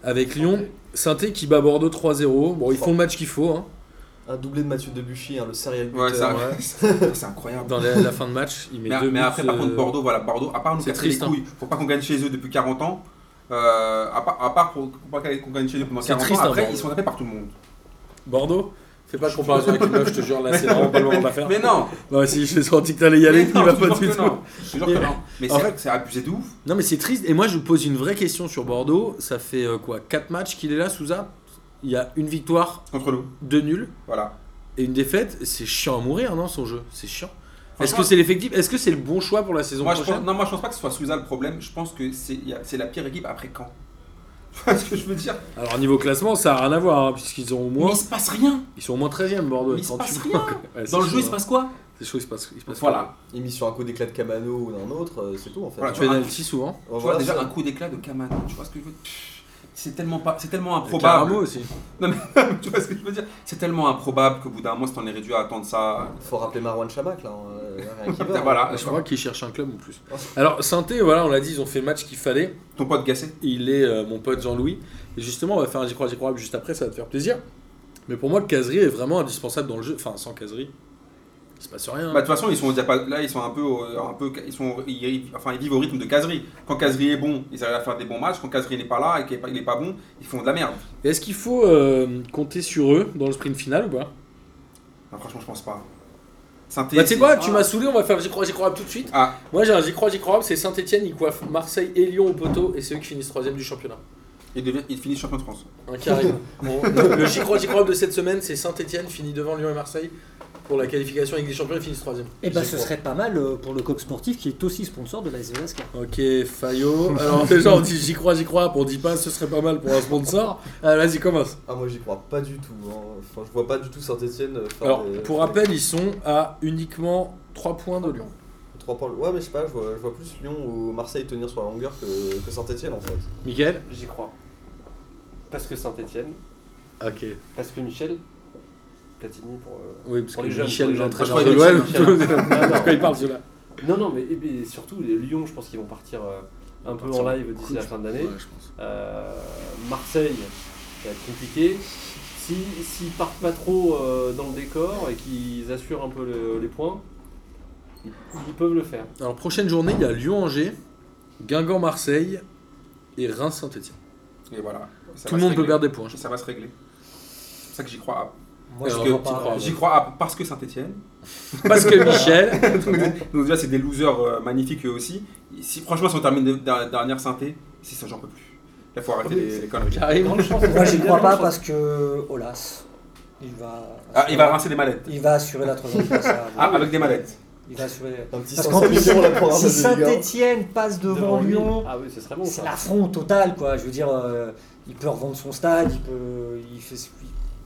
Speaker 1: avec Lyon. saint qui bat Bordeaux 3-0. Bon, ils font le match qu'il faut hein,
Speaker 4: Un doublé de Mathieu Debuchy, hein, le serial buteur.
Speaker 2: Ouais, ça- c'est incroyable.
Speaker 1: dans la, la fin de match. Il met
Speaker 2: Mais,
Speaker 1: deux
Speaker 2: mais
Speaker 1: buts,
Speaker 2: après, par
Speaker 1: euh,
Speaker 2: contre, Bordeaux, voilà, Bordeaux, à part nous
Speaker 1: c'est
Speaker 2: casser les
Speaker 1: triste, hein.
Speaker 2: couilles, faut pas qu'on gagne chez eux depuis 40 ans, euh, à part, à part pour, pour pas qu'on gagne chez eux pendant
Speaker 1: C'est
Speaker 2: 40
Speaker 1: triste,
Speaker 2: ans,
Speaker 1: hein,
Speaker 2: après,
Speaker 1: Bordeaux.
Speaker 2: ils sont tapés par tout le monde.
Speaker 1: Bordeaux Fais pas de comparaison avec une meuf, je te jure, là c'est vraiment pas le moment de la faire.
Speaker 2: Mais non
Speaker 1: Non, si je senti que t'allais y aller,
Speaker 2: mais
Speaker 1: il
Speaker 2: non,
Speaker 1: va
Speaker 2: je
Speaker 1: pas
Speaker 2: jure
Speaker 1: du
Speaker 2: que
Speaker 1: tout.
Speaker 2: non. Je te jure que
Speaker 1: Mais-
Speaker 2: non. Mais
Speaker 1: En
Speaker 2: c'est vrai que c'est abusé de ouf.
Speaker 1: Non mais c'est triste. Et moi je vous pose une vraie question sur Bordeaux. Ça fait euh, quoi 4 matchs qu'il est là, Souza Il y a une victoire,
Speaker 2: Contre nous,
Speaker 1: deux nuls
Speaker 2: voilà.
Speaker 1: et une défaite. C'est chiant à mourir, non Son jeu, c'est chiant. Est-ce
Speaker 2: Franchement-
Speaker 1: que c'est l'effectif Est-ce que c'est le bon choix pour la saison
Speaker 2: Moi je, pense,
Speaker 1: prochaine
Speaker 2: non, moi, je pense pas que ce soit Souza le problème. Je pense que c'est il y a- c'est la pire équipe après quand Tu vois ce que je veux dire
Speaker 1: Alors niveau classement, ça a rien à voir hein, puisqu'ils ont au
Speaker 2: Mais
Speaker 1: moins,
Speaker 2: il se passe rien
Speaker 1: ils sont au moins 13e Bordeaux.
Speaker 2: Mais
Speaker 1: avec
Speaker 2: il se passe
Speaker 1: 38
Speaker 2: rien.
Speaker 1: points. Ouais, c'est
Speaker 2: Dans le
Speaker 1: chaud,
Speaker 2: jeu, il se
Speaker 1: hein.
Speaker 2: passe quoi
Speaker 1: C'est chaud, il se passe. Il se passe
Speaker 2: Voilà. Ah,
Speaker 4: Il mis sur un coup d'éclat de Camano ou d'un autre, euh, c'est tout en fait.
Speaker 2: Voilà,
Speaker 1: pas.
Speaker 2: tu
Speaker 4: Ouais,
Speaker 2: vois,
Speaker 1: Penalty souvent. hein.
Speaker 2: Tu vois
Speaker 4: voilà,
Speaker 2: déjà
Speaker 4: c'est-
Speaker 2: un coup d'éclat de Kaman. Tu vois ce que je veux Pff, C'est tellement, pas- c'est tellement improbable.
Speaker 1: Caramo aussi.
Speaker 2: tu vois ce que je veux dire C'est tellement improbable qu'au bout d'un moment, si t'en es réduit à attendre ça.
Speaker 4: Faut rappeler Marwan Chamak là. hein, euh, rien qui va, hein.
Speaker 2: voilà,
Speaker 1: Je crois qu'il cherche un club en plus.
Speaker 2: Ah,
Speaker 4: Oh.
Speaker 1: Alors saint voilà, on l'a dit, ils ont fait le match qu'il fallait.
Speaker 2: ton pote Gasset.
Speaker 1: Il est euh, mon pote Jean-Louis. Et justement, on va faire un J'y crois, J'y crois juste après, ça va te faire plaisir. Mais pour moi, le caserie est vraiment indispensable dans le jeu. Enfin, sans caserie, il se passe rien. hein.
Speaker 2: Bah, de toute façon, ils sont déjà pas- là, ils sont un peu, euh, un peu, ils sont, ils- enfin, ils vivent au rythme de Casery. Quand Casery est bon, ils arrivent à faire des bons matchs. Quand Casery n'est pas là et qu'il est pas, il est pas bon, ils font de la merde.
Speaker 1: Et Est-ce qu'il faut euh, compter sur eux dans le sprint final ou pas
Speaker 2: Non, franchement, je pense pas. saint
Speaker 1: Bah, tu sais quoi, tu m'as saoulé, on va faire J'y crois, J'y crois tout de suite.
Speaker 2: Ah.
Speaker 1: Moi, j'ai un J'y crois, J'y crois, c'est Saint-Etienne, ils coiffent Marseille et Lyon au poteau, et c'est eux qui finissent troisième du championnat.
Speaker 2: il, devient, il finit champion de France.
Speaker 1: Un carré. Bon, le J'y crois, J'y crois de cette semaine, c'est Saint-Etienne, finit devant Lyon et Marseille pour la qualification avec des champions, ils finissent troisième.
Speaker 5: Et bah
Speaker 1: J'y
Speaker 5: ce
Speaker 1: crois.
Speaker 5: serait pas mal euh, pour le coq sportif qui est aussi sponsor de la SVSK.
Speaker 1: Ok, Fayot. Alors déjà, on dit j'y crois, j'y crois. On dit pas ce serait pas mal pour un sponsor. Ah, Vas-y, commence.
Speaker 4: Ah, moi j'y crois pas du tout. hein. Enfin, je vois pas du tout Saint-Etienne euh, faire
Speaker 1: Alors,
Speaker 4: des-
Speaker 1: pour rappel, ils sont à uniquement 3 points de Lyon.
Speaker 4: Trois points. Ouais, mais je sais pas, je vois, je vois plus Lyon ou Marseille tenir sur la longueur que, que Saint-Etienne en fait.
Speaker 1: Miguel
Speaker 3: J'y crois. Parce que Saint-Etienne,
Speaker 1: Ok.
Speaker 3: parce que Michel, Platini pour. euh,
Speaker 1: Oui, parce
Speaker 3: Pour
Speaker 1: que
Speaker 3: les jeunes,
Speaker 1: Michel,
Speaker 3: pour les jeunes. Ah,
Speaker 1: l'entraîneur
Speaker 2: Je
Speaker 1: de
Speaker 2: crois
Speaker 1: l'OL,
Speaker 3: que Michel,
Speaker 1: de quoi il parle, celui-là
Speaker 3: Non, non, mais et puis surtout, les Lyon, je pense qu'ils vont partir euh, un peu en live d'ici la fin de l'année.
Speaker 1: Ouais, je pense.
Speaker 3: Euh, Marseille, ça va être compliqué. si- s'ils partent pas trop euh, dans le décor et qu'ils assurent un peu le- les points, ils, ils peuvent le faire.
Speaker 1: Alors, prochaine journée, il y a Lyon-Angers, Guingamp-Marseille et Reims-Saint-Etienne.
Speaker 2: Et voilà. Ça
Speaker 1: Tout
Speaker 2: va
Speaker 1: le
Speaker 2: se
Speaker 1: monde peut
Speaker 2: régler.
Speaker 1: perdre des points. je
Speaker 2: Ça va se régler. C'est ça que j'y crois. à-
Speaker 5: Moi,
Speaker 1: Parce
Speaker 5: je
Speaker 1: Euh,
Speaker 2: Parce que
Speaker 5: crois
Speaker 1: t'y
Speaker 5: pas.
Speaker 1: crois.
Speaker 5: ouais.
Speaker 2: J'y crois à- parce que Saint-Etienne.
Speaker 1: pense. Parce que Michel,
Speaker 2: Donc déjà, c'est des losers euh, magnifiques eux aussi. Si, franchement, si on termine de- de- dernière synthé, si ça, j'en peux plus. Là, faut arrêter les, les conneries.
Speaker 1: carrément.
Speaker 5: Moi, j'y crois pas parce que Olas, il va.
Speaker 2: Ah, il va rincer des mallettes.
Speaker 5: il va assurer la troisième place. à-
Speaker 2: Ah, avec des mallettes.
Speaker 5: Il va assurer.
Speaker 4: Un petit
Speaker 5: Parce qu'en plus,
Speaker 4: 500 millions, la programmation
Speaker 5: si
Speaker 4: de Ligue un.
Speaker 5: Saint-Etienne passe devant,
Speaker 3: lui.
Speaker 5: Lyon,
Speaker 3: Ah oui, ce serait bon.
Speaker 5: c'est
Speaker 3: ça.
Speaker 5: l'affront total, quoi. Je veux dire, euh, il peut revendre son stade, il peut, il fait,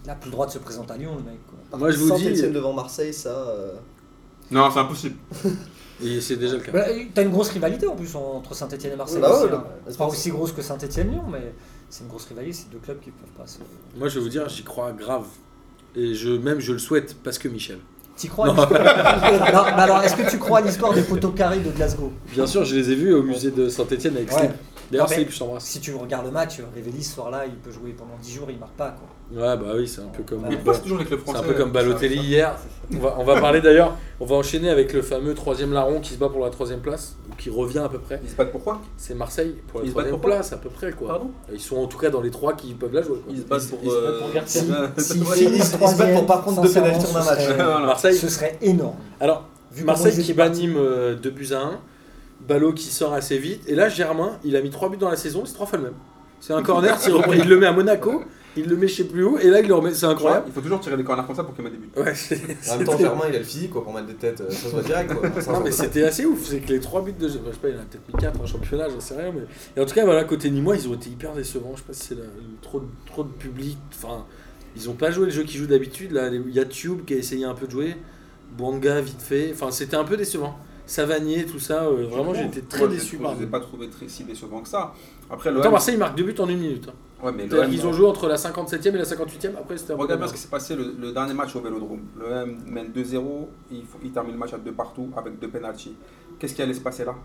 Speaker 5: il a plus le droit de se présenter à Lyon, le mec. Quoi.
Speaker 1: Moi, je vous dis-
Speaker 4: Saint-Étienne devant Marseille, ça. euh,
Speaker 2: Non, c'est impossible.
Speaker 1: Et c'est déjà le cas.
Speaker 5: Voilà, et Bah, T'as une grosse rivalité en plus entre Saint-Etienne et Marseille.
Speaker 4: Bah ouais,
Speaker 5: C'est
Speaker 4: ouais,
Speaker 5: un- c'est pas aussi grosse que Saint-Etienne-Lyon, mais c'est une grosse rivalité. C'est deux clubs qui peuvent pas. se-
Speaker 1: Moi, je vais vous dire, j'y crois grave. Et je, même, je le souhaite parce que Michel.
Speaker 5: T'y crois à l'histoire Non, mais alors, est-ce que tu crois à l'histoire des poteaux carrés de Glasgow
Speaker 1: Bien sûr, je les ai vus au musée de Saint-Etienne avec Slip. D'ailleurs,
Speaker 5: Non, mais-
Speaker 1: Slip, je t'embrasse.
Speaker 5: Si tu regardes le match, Révélis ce soir-là, il peut jouer pendant 10 jours, il marque pas. Quoi.
Speaker 1: Ouais, bah oui, c'est un peu comme.
Speaker 5: Mais
Speaker 2: Mais pourquoi c'est toujours les clubs
Speaker 1: C'est
Speaker 2: français
Speaker 1: un peu comme Balotelli hier. On va, on va parler d'ailleurs, on va enchaîner avec le fameux troisième larron qui se bat pour la troisième place, ou qui revient à peu près.
Speaker 2: Ils se battent pourquoi
Speaker 1: C'est Marseille pour la
Speaker 2: Ils se battent
Speaker 1: troisième
Speaker 2: pour quoi
Speaker 1: place à peu près quoi.
Speaker 3: Pardon
Speaker 1: Ils sont en tout cas dans les trois qui peuvent la jouer. Quoi.
Speaker 4: Ils se battent pour.
Speaker 3: Ils se battent pour
Speaker 4: euh,
Speaker 3: Garcia.
Speaker 5: S'ils
Speaker 4: ouais, ils
Speaker 5: finissent
Speaker 4: se battent
Speaker 5: troisième,
Speaker 4: pour pas prendre de
Speaker 5: sincèrement,
Speaker 4: pénalty en un
Speaker 5: ce
Speaker 4: match.
Speaker 5: serait-
Speaker 1: Ah, Marseille.
Speaker 5: Ce serait énorme.
Speaker 1: Alors
Speaker 5: Vu comment
Speaker 1: Marseille
Speaker 5: ils
Speaker 1: qui
Speaker 5: étaient
Speaker 1: bat
Speaker 5: partis.
Speaker 1: Nîmes 2 buts à 1, Ballot qui sort assez vite, et là Germain il a mis 3 buts dans la saison, c'est trois fois le même. C'est un corner, s'il reprend- il le met à Monaco, il le met je sais plus où, et là il le remet, c'est incroyable.
Speaker 2: Il faut toujours tirer des corners comme ça pour qu'ils mettent des buts.
Speaker 1: Ouais, c'est-
Speaker 4: En même temps, Germain, il a le physique quoi, pour mettre des têtes, euh, ça se voit direct quoi. Ça, ça
Speaker 1: Non, mais
Speaker 4: se voit.
Speaker 1: c'était assez ouf, c'est que les 3 buts de bah, je sais pas, il en a peut-être mis 4 en championnat, j'en sais rien, mais. Et en tout cas, voilà, côté Nîmois, ils ont été hyper décevants, je sais pas si c'est la- le- trop, de- trop de public, enfin, ils ont pas joué le jeu qu'ils jouent d'habitude, là, les- il y a Tube qui a essayé un peu de jouer, Bouanga vite fait, enfin, c'était un peu décevant. Savanier, tout ça, euh, vraiment, j'ai été très
Speaker 2: Moi, je les
Speaker 1: déçu
Speaker 2: trouve-
Speaker 1: par.
Speaker 2: Je les ai pas trouvés très, si décevants que ça. Après,
Speaker 1: Pourtant,
Speaker 2: l'OM.
Speaker 1: Marseille marque 2 buts en 1 minute. hein.
Speaker 2: Ouais, mais
Speaker 1: C'est-à-dire
Speaker 2: l'OM,
Speaker 1: qu'ils ont joué entre la 57e et la 58e, après c'était un peu
Speaker 2: Regarde bien
Speaker 1: dommage.
Speaker 2: ce qui s'est passé le, le dernier match au Vélodrome. Le M mène 2-0, il, faut- il termine le match à 2 partout avec deux penalties. Qu'est-ce qui allait se passer là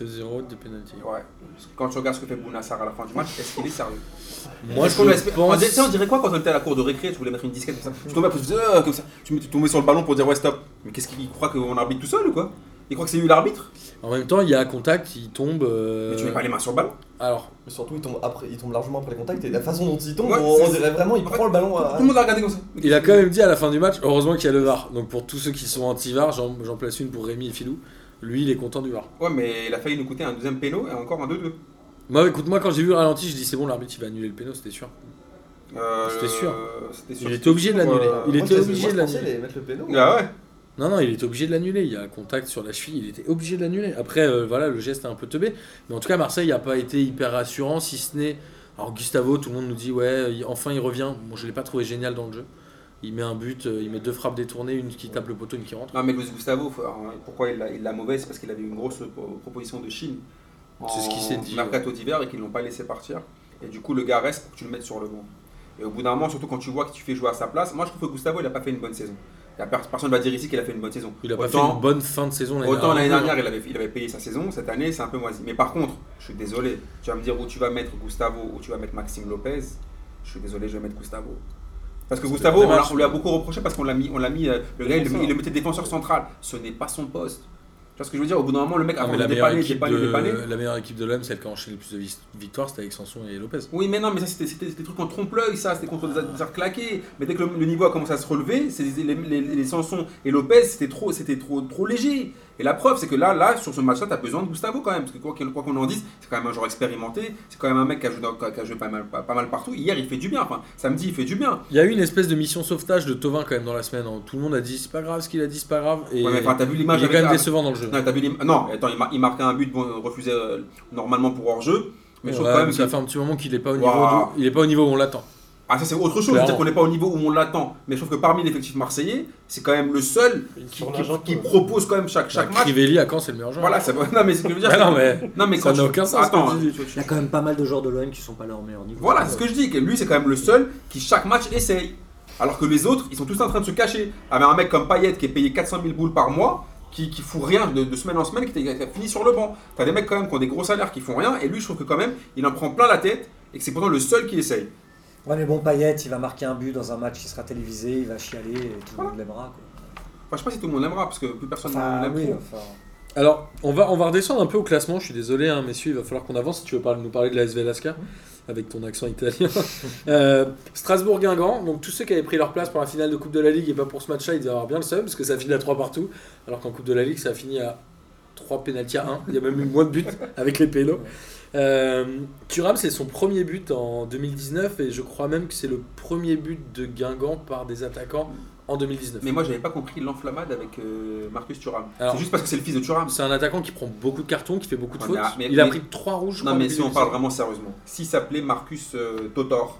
Speaker 1: 2-0, 2 pénalty.
Speaker 2: Ouais. Parce que quand tu regardes ce que fait Bounassar à la fin du match, est-ce qu'il est sérieux
Speaker 1: Moi,
Speaker 2: Est-ce qu'on
Speaker 1: je
Speaker 2: espère- on, dirait, tu sais, on
Speaker 1: pense. Mm.
Speaker 2: dirait quoi quand on était à la cour de récré Tu voulais mettre une disquette comme ça. Tu tombais, après, tu faisais, euh, comme ça. Tu me- tu tombais sur le ballon pour dire ouais, stop. Mais qu'est-ce qu'il croit qu'on arbitre tout seul ou quoi Il croit que c'est lui l'arbitre
Speaker 1: En même temps, il y a contact, il tombe. euh,
Speaker 2: Mais tu mets pas les mains sur le ballon.
Speaker 1: Alors,
Speaker 4: Mais Surtout, il tombe, après, il tombe largement après les contacts et la façon dont il tombe,
Speaker 2: Ouais,
Speaker 4: on, on
Speaker 2: c'est-
Speaker 4: dirait vraiment, il
Speaker 2: en
Speaker 4: prend le ballon à.
Speaker 2: Tout le monde a regardé comme ça. Mais
Speaker 1: Il a
Speaker 2: qu'est-ce
Speaker 1: quand même dit à la fin du match, heureusement qu'il y a le VAR. Donc pour tous ceux qui sont anti-VAR, j'en j'en place une pour Rémi et Filou. Lui, il est content du VAR.
Speaker 2: qu'il- Ouais, mais il a failli nous coûter un deuxième péno et encore un 2-2.
Speaker 1: Moi, écoute, moi, quand j'ai vu le ralenti, je dis c'est bon, l'arbitre, il va annuler le péno, c'était sûr.
Speaker 2: Euh,
Speaker 1: C'était sûr.
Speaker 2: C'était
Speaker 1: Il était obligé de l'annuler.
Speaker 2: Euh,
Speaker 1: Il
Speaker 4: Moi,
Speaker 1: était
Speaker 4: je-
Speaker 1: obligé
Speaker 4: moi,
Speaker 1: de
Speaker 4: je pensais
Speaker 1: l'annuler.
Speaker 4: les mettre le péno.
Speaker 2: Ah ouais.
Speaker 1: Non, non, il était obligé de l'annuler. Il y a un contact sur la cheville, il était obligé de l'annuler. Après, euh, voilà, le geste est un peu teubé. Mais en tout cas, Marseille n'a pas été hyper rassurant, si ce n'est. Alors, Gustavo, tout le monde nous dit, ouais, il- enfin il revient. Bon, je ne l'ai pas trouvé génial dans le jeu. Il met un but, euh, il met deux frappes détournées, une qui tape le poteau, une qui rentre.
Speaker 2: Non mais Luis Gustavo, faut- alors, pourquoi il l'a- il l'a mauvaise C'est parce qu'il avait une grosse pro- proposition de Chine.
Speaker 1: C'est ce qui s'est
Speaker 2: en
Speaker 1: dit,
Speaker 2: Mercato d'hiver et qu'ils l'ont pas laissé partir. Et du coup, le gars reste pour que tu le mettes sur le banc. Et au bout d'un moment, surtout quand tu vois que tu fais jouer à sa place, moi je trouve que Gustavo, il a pas fait une bonne saison. Il y a per- Personne ne va dire ici qu'il a fait une bonne saison.
Speaker 1: Il a pas fait
Speaker 2: Autant-
Speaker 1: une bonne fin de saison l'année
Speaker 2: Autant l'année
Speaker 1: dernière.
Speaker 2: dernière, il avait, il avait payé sa saison, cette année, c'est un peu moisi. Mais par contre, je suis désolé, tu vas me dire où tu vas mettre Gustavo, où tu vas mettre Maxime Lopez. Je suis désolé, je vais mettre Gustavo. Parce que
Speaker 1: C'est
Speaker 2: Gustavo,
Speaker 1: des
Speaker 2: on, l'a-
Speaker 1: matchs.
Speaker 2: on lui a beaucoup reproché parce qu'on l'a mis, on l'a mis euh, le gars, il, le-
Speaker 3: Défenseur.
Speaker 2: il le mettait défenseur central. Ce n'est pas son poste. Tu vois ce que je veux dire Au bout d'un moment, le mec,
Speaker 1: Non,
Speaker 2: avant
Speaker 1: Ah, mais
Speaker 2: de
Speaker 1: la, meilleure
Speaker 2: dépanner,
Speaker 1: équipe
Speaker 2: dépanner, dépanner.
Speaker 1: de, la meilleure équipe de l'OM, celle qui a enchaîné le plus de vi- victoires, c'était avec Sanson et Lopez.
Speaker 2: Oui, mais non, mais ça, c'était c'était- c'était des trucs en trompe-l'œil, ça, c'était contre des adversaires claqués. Mais dès que le, le niveau a commencé à se relever, c'est- les, les, les Sanson et Lopez, c'était trop, c'était trop, trop léger. Et la preuve, c'est que là, là, sur ce match-là, t'as besoin de Gustavo quand même. Parce que quoi qu'il- quoi qu'on en dise, c'est quand même un joueur expérimenté, c'est quand même un mec qui a joué, dans- qui a joué pas, mal, pas, pas mal partout. Hier, il fait du bien. Enfin, samedi, il fait du bien.
Speaker 1: Il y a eu une espèce de mission sauvetage de Tovin quand même dans la semaine. hein. Tout le monde a dit c'est pas grave ce qu'il a dit, c'est pas grave. Et
Speaker 2: Ouais, mais enfin, t'as vu l'image
Speaker 1: il est
Speaker 2: avec
Speaker 1: quand même
Speaker 2: la-
Speaker 1: décevant dans le jeu.
Speaker 2: Non, t'as vu l'im- non, attends, il, mar- il marquait un but, bon, refusé euh, normalement pour hors-jeu. Mais je trouve
Speaker 1: Ouais,
Speaker 2: quand même
Speaker 1: mais ça
Speaker 2: que
Speaker 1: fait un petit moment qu'il est pas au niveau,
Speaker 2: Waouh.
Speaker 1: d'où- il est pas au niveau où on l'attend.
Speaker 2: Ah ça c'est autre chose,
Speaker 1: Clairement.
Speaker 2: c'est-à-dire qu'on n'est pas au niveau où on l'attend. Mais je trouve que parmi l'effectif marseillais, c'est quand même le seul qui, qui-
Speaker 3: Surnageant,
Speaker 2: qui
Speaker 3: quoi.
Speaker 1: euh,
Speaker 2: propose quand même chaque, chaque
Speaker 1: Bah,
Speaker 2: match.
Speaker 1: Crivelli à Caen c'est le meilleur joueur.
Speaker 2: Voilà, ça... non mais ce que je veux dire,
Speaker 1: Bah
Speaker 2: c'est-
Speaker 1: non, mais
Speaker 2: non, mais
Speaker 1: ça
Speaker 2: quand
Speaker 1: n'a
Speaker 2: tu-
Speaker 1: aucun sens. hein. ce que
Speaker 2: Attends,
Speaker 1: tu dis.
Speaker 5: Il y a quand même pas mal de joueurs de l'OM qui sont pas à leur meilleur niveau.
Speaker 2: Voilà, c'est ce que je dis, que lui c'est quand même le seul qui chaque match essaye. Alors que les autres, ils sont tous en train de se cacher. Ah, mais un mec comme Payet qui est payé 400 000 boules par mois, qui, qui fout rien de, de semaine en semaine, qui, t'a- qui a fini sur le banc. T'as des mecs quand
Speaker 5: Ouais, mais bon, Payet, il va marquer un but dans un match qui sera télévisé, il va chialer et tout le monde l'aimera. quoi.
Speaker 2: Enfin, je sais pas si tout le monde l'aimera parce que plus personne
Speaker 5: Enfin,
Speaker 2: n'aime
Speaker 5: Ah oui,
Speaker 2: trop.
Speaker 5: enfin,
Speaker 1: Alors, on va, on va redescendre un peu au classement. Je suis désolé, hein, messieurs, il va falloir qu'on avance si tu veux parler- nous parler de la SV Lasca avec ton accent italien. Euh, Strasbourg-Guingamp, donc tous ceux qui avaient pris leur place pour la finale de Coupe de la Ligue et pas pour ce match-là, ils devaient avoir bien le seum parce que ça finit à 3 partout. Alors qu'en Coupe de la Ligue, ça a fini à 3 pénalties à 1. Il y a même eu moins de buts avec les pénaux. Euh, Thuram, c'est son premier but en 2019 et je crois même que c'est le premier but de Guingamp par des attaquants en 2019.
Speaker 2: Mais moi, j'avais pas compris l'enflammade avec euh, Marcus Thuram.
Speaker 1: Alors-
Speaker 2: C'est juste parce que c'est le fils de Thuram.
Speaker 1: C'est un attaquant qui prend beaucoup de cartons, qui fait beaucoup de
Speaker 2: Ouais,
Speaker 1: fautes.
Speaker 2: mais- mais-
Speaker 1: il a
Speaker 2: mais-
Speaker 1: pris 3 rouges. je
Speaker 2: Non,
Speaker 1: crois,
Speaker 2: mais
Speaker 1: depuis
Speaker 2: si on
Speaker 1: le
Speaker 2: parle
Speaker 1: début.
Speaker 2: vraiment sérieusement, s'il s'appelait Marcus euh, Totor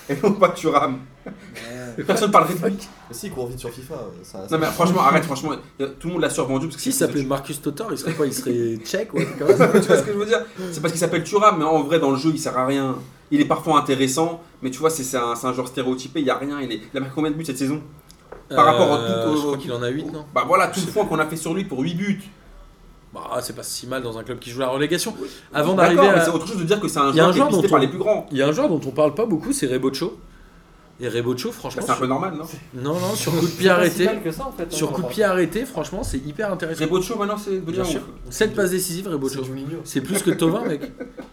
Speaker 2: et non pas Thuram,
Speaker 5: ouais.
Speaker 2: personne parlerait de lui.
Speaker 4: Mais si, il court vite sur FIFA. euh, Ça,
Speaker 2: Non, mais franchement, arrête, franchement, y a- tout le monde l'a survendu parce que
Speaker 1: Si il
Speaker 2: c'est le
Speaker 1: s'appelait
Speaker 2: fils de
Speaker 1: Marcus Totor, il serait quoi Il serait tchèque ouais, quand même.
Speaker 2: Thuram. tu vois ce que je veux dire C'est parce qu'il s'appelle Thuram, mais en vrai, dans le jeu, il sert à rien. Il est parfois intéressant, mais tu vois, c'est c'est un, c'est un joueur stéréotypé, il y a rien. Il, est... il a marqué combien de buts cette saison Par rapport au
Speaker 1: Euh,
Speaker 2: tout- au-
Speaker 1: Je crois qu'il en a 8, non
Speaker 2: Bah voilà, tout le point qu'on a fait sur lui pour 8 buts.
Speaker 1: Bah, c'est pas si mal dans un club qui joue la relégation.
Speaker 2: Oui.
Speaker 1: Avant
Speaker 2: D'accord,
Speaker 1: d'arriver
Speaker 2: mais
Speaker 1: à.
Speaker 2: c'est autre chose de dire que c'est un
Speaker 1: Il y a un
Speaker 2: joueur qui est
Speaker 1: joueur
Speaker 2: pisté
Speaker 1: dont
Speaker 2: par
Speaker 1: on-
Speaker 2: les plus grands.
Speaker 1: Il y a un joueur dont on parle pas beaucoup, c'est Rebocho. Et Rebocho,
Speaker 2: Bah,
Speaker 1: franchement.
Speaker 2: c'est un peu
Speaker 1: sur-
Speaker 2: normal, non
Speaker 1: Non, non, sur coup de
Speaker 3: C'est
Speaker 1: pied
Speaker 3: pas si
Speaker 1: arrêté.
Speaker 3: mal que ça, en fait, hein,
Speaker 1: Sur coup de
Speaker 3: quand
Speaker 1: pied arrêté, franchement, c'est hyper intéressant.
Speaker 2: Rebocho, maintenant, c'est devenu
Speaker 1: Bien
Speaker 2: un
Speaker 1: sûr.
Speaker 2: ouf.
Speaker 1: 7 passes décisives,
Speaker 4: c'est
Speaker 1: Rebocho.
Speaker 4: du milieu.
Speaker 1: C'est plus que Tovin, mec.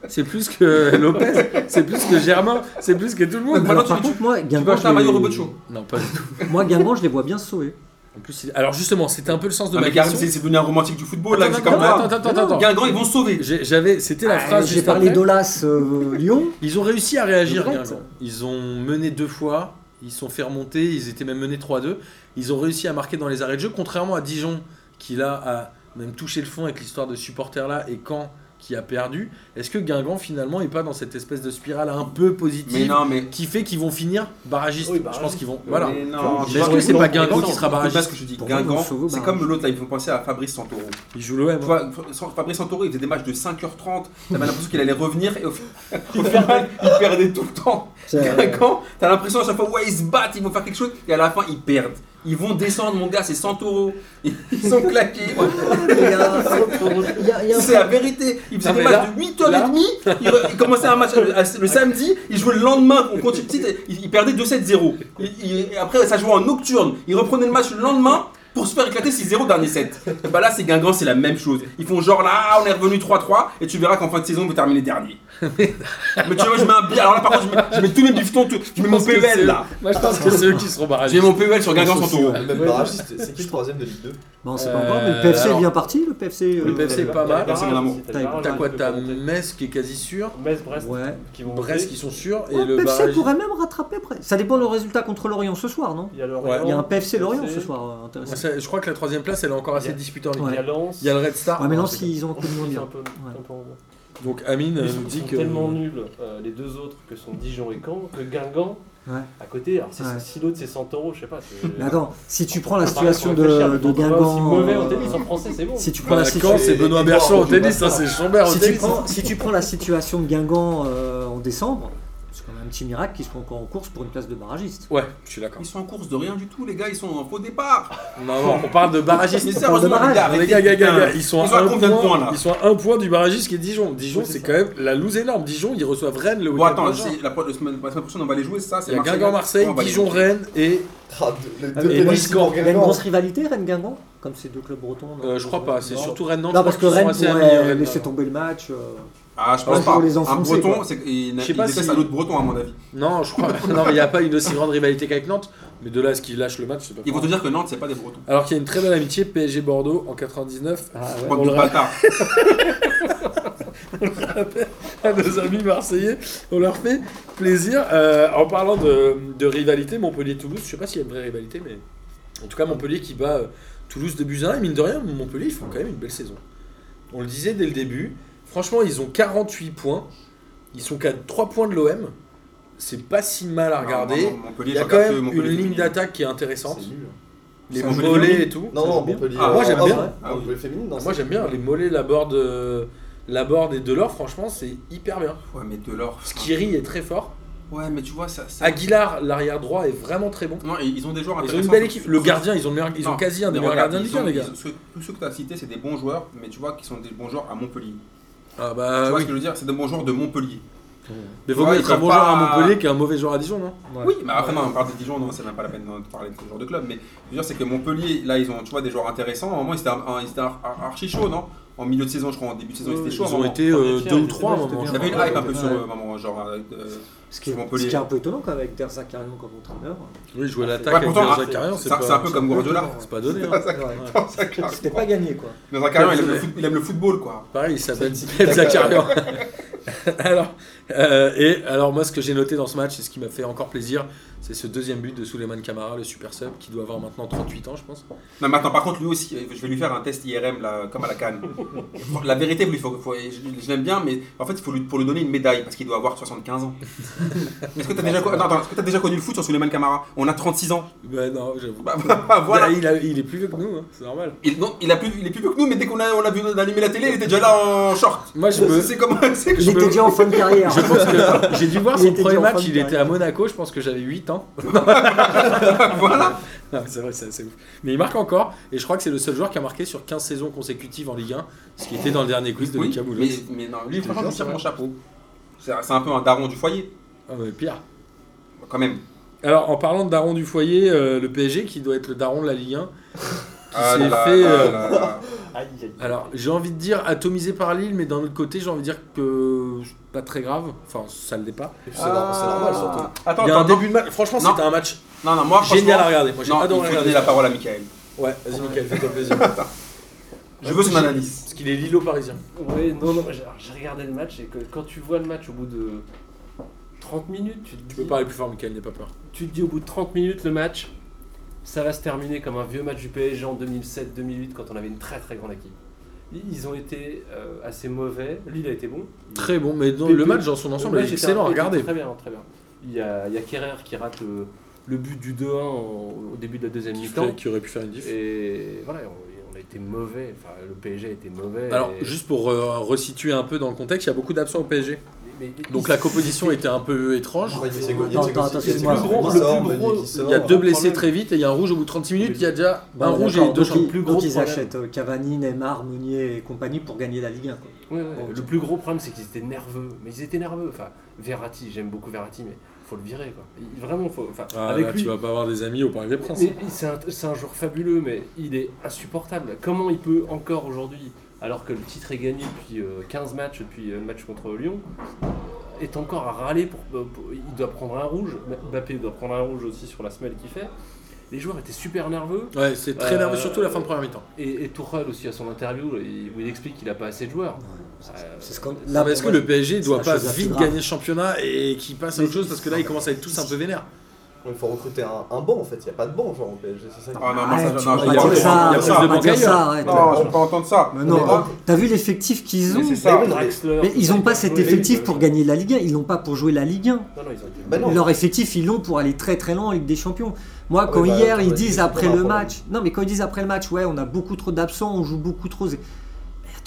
Speaker 1: C'est plus que Lopez. C'est plus que Germain. C'est plus que tout le monde.
Speaker 2: Maintenant,
Speaker 5: Alors,
Speaker 2: Bah, tu-
Speaker 5: par
Speaker 2: tu-
Speaker 5: contre, moi,
Speaker 2: Tu peux
Speaker 5: Guingamp,
Speaker 2: acheter un maillot
Speaker 5: je les-
Speaker 2: Rebocho.
Speaker 1: Non, pas du tout.
Speaker 5: moi, Guingamp, je les vois bien se sauver.
Speaker 1: En plus, il- alors justement, c'était un peu le sens de
Speaker 2: Non,
Speaker 1: ma
Speaker 2: Ah, mais Karim,
Speaker 1: question.
Speaker 2: c'est c'est devenu un romantique du football, là,
Speaker 1: Attends,
Speaker 2: c'est comme
Speaker 1: attends,
Speaker 2: ça.
Speaker 1: attends, attends, attends.
Speaker 2: Guingamp, ils vont se sauver.
Speaker 1: J'ai- J'avais, c'était la
Speaker 5: Ah,
Speaker 1: phrase
Speaker 5: J'ai
Speaker 1: juste
Speaker 5: parlé
Speaker 1: après.
Speaker 5: d'Olas euh, Lyon.
Speaker 1: Ils ont réussi à réagir.
Speaker 5: Brett.
Speaker 1: Guingamp. Ils ont mené deux fois. Ils se sont fait remonter. Ils étaient même menés 3-2. Ils ont réussi à marquer dans les arrêts de jeu, contrairement à Dijon qui là a même touché le fond avec l'histoire de supporters là et Caen qui a perdu. Est-ce que Guingamp finalement est pas dans cette espèce de spirale un peu
Speaker 2: Mais
Speaker 1: positive
Speaker 2: non, mais. euh,
Speaker 1: qui fait qu'ils vont finir barragistes
Speaker 3: Oui,
Speaker 1: Je
Speaker 3: barragistes.
Speaker 1: pense qu'ils vont. Voilà.
Speaker 2: Mais non,
Speaker 1: Mais
Speaker 2: tu
Speaker 1: est-ce
Speaker 2: vois,
Speaker 1: que c'est
Speaker 2: bon,
Speaker 1: pas Guingamp
Speaker 2: écoute,
Speaker 1: qui sera
Speaker 2: écoute pas
Speaker 1: barragiste
Speaker 2: ce que je dis.
Speaker 5: Pourquoi ils
Speaker 2: Guingamp,
Speaker 5: vont sauver
Speaker 1: bah.
Speaker 2: c'est
Speaker 5: barragiste
Speaker 2: comme l'autre là, il faut penser à Fabrice Santoro.
Speaker 1: Ils jouent l'OM.
Speaker 2: Tu vois, Fa- Fabrice Santoro, il faisait des matchs de 5h30, t'avais l'impression qu'il allait revenir et au, fi- au final, il perdait tout le temps.
Speaker 5: euh,
Speaker 2: Guingamp, t'as l'impression à chaque fois, ouais, ils se battent, ils vont faire quelque chose et à la fin, ils perdent. Ils vont descendre, mon gars, c'est Santoro. Ils sont claqués.
Speaker 5: Il y a- il y a- il y a un
Speaker 2: C'est la vérité. Il faisait
Speaker 1: Non,
Speaker 2: des
Speaker 1: mais
Speaker 2: matchs
Speaker 1: là-
Speaker 2: de 8h30. Il, re- il commençait un match le, le samedi. Il jouait le lendemain. On continue petit. Il, il perdait 2-7-0. Il- il- et Après, ça jouait en nocturne. Il reprenait le match le lendemain pour se faire éclater 6-0 dernier set. Bah là, c'est Guingamp, c'est la même chose. Ils font genre là, on est revenu 3-3 et tu verras qu'en fin de saison, on va terminer dernier. Mais tu vois, je mets un bi- Alors là, par contre, je mets, je mets tous mes biftons. tout- Je mets mon
Speaker 1: pense que c'est-
Speaker 2: PEL là.
Speaker 1: Moi je pense que c'est eux qui seront
Speaker 2: Je mets
Speaker 1: barragistes.
Speaker 2: mon PEL sur Guingamp Santoro.
Speaker 4: Le même barrage, c'est c'est qui le troisième de Ligue 2
Speaker 5: Bon, c'est pas
Speaker 1: Euh,
Speaker 5: encore, mais le PFC
Speaker 1: alors-
Speaker 5: est bien parti, le PFC.
Speaker 1: Le
Speaker 5: euh,
Speaker 1: PFC,
Speaker 3: même.
Speaker 1: pas
Speaker 3: Il y a
Speaker 1: mal.
Speaker 3: le
Speaker 2: Personne
Speaker 3: barrage
Speaker 2: n'a
Speaker 3: aussi, t'as
Speaker 5: T'as
Speaker 3: le barrage
Speaker 1: T'as quoi
Speaker 3: de
Speaker 1: T'as
Speaker 3: Montpellier.
Speaker 1: Metz qui est quasi sûr.
Speaker 3: Metz, Brest,
Speaker 5: Ouais.
Speaker 3: qui vont
Speaker 1: Brest
Speaker 3: monter.
Speaker 1: qui sont sûrs. Et
Speaker 5: Ouais,
Speaker 1: le
Speaker 5: PFC
Speaker 1: barrage.
Speaker 5: pourrait même rattraper après. Ça dépend le résultat contre Lorient ce soir, non
Speaker 3: Il y a
Speaker 1: Ouais.
Speaker 3: Lorient.
Speaker 5: Il y a un PFC Lorient ce
Speaker 3: PFC.
Speaker 5: soir, euh, intéressant.
Speaker 1: Ouais, ça- Je crois que la troisième place, elle est encore assez
Speaker 3: Ouais.
Speaker 1: disputée en Ligue.
Speaker 3: Il y a Lens.
Speaker 1: Il y a le Red Star.
Speaker 5: Ouais, mais non,
Speaker 1: c'est-
Speaker 5: s'ils ont un coup de moins
Speaker 3: Ils
Speaker 5: bien.
Speaker 3: sont un peu-
Speaker 5: Ouais.
Speaker 3: un peu en bas.
Speaker 1: Donc Amine euh,
Speaker 3: Ils sont,
Speaker 1: nous dit
Speaker 3: sont
Speaker 1: que.
Speaker 3: tellement nuls, euh, les deux autres, que sont Dijon et Caen, que Guingamp,
Speaker 5: Ouais.
Speaker 3: à côté, alors c'est
Speaker 5: Ouais.
Speaker 3: si l'autre c'est 100 euros, je sais pas. c'est-
Speaker 5: Mais attends, si tu
Speaker 1: Ah,
Speaker 5: prends la
Speaker 3: Pareil, faut
Speaker 5: situation
Speaker 3: réfléchir,
Speaker 5: de,
Speaker 3: le
Speaker 5: de
Speaker 3: football aussi
Speaker 5: Guingamp.
Speaker 3: mauvais en
Speaker 5: euh,
Speaker 3: tennis en français, c'est bon.
Speaker 5: Si tu prends
Speaker 1: Voilà,
Speaker 5: la
Speaker 1: Caen,
Speaker 5: situation.
Speaker 1: c'est Benoît
Speaker 4: les-
Speaker 1: Berchand au
Speaker 4: les-
Speaker 1: tennis, hein, c'est Chambert au
Speaker 5: Si tu,
Speaker 1: tennis.
Speaker 5: prends, si tu prends la situation de Guingamp euh, en décembre, c'est quand même un petit miracle qu'ils soient encore en course pour une place de barragiste.
Speaker 1: Ouais, je suis d'accord.
Speaker 2: Ils sont en course de rien du tout, les gars. Ils sont en faux départ.
Speaker 1: Non, non, on parle de barragistes.
Speaker 2: Mais
Speaker 5: On parle de
Speaker 2: sérieusement, les
Speaker 5: barrage.
Speaker 2: gars,
Speaker 1: Non,
Speaker 2: arrêtez,
Speaker 1: les gars, gars, gars,
Speaker 2: putain.
Speaker 1: gars, ils sont,
Speaker 2: Ils sont
Speaker 1: à
Speaker 2: à
Speaker 1: un
Speaker 2: combien de
Speaker 1: point,
Speaker 2: points, là
Speaker 1: ils sont à un point du barragiste qui est Dijon. Dijon,
Speaker 3: Oui, c'est
Speaker 1: c'est
Speaker 3: ça.
Speaker 1: quand même la loose énorme. Dijon, ils reçoivent Rennes le
Speaker 2: Bon,
Speaker 1: week-end
Speaker 2: attends,
Speaker 1: prochain.
Speaker 2: c'est la, pro- la semaine, la semaine prochaine, on va les jouer, c'est ça
Speaker 1: Il y a Guingamp-Marseille, Dijon-Rennes et
Speaker 4: Ah, de- les
Speaker 5: Ah,
Speaker 4: deux
Speaker 5: mais
Speaker 1: et
Speaker 4: pénaltys
Speaker 1: Nice
Speaker 4: pour
Speaker 1: Caen.
Speaker 5: Il y a une
Speaker 4: Guingamp.
Speaker 5: grosse rivalité, Rennes-Guingamp Comme ces deux clubs bretons non
Speaker 1: Euh, je crois pas, c'est
Speaker 5: Non.
Speaker 1: surtout Rennes. Non,
Speaker 5: Non, parce que Rennes pourrait laisser tomber le match. euh,
Speaker 2: Ah, je
Speaker 5: Ouais,
Speaker 2: pense
Speaker 5: pour
Speaker 2: pas.
Speaker 5: les
Speaker 2: Un
Speaker 5: enfoncer,
Speaker 2: breton,
Speaker 5: quoi.
Speaker 2: c'est il,
Speaker 1: Je
Speaker 2: il
Speaker 1: sais pas
Speaker 2: déteste
Speaker 1: si-
Speaker 2: un autre breton, à mon avis.
Speaker 1: Non, je crois. non, mais il n'y a pas une aussi grande rivalité qu'avec Nantes. Mais de là à ce qu'ils lâchent le match, c'est pas
Speaker 2: Ils vont te
Speaker 1: grave.
Speaker 2: dire que Nantes, c'est pas des bretons.
Speaker 1: Alors qu'il y a une très belle amitié PSG-Bordeaux en 99.
Speaker 5: Ah ouais.
Speaker 1: On
Speaker 2: Bande
Speaker 1: le
Speaker 2: de bâtards.
Speaker 1: à nos amis marseillais. On leur fait plaisir. Euh, en parlant de, de rivalité, Montpellier-Toulouse, je sais pas s'il y a une vraie rivalité, mais en tout cas, Montpellier qui bat euh, Toulouse de Buzyn. Et mine de rien, Montpellier, ils font quand même une belle saison. On le disait dès le début. Franchement, ils ont 48 points. Ils sont qu'à 3 points de l'OM. C'est pas si mal à regarder.
Speaker 2: Non, non, Montpellier,
Speaker 1: Il y a
Speaker 2: je
Speaker 1: quand
Speaker 2: regarde que
Speaker 1: même une
Speaker 2: Montpellier
Speaker 1: ligne
Speaker 2: féminine.
Speaker 1: d'attaque qui est intéressante.
Speaker 4: C'est nul.
Speaker 1: Les
Speaker 2: Ça joue les
Speaker 1: mollets
Speaker 2: féminines
Speaker 1: et tout.
Speaker 4: Non,
Speaker 5: Ça
Speaker 4: non,
Speaker 5: joue bien.
Speaker 4: Montpellier.
Speaker 2: Ah,
Speaker 1: moi, j'aime
Speaker 4: homme,
Speaker 1: bien.
Speaker 4: ouais.
Speaker 2: Ah oui.
Speaker 4: Montpellier féminine, non,
Speaker 1: Moi
Speaker 4: c'est-
Speaker 1: j'aime bien les mollets, la board, euh, la board et Delors, franchement c'est hyper bien.
Speaker 2: Ouais, mais Delors.
Speaker 1: Skiri est très fort.
Speaker 2: Ouais, mais tu vois, ça. ça-
Speaker 1: Aguilar, l'arrière droit, est vraiment très bon.
Speaker 2: Non, et ils ont des joueurs
Speaker 1: Ils ont une
Speaker 2: intéressants.
Speaker 1: belle équipe. Le gardien, ils ont, le meilleur- ils
Speaker 2: Ah, Non,
Speaker 1: ont quasi un des
Speaker 2: Mais
Speaker 1: meilleurs
Speaker 2: regarde,
Speaker 1: gardiens de
Speaker 2: ils
Speaker 1: Ligue 1,
Speaker 2: ont-
Speaker 1: les gars.
Speaker 2: ils ont- ceux- Tous ceux que tu as cités, c'est des bons joueurs, mais tu vois, qui sont des bons joueurs à Montpellier.
Speaker 1: Ah
Speaker 2: Tu
Speaker 1: bah
Speaker 2: vois
Speaker 1: oui.
Speaker 2: ce que je veux dire C'est des bons joueurs de Montpellier.
Speaker 1: Mais vaut
Speaker 2: Ouais,
Speaker 1: mieux
Speaker 2: ils
Speaker 1: être un bon
Speaker 2: peuvent
Speaker 1: joueur
Speaker 2: pas-
Speaker 1: à Montpellier qu'un mauvais joueur à Dijon, non
Speaker 2: Oui, mais après, non, on parle de Dijon, non, c'est même pas la peine de parler de ce genre de club. Mais je veux dire, c'est que Montpellier, là, ils ont tu vois, des joueurs intéressants. À un moment, ils étaient, un- un- ils étaient ar- ar- archi chauds, non En milieu de saison, je crois, en début de saison, ils étaient chauds. à
Speaker 1: Ils
Speaker 2: un
Speaker 1: ont
Speaker 2: moment.
Speaker 1: été
Speaker 3: premier
Speaker 1: euh,
Speaker 3: tiers,
Speaker 1: deux
Speaker 3: ils
Speaker 1: ou
Speaker 3: étaient
Speaker 1: trois à un
Speaker 3: bien,
Speaker 1: moment. je
Speaker 3: c'était
Speaker 2: Il y avait une
Speaker 1: crois.
Speaker 2: hype un peu sur
Speaker 1: Ouais.
Speaker 2: euh, maman, genre. euh, euh,
Speaker 5: Ce qui, est,
Speaker 2: Sur Montpellier.
Speaker 5: ce qui est un peu étonnant quand même avec Derzac carrément comme entraîneur.
Speaker 1: Oui, jouer à
Speaker 2: ouais,
Speaker 1: l'attaque avec euh,
Speaker 2: pourtant,
Speaker 1: Jacques
Speaker 2: c'est-
Speaker 1: Carrion,
Speaker 2: c'est un- c'est un peu comme Guardiola.
Speaker 1: C'est pas donné. hein.
Speaker 5: Ouais. C'était pas gagné quoi.
Speaker 2: Dans un carrière, il aime le foot- il aime le football, quoi.
Speaker 1: Pareil, il s'appelle Pep Zakarian. alors, euh, et alors moi, ce que j'ai noté dans ce match, et ce qui m'a fait encore plaisir, c'est ce deuxième but de Souleymane Camara, le super sub, qui doit avoir maintenant 38 ans, je pense.
Speaker 2: Non, mais attends, par contre, lui aussi, euh, je vais lui faire un test IRM, là, comme à la Cannes. la vérité, lui, faut, faut- je, je l'aime bien, mais en fait, il faut lui, pour lui donner une médaille, parce qu'il doit avoir 75 ans. Est-ce que t'as déjà, co- attends, attends, est-ce que t'as déjà connu le foot sur Suleiman Camara On a 36 ans.
Speaker 1: Bah non, j'avoue.
Speaker 2: Bah, bah, voilà.
Speaker 1: Bah, il, a- il est plus vieux que nous, hein, c'est normal.
Speaker 2: Il, non, il, a plus, il est plus vieux que nous, mais dès qu'on a, on a vu d'allumer la télé, il était déjà là en short. Euh,
Speaker 1: Moi, je me-
Speaker 2: C'est comment c'est que
Speaker 5: Il
Speaker 2: je
Speaker 5: était
Speaker 2: me...
Speaker 5: déjà en fin de carrière.
Speaker 1: Je
Speaker 5: Bah,
Speaker 1: pense que j'ai dû voir
Speaker 5: Il
Speaker 1: son
Speaker 5: était
Speaker 1: premier
Speaker 5: déjà en
Speaker 1: match,
Speaker 5: fin de
Speaker 1: il était
Speaker 5: carrière.
Speaker 1: à Monaco, je pense que j'avais 8 ans.
Speaker 2: Voilà.
Speaker 1: Non, mais c'est vrai, c'est assez ouf. Mais il marque encore, et je crois que c'est le seul joueur qui a marqué sur 15 saisons consécutives en Ligue 1, ce qui était dans le dernier quiz de
Speaker 2: Oui,
Speaker 1: Lucas Moulos.
Speaker 2: mais, mais non, lui, franchement, je lui
Speaker 1: jure,
Speaker 2: tire
Speaker 1: c'est
Speaker 2: mon chapeau. C'est c'est un peu un daron du foyer,
Speaker 1: Ah, mais pire.
Speaker 2: quand même.
Speaker 1: Alors, en parlant de daron du foyer, euh, le PSG qui doit être le daron de la Ligue 1, qui
Speaker 2: Ah
Speaker 1: s'est
Speaker 2: là
Speaker 1: fait.
Speaker 2: là
Speaker 1: euh,
Speaker 2: là là.
Speaker 4: Aïe, aïe.
Speaker 1: alors, j'ai envie de dire atomisé par Lille, mais d'un autre côté, j'ai envie de dire que c'est pas très grave. Enfin, ça le l'est pas.
Speaker 4: Et puis, C'est
Speaker 1: Ah,
Speaker 4: normal, c'est normal surtout.
Speaker 2: Attends,
Speaker 1: Il y a un
Speaker 2: attends,
Speaker 1: début de match. Franchement,
Speaker 2: Non.
Speaker 1: c'était un match
Speaker 2: non, non,
Speaker 1: génial
Speaker 2: moi,
Speaker 1: à
Speaker 2: franchement,
Speaker 1: regarder. Moi, j'ai
Speaker 2: Non, il faut
Speaker 1: adoré
Speaker 2: donner
Speaker 1: regarder.
Speaker 2: la parole à Michael.
Speaker 1: Ouais, vas-y, Mickaël, fais-toi plaisir.
Speaker 2: Je veux son analyse.
Speaker 1: Parce qu'il est Lilo-Parisien.
Speaker 3: Oui, non, non, j'ai- alors, j'ai regardé le match et que quand tu vois le match au bout de 30 minutes, tu te
Speaker 1: Tu peux
Speaker 3: dis,
Speaker 1: parler plus fort, Mickaël, n'aie pas peur.
Speaker 3: tu te dis au bout de 30 minutes le match, ça va se terminer comme un vieux match du PSG en 2007-2008 quand on avait une très très grande équipe. Ils ont été euh, assez mauvais, Lille a été bon.
Speaker 1: Très bon, mais non,
Speaker 3: Pépé.
Speaker 1: le match dans son
Speaker 3: Le
Speaker 1: ensemble
Speaker 3: match
Speaker 1: est
Speaker 3: était
Speaker 1: excellent à
Speaker 3: un- était
Speaker 1: regarder.
Speaker 3: Très bien, très bien. Il y a, il y a Kerrer qui rate le, le but du 2-1 en- au début de la deuxième
Speaker 1: Qui
Speaker 3: mi-temps.
Speaker 1: fait- Qui aurait pu faire une diff.
Speaker 3: Et voilà, on, on a été mauvais. Enfin, le PSG a été mauvais.
Speaker 1: Alors,
Speaker 3: Et-
Speaker 1: juste pour euh, resituer un peu dans le contexte, il y a beaucoup d'absents au PSG.
Speaker 3: mais- mais-
Speaker 1: Donc la composition était un peu étrange.
Speaker 5: Non, non, attends, excuse-moi.
Speaker 3: Le plus gros- le plus gros-
Speaker 1: Il y a
Speaker 3: Non,
Speaker 1: deux
Speaker 3: pas de
Speaker 1: blessés
Speaker 3: problème.
Speaker 1: très vite et il y a un rouge au bout de 36 minutes. Il y a déjà
Speaker 5: Bon,
Speaker 1: un Bah, rouge
Speaker 5: d'accord,
Speaker 1: et deux
Speaker 5: donc,
Speaker 1: champs.
Speaker 5: ils-
Speaker 3: plus
Speaker 5: donc
Speaker 3: gros
Speaker 5: ils
Speaker 3: problème.
Speaker 5: achètent euh, Cavani, Neymar, Meunier et compagnie pour gagner la Ligue 1. Quoi.
Speaker 3: Ouais, ouais,
Speaker 1: Oh,
Speaker 3: Le plus gros problème, c'est qu'ils étaient nerveux. Mais ils étaient nerveux. Enfin, Verratti, j'aime beaucoup Verratti, mais faut le virer. Quoi. Il- vraiment, faut. Enfin,
Speaker 1: Ah,
Speaker 3: avec
Speaker 1: là,
Speaker 3: lui.
Speaker 1: tu vas pas avoir des amis au Parc des Princes.
Speaker 3: mais C'est un, c'est un joueur fabuleux, mais il est insupportable. Comment il peut encore aujourd'hui, alors que le titre est gagné depuis euh, 15 matchs, depuis euh, le match contre Lyon, euh, est encore à râler pour, pour- Il doit prendre un rouge. Mbappé doit prendre un rouge aussi sur la semelle qu'il fait. Les joueurs étaient super nerveux.
Speaker 1: Ouais, c'est très
Speaker 3: Euh,
Speaker 1: nerveux, surtout la fin de première mi-temps.
Speaker 3: Et, et Tourelle aussi à son interview, il- où il explique qu'il a pas assez de joueurs. Euh,
Speaker 5: C'est scand-
Speaker 1: Là,
Speaker 5: là,
Speaker 1: est-ce que
Speaker 5: ouais.
Speaker 1: le PSG
Speaker 5: c'est
Speaker 1: doit
Speaker 5: la
Speaker 1: pas
Speaker 5: chose la plus
Speaker 1: vite
Speaker 5: grave.
Speaker 1: gagner le championnat et qu'il passe à autre
Speaker 4: Mais-
Speaker 1: chose parce que là, ils commencent à être tous un peu vénères.
Speaker 4: Il faut recruter un, un bon en fait, il n'y a pas de bon genre au PSG, c'est ça
Speaker 2: Ah non, non,
Speaker 5: Ouais,
Speaker 2: ça,
Speaker 5: tu
Speaker 2: non,
Speaker 5: peux
Speaker 2: je
Speaker 5: pas
Speaker 2: vais
Speaker 5: dire
Speaker 2: dire
Speaker 5: ça,
Speaker 1: il y a
Speaker 5: tu
Speaker 1: plus
Speaker 5: peux
Speaker 1: de
Speaker 5: pas dire
Speaker 1: bancaires.
Speaker 5: ça, arrête.
Speaker 2: Non, je peux pas entendre ça.
Speaker 5: Mais
Speaker 2: Mais
Speaker 5: non,
Speaker 2: là,
Speaker 5: t'as vu l'effectif qu'ils ont
Speaker 2: Mais c'est ça.
Speaker 4: Mais oui,
Speaker 3: Draxler,
Speaker 5: Mais ils n'ont pas
Speaker 3: Draxler,
Speaker 5: cet
Speaker 3: oui,
Speaker 5: effectif
Speaker 3: oui,
Speaker 5: pour
Speaker 3: oui.
Speaker 5: gagner la Ligue 1, ils l'ont pas pour jouer la Ligue 1.
Speaker 3: Non, non, ils ont été-
Speaker 2: Bah,
Speaker 4: Ben non.
Speaker 5: Leur effectif, ils l'ont pour aller très très loin en Ligue des Champions. Moi,
Speaker 4: Ouais,
Speaker 5: quand
Speaker 4: bah,
Speaker 5: hier,
Speaker 4: ouais,
Speaker 5: ils
Speaker 4: ouais,
Speaker 5: disent
Speaker 4: c'est
Speaker 5: après
Speaker 4: pas un
Speaker 5: le
Speaker 4: problème.
Speaker 5: match. Non, mais quand ils disent après le match, ouais, on a beaucoup trop d'absents, on joue beaucoup trop. Mais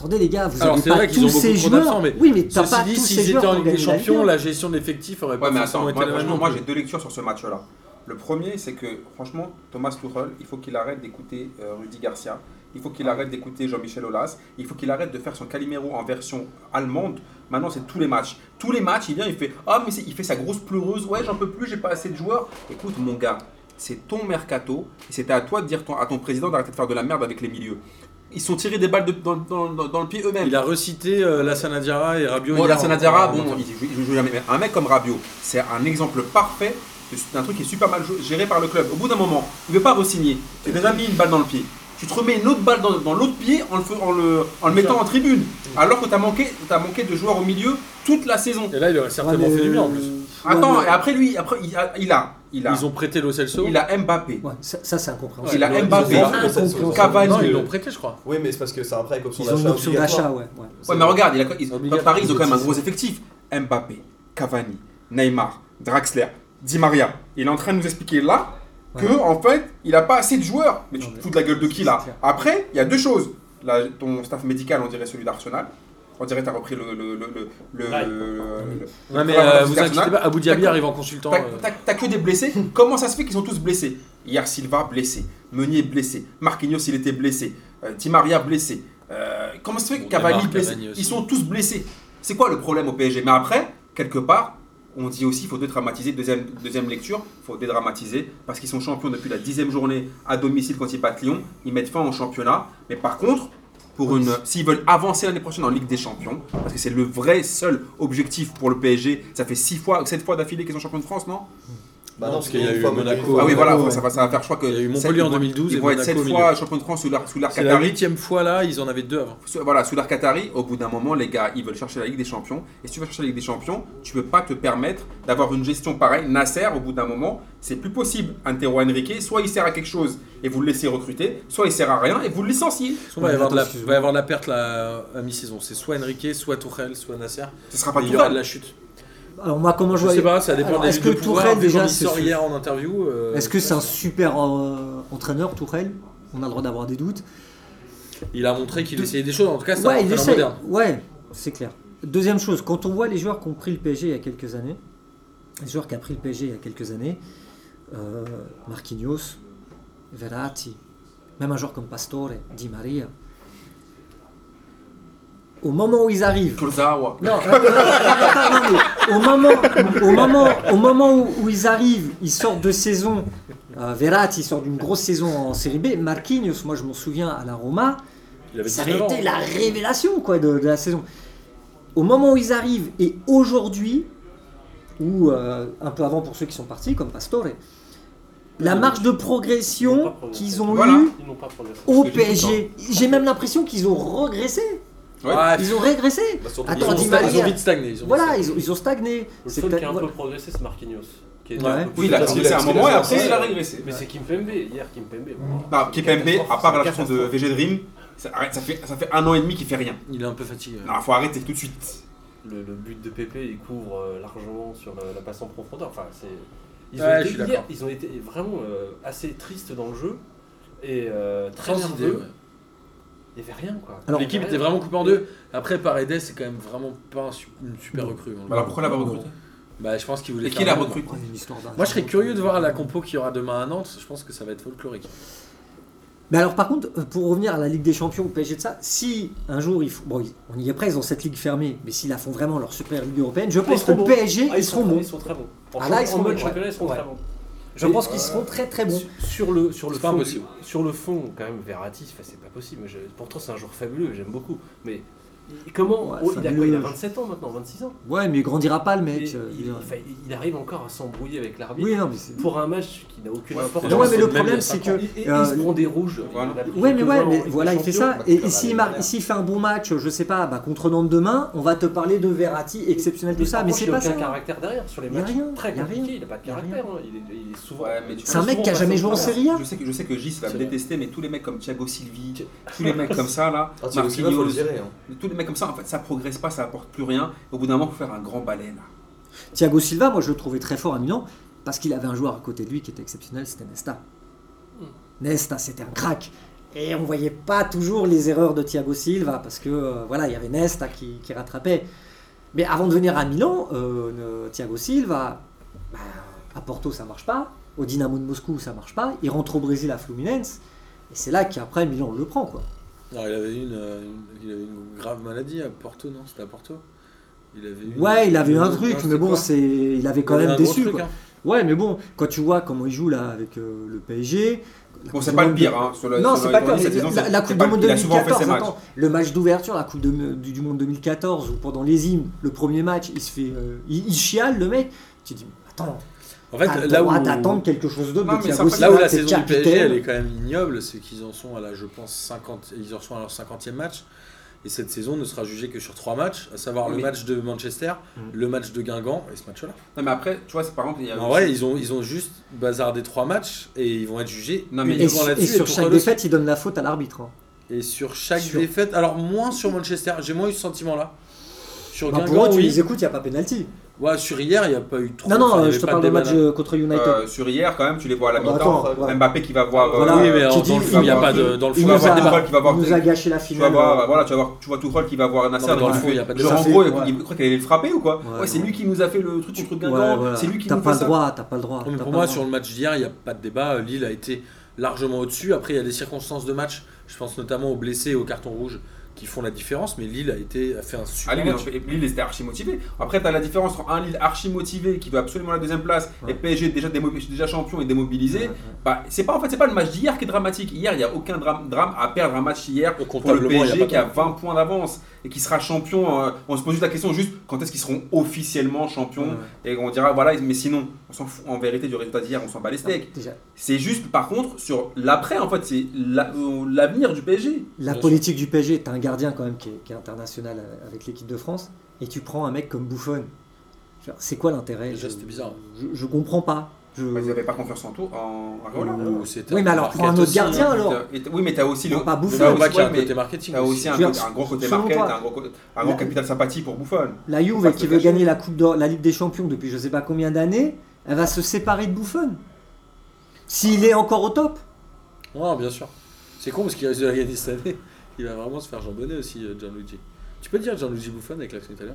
Speaker 5: attendez, les gars, vous
Speaker 1: Alors,
Speaker 5: n'avez
Speaker 1: c'est
Speaker 5: pas
Speaker 1: vrai qu'ils ont
Speaker 5: tous
Speaker 1: beaucoup
Speaker 5: ces
Speaker 1: trop
Speaker 5: joueurs.
Speaker 1: d'absents, mais
Speaker 5: oui, mais t'as
Speaker 1: Ceci
Speaker 5: pas
Speaker 1: dit,
Speaker 5: tous ces
Speaker 1: s'ils
Speaker 5: joueurs
Speaker 1: étaient en
Speaker 5: pour
Speaker 1: Ligue des
Speaker 5: gagner la Ligue 1.
Speaker 1: Champions, la gestion de l'effectif aurait
Speaker 2: Ouais,
Speaker 1: pas
Speaker 2: mais
Speaker 1: forcément
Speaker 2: attends,
Speaker 1: été
Speaker 2: moi,
Speaker 1: la même.
Speaker 2: franchement,
Speaker 1: non
Speaker 2: moi
Speaker 1: plus.
Speaker 2: j'ai deux lectures sur ce match-là. Le premier, c'est que franchement, Thomas Tuchel, il faut qu'il arrête d'écouter euh, Rudy Garcia. Il faut qu'il arrête d'écouter Jean-Michel Aulas. Il faut qu'il arrête de faire son Calimero en version allemande. Maintenant, c'est tous les matchs. Tous les matchs, il vient, il fait Ah, mais c'est- il fait sa grosse pleureuse. Ouais, j'en peux plus, j'ai pas assez de joueurs. Écoute, mon gars, c'est ton mercato. Et c'était à toi de dire ton- à ton président d'arrêter de faire de la merde avec les milieux. Ils sont tirés des balles de- dans, dans- dans- dans le pied eux-mêmes.
Speaker 1: Il a recité euh, Lassana Diarra et Rabiot.
Speaker 2: Bon,
Speaker 1: hier.
Speaker 2: la Sanadjara, bon, il joue, il joue jamais. Mais un mec comme Rabiot, c'est un exemple parfait de- d'un truc qui est super mal jou- géré par le club. Au bout d'un moment, il ne veut pas re-signer. Tu as déjà mis une balle dans le pied. Tu te remets une autre balle dans, dans l'autre pied en le, fe- en le, en le mettant en tribune. Alors que tu as, manqué de joueurs au milieu toute la saison.
Speaker 1: Et là, il aurait certainement
Speaker 5: Ouais,
Speaker 1: fait du bien en
Speaker 5: mais-
Speaker 1: plus.
Speaker 2: Attends,
Speaker 5: Ouais,
Speaker 2: et après lui, après, il a, il a, il a,
Speaker 1: Ils ont prêté Lo Celso.
Speaker 2: il a Mbappé.
Speaker 5: mais- ouais, ça, ça, c'est
Speaker 2: Il
Speaker 5: incompréhensible.
Speaker 2: a Mbappé, Cavani.
Speaker 1: Non, ils l'ont prêté, je crois.
Speaker 4: Oui, mais c'est parce que c'est un prêt avec option
Speaker 5: Ils ont une option d'achat,
Speaker 4: d'achat.
Speaker 5: ouais. ouais.
Speaker 2: Ouais, mais regarde, il a, ils-
Speaker 1: Obligatoire.
Speaker 2: Paris, ils ont quand même un gros effectif. Mbappé, Cavani, Neymar, Draxler, Di Maria. Il est en train de nous expliquer là que,
Speaker 5: Ouais.
Speaker 2: en fait, il n'a pas assez de joueurs. Mais tu
Speaker 5: Non,
Speaker 2: te
Speaker 5: mais-
Speaker 2: fous de la gueule de qui
Speaker 5: c'est
Speaker 2: là
Speaker 5: clair.
Speaker 2: Après, il y a deux choses. Là, ton staff médical, on dirait celui d'Arsenal. On dirait que tu as repris le. le, le, le, le-
Speaker 3: Ouais.
Speaker 2: le-
Speaker 1: Ouais, mais
Speaker 2: programme
Speaker 1: euh,
Speaker 2: de
Speaker 1: vous
Speaker 2: Arsenal.
Speaker 1: inquiétez pas, Abu Dhabi
Speaker 2: T'as-
Speaker 1: arrive en consultant.
Speaker 2: T'as-
Speaker 1: euh,
Speaker 2: T'as t'as que des blessés. Comment ça se fait qu'ils sont tous blessés Hier, Silva blessé. Meunier blessé. Marquinhos, il était blessé. Euh, Di Maria blessé. Euh, comment ça se fait que
Speaker 1: Bon,
Speaker 2: Cavani
Speaker 1: Neymar,
Speaker 2: blessé
Speaker 1: Cavani aussi.
Speaker 2: Ils sont tous blessés. C'est quoi le problème au PSG Mais après, quelque part, on dit aussi qu'il faut dédramatiser, deuxième, deuxième lecture, il faut dédramatiser, parce qu'ils sont champions depuis la dixième journée à domicile quand ils battent Lyon, ils mettent fin au championnat, mais par contre, pour une, s'ils veulent avancer l'année prochaine en Ligue des Champions, parce que c'est le vrai seul objectif pour le PSG, ça fait six fois, sept fois d'affilée qu'ils sont champions de France, non
Speaker 4: Bah
Speaker 1: Non,
Speaker 4: non,
Speaker 1: parce qu'il y a
Speaker 4: une
Speaker 1: eu
Speaker 4: fois
Speaker 1: Monaco.
Speaker 4: Monaco.
Speaker 2: Ah oui, voilà,
Speaker 1: ouais.
Speaker 2: ça, va, ça va faire choix que
Speaker 1: Il y a eu
Speaker 2: sept-
Speaker 1: Monaco en
Speaker 2: ils vont-
Speaker 1: 2012 et
Speaker 2: ils vont être
Speaker 1: Monaco
Speaker 2: sept
Speaker 1: au
Speaker 2: fois
Speaker 1: milieu.
Speaker 2: champions de France sous l'art sous l'ère
Speaker 1: C'est la
Speaker 2: qatari.
Speaker 1: huitième fois là, ils en avaient deux avant.
Speaker 2: Sous- Voilà, sous l'art qatari, au bout d'un moment, les gars, ils veulent chercher la Ligue des Champions. Et si tu veux chercher la Ligue des Champions, tu peux pas te permettre d'avoir une gestion pareille. Nasser, au bout d'un moment, c'est plus possible. Antero Henrique, soit il sert à quelque chose et vous le laissez recruter, soit il sert à rien et vous le licenciez.
Speaker 1: Il va y avoir de la,
Speaker 5: Excuse-moi.
Speaker 1: va y avoir de la perte là, à mi-saison. C'est soit Enrique, soit Tourelle, soit Nasser.
Speaker 2: Ce sera pas
Speaker 1: Et
Speaker 2: tout
Speaker 1: il y aura de la chute.
Speaker 5: Alors moi, comment
Speaker 1: Je
Speaker 5: je
Speaker 1: sais
Speaker 5: vois
Speaker 1: pas, ça dépend
Speaker 5: Alors,
Speaker 1: des
Speaker 5: est-ce
Speaker 1: deux
Speaker 5: que
Speaker 1: pouvoirs.
Speaker 5: Tourelle,
Speaker 1: Vu
Speaker 5: déjà,
Speaker 1: qu'on y
Speaker 5: c'est
Speaker 1: sort
Speaker 5: sûr
Speaker 1: hier en interview. euh,
Speaker 5: Est-ce que c'est un super euh, entraîneur, Tourelle On a le droit d'avoir des doutes.
Speaker 1: Il a montré qu'il essayait des choses. En tout cas, c'est un
Speaker 5: Ouais, il
Speaker 1: entraîneur
Speaker 5: essaye.
Speaker 1: moderne.
Speaker 5: Ouais, c'est clair. Deuxième chose, quand on voit les joueurs qui ont pris le PSG il y a quelques années, les joueurs qui ont pris le PSG il y a quelques années, euh, Marquinhos, Verratti, même un joueur comme Pastore, Di Maria, au moment où ils arrivent,
Speaker 2: Kurzawa.
Speaker 5: non, non, non, non, non, non, mais au moment, au moment, au moment où, où ils arrivent, ils sortent de saison. Euh, Verratti sort d'une grosse saison en Série B. Marquinhos, moi je m'en souviens à la Roma,
Speaker 1: Il avait
Speaker 5: ça avait
Speaker 1: 19 ans.
Speaker 5: été la révélation quoi de, de la saison. Au moment où ils arrivent et aujourd'hui, ou euh, un peu avant pour ceux qui sont partis comme Pastore, la marge de
Speaker 3: Ils n'ont
Speaker 5: progression
Speaker 3: pas progressé.
Speaker 5: qu'ils ont Oh,
Speaker 2: Voilà.
Speaker 5: eue
Speaker 3: Ils n'ont pas progressé.
Speaker 5: au
Speaker 2: Ce que j'ai dit tout le
Speaker 5: PSG, j'ai même l'impression qu'ils ont régressé.
Speaker 2: Ouais.
Speaker 1: Ah,
Speaker 5: Ils ont régressé.
Speaker 4: Bah, surtout,
Speaker 1: ils
Speaker 5: Attends,
Speaker 1: ont-
Speaker 5: Di
Speaker 1: ils ont
Speaker 5: Maria.
Speaker 1: vite stagné. ils ont
Speaker 5: Voilà,
Speaker 1: vite
Speaker 5: ils ont, ils ont stagné.
Speaker 3: Le
Speaker 5: C'est
Speaker 3: seul qui a
Speaker 5: peut-être-
Speaker 3: un
Speaker 5: voilà.
Speaker 3: peu progressé, c'est Marquinhos. Qui est
Speaker 5: Ouais.
Speaker 3: un peu
Speaker 2: Oui,
Speaker 3: plus
Speaker 2: il a
Speaker 3: facile.
Speaker 2: commencé à un moment et après
Speaker 4: Ouais.
Speaker 2: il a régressé.
Speaker 3: Mais c'est Kimpembe. Hier, Kimpembe. bon.
Speaker 2: Non, Kipembe, Bah, à part la chanson de
Speaker 3: Catastrophe.
Speaker 2: VG Dream, ça, arrête- ça fait, ça fait un an et demi qu'il fait rien.
Speaker 1: stagné. Il est un peu fatigué.
Speaker 5: Ah,
Speaker 2: Non, faut arrêter tout de suite.
Speaker 3: le, le but de Pépé, il couvre euh, largement sur la, la passe en profondeur. Enfin, c'est. Ils ont,
Speaker 1: Ouais,
Speaker 3: été
Speaker 1: je suis
Speaker 3: hier,
Speaker 1: d'accord.
Speaker 3: ils ont été vraiment euh, assez tristes dans le jeu et euh, très
Speaker 1: Sans idée.
Speaker 3: nerveux.
Speaker 1: ouais.
Speaker 3: Il n'y avait rien quoi.
Speaker 5: Alors,
Speaker 1: L'équipe était vraiment coupée en deux. Après, Paredes, c'est quand même vraiment pas un su- une super recrue. hein.
Speaker 2: Bah, Alors pourquoi l'avoir recruté
Speaker 1: Bah, je pense qu'il voulait.
Speaker 2: Et qui
Speaker 1: faire
Speaker 2: l'a
Speaker 1: un-
Speaker 2: recruté
Speaker 5: Ouais, une histoire d'un- euh,
Speaker 1: Moi, je serais curieux de voir la compo qu'il y aura demain à Nantes. Je pense que ça va être folklorique.
Speaker 5: Mais alors, par contre, euh, pour revenir à la Ligue des Champions, au PSG de ça, si un jour, ils font- bon, ils- on y est presque dans cette ligue fermée, mais s'ils la font vraiment leur super Ligue européenne, je
Speaker 3: Ah, ils
Speaker 5: pense que
Speaker 3: seront
Speaker 5: le
Speaker 3: bons.
Speaker 5: PSG,
Speaker 3: Ah,
Speaker 5: ils seront bons.
Speaker 3: Ils sont très bons. En,
Speaker 5: Ah, là, ils
Speaker 3: en
Speaker 5: seront
Speaker 3: mode
Speaker 5: bons,
Speaker 3: championnat, ils seront
Speaker 5: ouais.
Speaker 3: très bons.
Speaker 5: Je
Speaker 3: Et- euh,
Speaker 5: pense qu'ils seront très très bons.
Speaker 3: Sur- Sur le, sur, le
Speaker 1: C'est pas
Speaker 3: fond,
Speaker 1: impossible.
Speaker 3: sur le fond, quand même, Verratti, enfin, c'est pas possible. Mais je- pourtant, c'est un joueur fabuleux, j'aime beaucoup. Mais il- comment
Speaker 5: Ouais,
Speaker 3: oh, il, a quoi, il a
Speaker 5: fabuleux.
Speaker 3: 27 ans maintenant, 26 ans.
Speaker 5: Ouais, mais il grandira pas le
Speaker 3: Et
Speaker 5: mec.
Speaker 3: il,
Speaker 5: euh, je veux dire.
Speaker 3: enfin, il- il arrive encore à s'embrouiller avec l'arbitre
Speaker 5: Oui, non, mais c'est.
Speaker 3: pour un match qui n'a aucune
Speaker 2: Ouais,
Speaker 3: importance.
Speaker 5: Non, ouais, mais le
Speaker 1: Même il y a
Speaker 5: problème, c'est
Speaker 1: cinq
Speaker 5: que.
Speaker 1: ans.
Speaker 3: Et- et
Speaker 5: euh,
Speaker 3: ils se prend des rouges.
Speaker 2: Voilà.
Speaker 3: Il en a pris
Speaker 5: Ouais, mais
Speaker 3: quelques-uns
Speaker 5: ouais,
Speaker 3: en
Speaker 5: mais
Speaker 3: Ligue des
Speaker 5: voilà, il fait
Speaker 3: Champions.
Speaker 5: ça. Et s'il marque- s'il fait un bon match, je sais pas, bah, contre Nantes demain, on va te parler de Verratti exceptionnel, tout
Speaker 3: Mais
Speaker 5: ça,
Speaker 3: par
Speaker 5: mais
Speaker 3: contre,
Speaker 5: c'est
Speaker 3: il a
Speaker 5: pas
Speaker 3: aucun
Speaker 5: ça.
Speaker 3: caractère derrière sur les
Speaker 5: Il y a
Speaker 3: matchs.
Speaker 5: rien,
Speaker 3: très
Speaker 5: il y a
Speaker 3: compliqué,
Speaker 5: rien.
Speaker 3: il n'a pas de
Speaker 5: Il y a
Speaker 3: caractère. hein. Il, est, il est souvent.
Speaker 2: Ouais, mais tu-
Speaker 5: C'est un mec qui a
Speaker 3: souvent
Speaker 5: jamais
Speaker 3: passé
Speaker 5: joué en
Speaker 3: au
Speaker 5: Serie A.
Speaker 2: Je sais que, je sais que Gis va me
Speaker 1: C'est vrai.
Speaker 2: détester, mais tous les mecs comme Thiago Silvi, tous les mecs comme ça là,
Speaker 4: Ah, Thiago Silva, faut
Speaker 2: Marquinhos,
Speaker 4: le gérer. hein.
Speaker 2: tous les mecs comme ça, en fait, ça progresse pas, ça apporte plus rien. Au bout d'un moment, faut faire un grand balai là.
Speaker 5: Thiago Silva, moi je le trouvais très fort à Milan parce qu'il avait un joueur à côté de lui qui était exceptionnel, c'était Nesta. Nesta, c'était un crack. Et on voyait pas toujours les erreurs de Thiago Silva parce que euh, voilà, il y avait Nesta qui, qui rattrapait. Mais avant de venir à Milan, euh, ne- Thiago Silva, bah, à Porto ça marche pas, au Dynamo de Moscou ça marche pas, il rentre au Brésil à Fluminense et c'est là qu'après Milan le prend quoi.
Speaker 1: Non, il avait une, euh, une- il avait une grave maladie à Porto, non C'était à Porto. Il avait eu.
Speaker 5: Ouais, il avait eu un
Speaker 1: Non,
Speaker 5: truc,
Speaker 1: c'était
Speaker 5: mais bon,
Speaker 1: quoi
Speaker 5: c'est, il avait quand
Speaker 1: Il avait
Speaker 5: même
Speaker 1: un gros
Speaker 5: déçu.
Speaker 1: truc,
Speaker 5: quoi.
Speaker 1: hein.
Speaker 5: Ouais, mais bon, quand tu vois comment il joue là avec euh, le PSG. la
Speaker 2: Bon,
Speaker 5: Coupe
Speaker 2: c'est
Speaker 5: du
Speaker 2: pas le
Speaker 5: monde
Speaker 2: pire.
Speaker 5: de-
Speaker 2: Hein, sur la-
Speaker 5: non,
Speaker 2: sur
Speaker 5: c'est pas
Speaker 2: Lewandowski,
Speaker 5: le pire.
Speaker 2: cette
Speaker 5: mais
Speaker 2: saison,
Speaker 5: La,
Speaker 2: c'est-
Speaker 5: la
Speaker 2: c'est
Speaker 5: Coupe
Speaker 2: pas
Speaker 5: du Monde
Speaker 2: le- Il a souvent fait
Speaker 5: 2014,
Speaker 2: ses matchs.
Speaker 5: attends, le match d'ouverture, la Coupe de- du, du Monde 2014, où pendant les hymnes, le premier match, il se fait. euh, il, il chiale le mec. Tu te dis, attends,
Speaker 1: En
Speaker 5: t'as
Speaker 1: fait,
Speaker 5: le
Speaker 1: là où.
Speaker 5: droit d'attendre quelque chose d'autre
Speaker 2: Non,
Speaker 5: de
Speaker 2: mais
Speaker 5: Thiago
Speaker 2: ça,
Speaker 5: Silva,
Speaker 1: Là où la
Speaker 5: t'es
Speaker 1: saison du
Speaker 5: capitaine.
Speaker 1: PSG elle est quand même ignoble, c'est qu'ils en sont à la, je pense, 50, ils en sont à leur 50e match. Et cette saison ne sera jugée que sur trois matchs, à savoir le
Speaker 2: Oui.
Speaker 1: match de Manchester,
Speaker 5: Mm.
Speaker 1: le match de Guingamp et ce match-là.
Speaker 2: Non, mais après, tu vois, c'est par exemple,
Speaker 5: Ah
Speaker 2: il y a.
Speaker 1: En vrai, ils ont, ils ont juste bazardé trois matchs et ils vont être jugés
Speaker 2: Non, mais-
Speaker 5: Et,
Speaker 1: uniquement
Speaker 5: sur-
Speaker 1: là-dessus.
Speaker 5: et sur
Speaker 1: pour
Speaker 5: chaque
Speaker 1: Carlos.
Speaker 5: défaite, il donne la faute à l'arbitre. hein.
Speaker 1: Et sur chaque
Speaker 5: Sur-
Speaker 1: défaite, alors moins sur Manchester, j'ai moins eu ce sentiment-là. Sur
Speaker 5: Bah, pour
Speaker 1: Guingamp,
Speaker 5: eux, tu
Speaker 1: oui.
Speaker 5: les écoutes, il n'y a pas pénalty.
Speaker 1: Ouais, sur hier, il n'y a pas eu trop.
Speaker 5: Non,
Speaker 1: enfin, il
Speaker 5: non,
Speaker 1: y
Speaker 5: je
Speaker 1: avait
Speaker 5: te
Speaker 1: pas
Speaker 5: parle
Speaker 1: de
Speaker 5: des matchs
Speaker 1: débat, là.
Speaker 5: euh, contre United.
Speaker 2: euh, sur hier, quand même, tu les vois à la
Speaker 5: Ah, bah,
Speaker 2: mi-temps.
Speaker 5: attends, ouais.
Speaker 2: Mbappé qui va voir. euh,
Speaker 5: Voilà.
Speaker 1: Oui, mais
Speaker 5: qui
Speaker 1: alors,
Speaker 5: dit-
Speaker 1: dans le
Speaker 5: il
Speaker 1: fond, il n'y a
Speaker 5: va-
Speaker 1: pas de. Dans le fond,
Speaker 5: Il
Speaker 2: Tu
Speaker 1: il y
Speaker 2: vas
Speaker 1: a
Speaker 5: nous
Speaker 1: pas
Speaker 5: a-
Speaker 1: de débat.
Speaker 2: Tuchel qui va voir.
Speaker 5: Il nous a gâché la
Speaker 2: Tu vas
Speaker 5: finale. euh,
Speaker 2: voir, voilà, tu vas voir, tu vois Tuchel qui va voir Nasser.
Speaker 1: Non, mais dans
Speaker 2: il
Speaker 1: le
Speaker 2: fait-
Speaker 1: fond, il y a pas de
Speaker 2: Genre,
Speaker 1: débat.
Speaker 2: en gros,
Speaker 5: Ça
Speaker 2: il
Speaker 5: fait-
Speaker 2: il croit qu'il allait le frapper ou quoi
Speaker 5: Ouais,
Speaker 2: Ouais, c'est
Speaker 5: ouais.
Speaker 2: lui qui nous a fait le truc contre
Speaker 5: Ouais,
Speaker 2: Guingamp.
Speaker 5: voilà.
Speaker 2: C'est lui qui
Speaker 5: T'as
Speaker 2: nous
Speaker 5: pas
Speaker 2: fait
Speaker 5: le
Speaker 2: ça.
Speaker 5: droit, t'as pas le droit.
Speaker 1: Non, mais
Speaker 5: t'as
Speaker 1: pour
Speaker 5: pas
Speaker 1: moi,
Speaker 5: le
Speaker 1: sur
Speaker 5: droit.
Speaker 1: le match d'hier, il n'y a pas de débat. Lille a été largement au-dessus. Après, il y a des circonstances de match. Je pense notamment aux blessés et aux cartons rouges qui font la différence, mais Lille a, été, a fait un
Speaker 2: Ah,
Speaker 1: super
Speaker 2: Lille,
Speaker 1: match.
Speaker 2: et Lille était archi motivé. Après, tu as la différence entre un Lille archi motivé qui veut absolument la deuxième place et
Speaker 5: Ouais.
Speaker 2: PSG déjà, démo- déjà champion et démobilisé.
Speaker 5: Ouais, ouais.
Speaker 2: Bah, c'est pas en fait, c'est pas le match d'hier qui est dramatique. Hier, il n'y a aucun drame, drame à perdre un match hier pour le
Speaker 1: Comptablement, il y a
Speaker 2: PSG
Speaker 1: pas
Speaker 2: qui a
Speaker 1: de-
Speaker 2: 20 points d'avance et qui sera champion. euh, on se pose juste la question juste quand est-ce qu'ils seront officiellement champions et on dira voilà, mais sinon, on s'en fout en vérité du résultat d'hier, on s'en bat les steaks.
Speaker 5: Déjà,
Speaker 2: C'est juste par contre sur l'après en fait, c'est la- euh, l'avenir du PSG.
Speaker 5: La
Speaker 1: Bien
Speaker 5: politique du PSG, t'as un gardien quand même qui est, qui est international euh, avec l'équipe de France, et tu prends un mec comme Bouffon. Genre, C'est quoi l'intérêt
Speaker 1: Déjà,
Speaker 5: Je-
Speaker 1: c'était bizarre.
Speaker 5: Je, je comprends pas. Je-
Speaker 2: Ils n'avaient pas confiance en tout en Areola.
Speaker 1: Ou c'était
Speaker 5: Oui, mais alors,
Speaker 1: Marquette
Speaker 5: prends un autre
Speaker 1: aussi,
Speaker 5: gardien,
Speaker 1: hein.
Speaker 5: alors.
Speaker 2: Et t'as- Oui, mais t'as aussi le.
Speaker 5: Pas Buffon,
Speaker 2: t'as
Speaker 1: Bouffon,
Speaker 2: aussi-
Speaker 1: Bouffon, qui a un
Speaker 2: ouais, mais
Speaker 1: côté marketing
Speaker 2: T'as Ah, aussi un,
Speaker 5: Je veux
Speaker 2: côté-
Speaker 5: dire,
Speaker 2: un gros côté
Speaker 5: selon
Speaker 2: marquette,
Speaker 5: toi,
Speaker 2: t'as un gros, co- un gros
Speaker 5: la-
Speaker 2: capital sympathie pour Buffon.
Speaker 5: La Juve
Speaker 2: Faut pas
Speaker 5: qui
Speaker 2: se
Speaker 5: veut
Speaker 2: cacher.
Speaker 5: gagner la Coupe d'Or, la Ligue des Champions depuis je sais pas combien d'années, elle va se séparer de Bouffon. S'il est encore au top.
Speaker 1: Ouais, bien sûr. C'est con parce qu'il a gagné cette année. Il va vraiment se faire jambonner aussi, euh, Gianluigi. Tu peux dire Gianluigi Buffon avec l'accent italien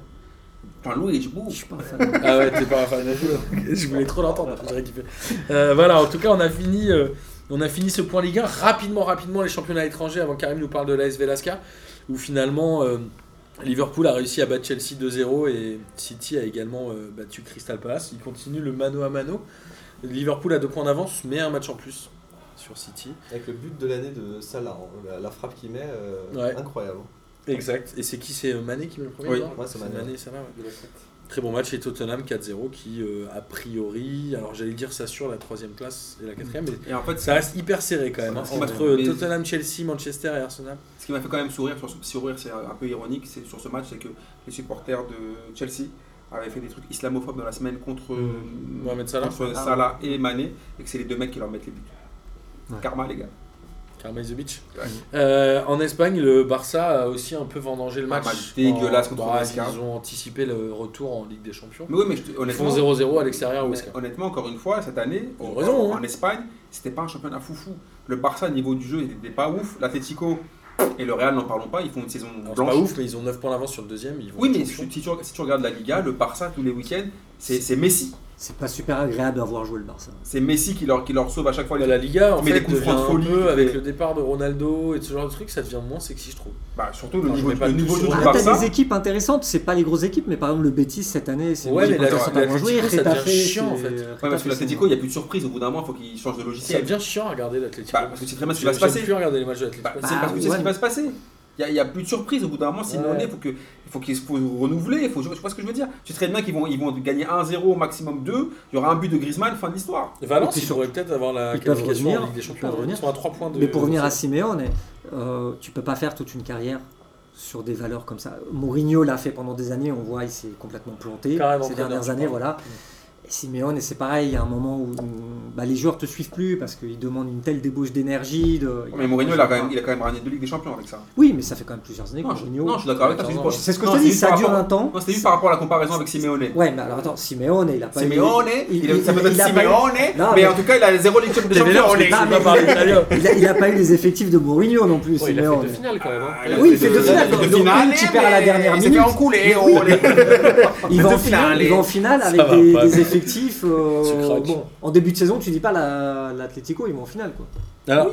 Speaker 2: Jean-Louis, je
Speaker 5: Je
Speaker 2: bouge.
Speaker 5: suis pas un fan.
Speaker 1: Ah ouais, t'es pas un fan de foot. Je voulais trop l'entendre, j'aurais kiffé. Euh, voilà, en tout cas, on a fini. euh, on a fini ce point Ligue 1 rapidement, rapidement les championnats étrangers avant que Karim nous parle de l'AS Velasca, où finalement euh, Liverpool a réussi à battre Chelsea 2-0 et City a également euh, battu Crystal Palace. Il continue le mano à mano. Liverpool a deux points d'avance, mais un match en plus sur City.
Speaker 4: Avec le but de l'année de Salah, hein, la, la frappe qu'il met, euh,
Speaker 1: Ouais.
Speaker 4: incroyable.
Speaker 1: Exact. Et c'est qui C'est euh, Mané qui met le premier
Speaker 4: Oui,
Speaker 1: non
Speaker 4: ouais, c'est Mané.
Speaker 1: ça va, ouais. Très bon match et Tottenham 4-0 qui, euh, a priori, alors j'allais dire s'assure la troisième place et la quatrième, mais
Speaker 2: Et en fait,
Speaker 1: ça reste hyper serré quand même. hein,
Speaker 2: Ce qui m'a
Speaker 1: entre
Speaker 2: fait-
Speaker 1: Tottenham, Chelsea, Manchester et Arsenal.
Speaker 2: ce qui m'a fait quand même sourire, sur ce, sourire c'est euh, un peu ironique, c'est sur ce match, c'est que les supporters de Chelsea avaient fait des trucs islamophobes dans la semaine contre,
Speaker 1: Mmh.
Speaker 2: euh,
Speaker 1: Mohamed Salah.
Speaker 2: contre
Speaker 5: Ah
Speaker 2: Salah et Mané, et que c'est les deux mecs qui leur mettent les buts.
Speaker 5: Ouais.
Speaker 2: Karma, les gars.
Speaker 1: Karma is the beach.
Speaker 2: Ouais.
Speaker 1: Euh, en Espagne, le Barça a aussi un peu vendangé le
Speaker 2: Un
Speaker 1: match.
Speaker 2: match dégueulasse contre
Speaker 1: bah,
Speaker 2: Huesca.
Speaker 1: Ils ont anticipé le retour en Ligue des Champions.
Speaker 2: Mais oui, mais je te-
Speaker 1: Ils font
Speaker 2: honnêtement,
Speaker 1: 0-0 à l'extérieur au
Speaker 2: Mais
Speaker 1: Huesca.
Speaker 2: honnêtement, encore une fois, cette année,
Speaker 1: Ils ont
Speaker 2: en-
Speaker 1: raison,
Speaker 2: en,
Speaker 1: hein.
Speaker 2: en Espagne, c'était pas un championnat foufou. Le Barça, au niveau du jeu, il était pas ouf. L'Atlético et le Real, n'en parlons pas, ils font une saison
Speaker 1: Alors, C'est
Speaker 2: blanche.
Speaker 1: pas ouf, mais ils ont 9 points d'avance sur le deuxième. Ils vont
Speaker 2: Oui,
Speaker 1: être
Speaker 2: mais
Speaker 1: champions.
Speaker 2: si si tu, si tu regardes la Liga, le Barça, tous les week-ends, c'est c'est Messi.
Speaker 5: C'est pas super agréable à voir jouer le Barça.
Speaker 2: C'est Messi qui leur, qui leur sauve à chaque fois les
Speaker 1: Bah, la Liga, en
Speaker 2: Mais
Speaker 1: fait,
Speaker 2: les coups
Speaker 1: devient
Speaker 2: francs de
Speaker 1: un
Speaker 2: folie,
Speaker 1: peu,
Speaker 2: mais-
Speaker 1: avec le départ de Ronaldo et ce genre de truc, ça devient moins sexy, je trouve.
Speaker 2: Bah, surtout le
Speaker 1: Enfin, je
Speaker 2: niveau,
Speaker 1: mets pas
Speaker 2: le
Speaker 1: tout
Speaker 2: niveau
Speaker 1: sur
Speaker 2: jeu
Speaker 1: le
Speaker 2: du
Speaker 1: Ah,
Speaker 5: Ah, t'as
Speaker 2: Barça.
Speaker 5: des équipes intéressantes, c'est pas les grosses équipes, mais par exemple le Betis cette année, c'est
Speaker 1: Ouais,
Speaker 5: une
Speaker 1: mais
Speaker 5: équipe
Speaker 1: la-
Speaker 5: intéressante à
Speaker 1: la-
Speaker 5: voir jouer.
Speaker 1: l'Atlético, ça
Speaker 5: Retafe,
Speaker 1: devient chiant, en
Speaker 5: c'est-
Speaker 1: fait. Ouais,
Speaker 2: Ouais, parce que
Speaker 5: Retafe, c'est-
Speaker 2: l'Atlético, il n'y a plus de surprise. Au bout d'un moment, il faut qu'il change de
Speaker 1: Ça
Speaker 2: logiciel.
Speaker 1: devient chiant à regarder l'Atlético.
Speaker 2: Bah, parce que c'est très bien ce qui va se
Speaker 1: J'aime
Speaker 2: passer.
Speaker 1: plus regarder les matchs de Ah l'Atlético.
Speaker 2: Bah, c'est parce que c'est ce qui va se passer. Il n'y a, plus de surprise au bout d'un moment, sinon
Speaker 1: Ouais.
Speaker 2: on est, faut que- il faut qu'il faut renouveler, il faut, je vois ce que je veux dire. Tu sais très bien qu'ils vont, ils vont gagner 1-0 maximum 2, il y aura un but de Griezmann, fin de l'histoire.
Speaker 1: Valence,
Speaker 5: Et puis
Speaker 1: ils pourraient peut-être avoir la
Speaker 5: ils peuvent
Speaker 1: qualification
Speaker 5: revenir,
Speaker 1: en Ligue des
Speaker 5: ils
Speaker 1: Champions.
Speaker 5: peuvent
Speaker 1: Ils
Speaker 5: revenir.
Speaker 1: sont à 3 points de.
Speaker 5: Mais pour revenir à Simeone, euh, tu peux pas faire toute une carrière sur des valeurs comme ça. Mourinho l'a fait pendant des années, on voit, il s'est complètement planté
Speaker 1: Carrément
Speaker 5: ces
Speaker 1: entraîneur,
Speaker 5: dernières
Speaker 1: tu
Speaker 5: années,
Speaker 1: parles.
Speaker 5: voilà. Et Simeone, c'est pareil, il y a un moment où où, bah, les joueurs te suivent plus parce qu'ils demandent une telle débauche d'énergie. De...
Speaker 2: Mais Mourinho, il a quand même, il a quand même ramené deux Ligues des Champions avec ça.
Speaker 5: Oui, mais ça fait quand même plusieurs années que
Speaker 2: Non, je,
Speaker 5: Mourinho.
Speaker 2: non, je suis d'accord avec toi. c'est juste pour-
Speaker 5: C'est ce que
Speaker 2: non,
Speaker 5: je te
Speaker 2: c'est
Speaker 5: dis,
Speaker 2: juste
Speaker 5: ça
Speaker 2: par
Speaker 5: dure
Speaker 2: rapport-
Speaker 5: un temps.
Speaker 2: Non, c'était juste par rapport à la comparaison avec Simeone.
Speaker 5: Ouais, mais alors attends, Simeone, il a pas eu-
Speaker 2: Simeone, il,
Speaker 5: il-
Speaker 2: ça peut être
Speaker 5: il a pas eu-
Speaker 2: Simeone,
Speaker 5: Non,
Speaker 2: mais
Speaker 5: mais-
Speaker 2: en tout cas, il a zéro Ligue des Champions.
Speaker 5: parce que-
Speaker 1: on
Speaker 5: non, mais
Speaker 1: pas parler italien.
Speaker 5: Il a, il a pas eu les effectifs de Mourinho non plus,
Speaker 3: il a fait
Speaker 5: Simeone.
Speaker 3: deux finales quand même. hein.
Speaker 2: Il a
Speaker 5: Oui, il
Speaker 2: fait
Speaker 5: fait deux finales.
Speaker 2: deux
Speaker 5: Donc,
Speaker 2: finales,
Speaker 5: une qui perd à la
Speaker 2: mais
Speaker 5: dernière
Speaker 2: il s'est
Speaker 5: minute.
Speaker 2: fait enculer,
Speaker 5: Mais
Speaker 2: oh,
Speaker 5: oui.
Speaker 2: les-
Speaker 5: Il va,
Speaker 2: Deux
Speaker 5: en finale,
Speaker 2: finales,
Speaker 5: il va en finale
Speaker 1: Ça
Speaker 5: avec
Speaker 1: va
Speaker 5: des,
Speaker 1: pas.
Speaker 5: des effectifs. euh,
Speaker 1: Tu craques.
Speaker 5: bon, en début de saison, tu dis pas la- l'Atlético, ils vont en finale. Quoi.
Speaker 1: Alors,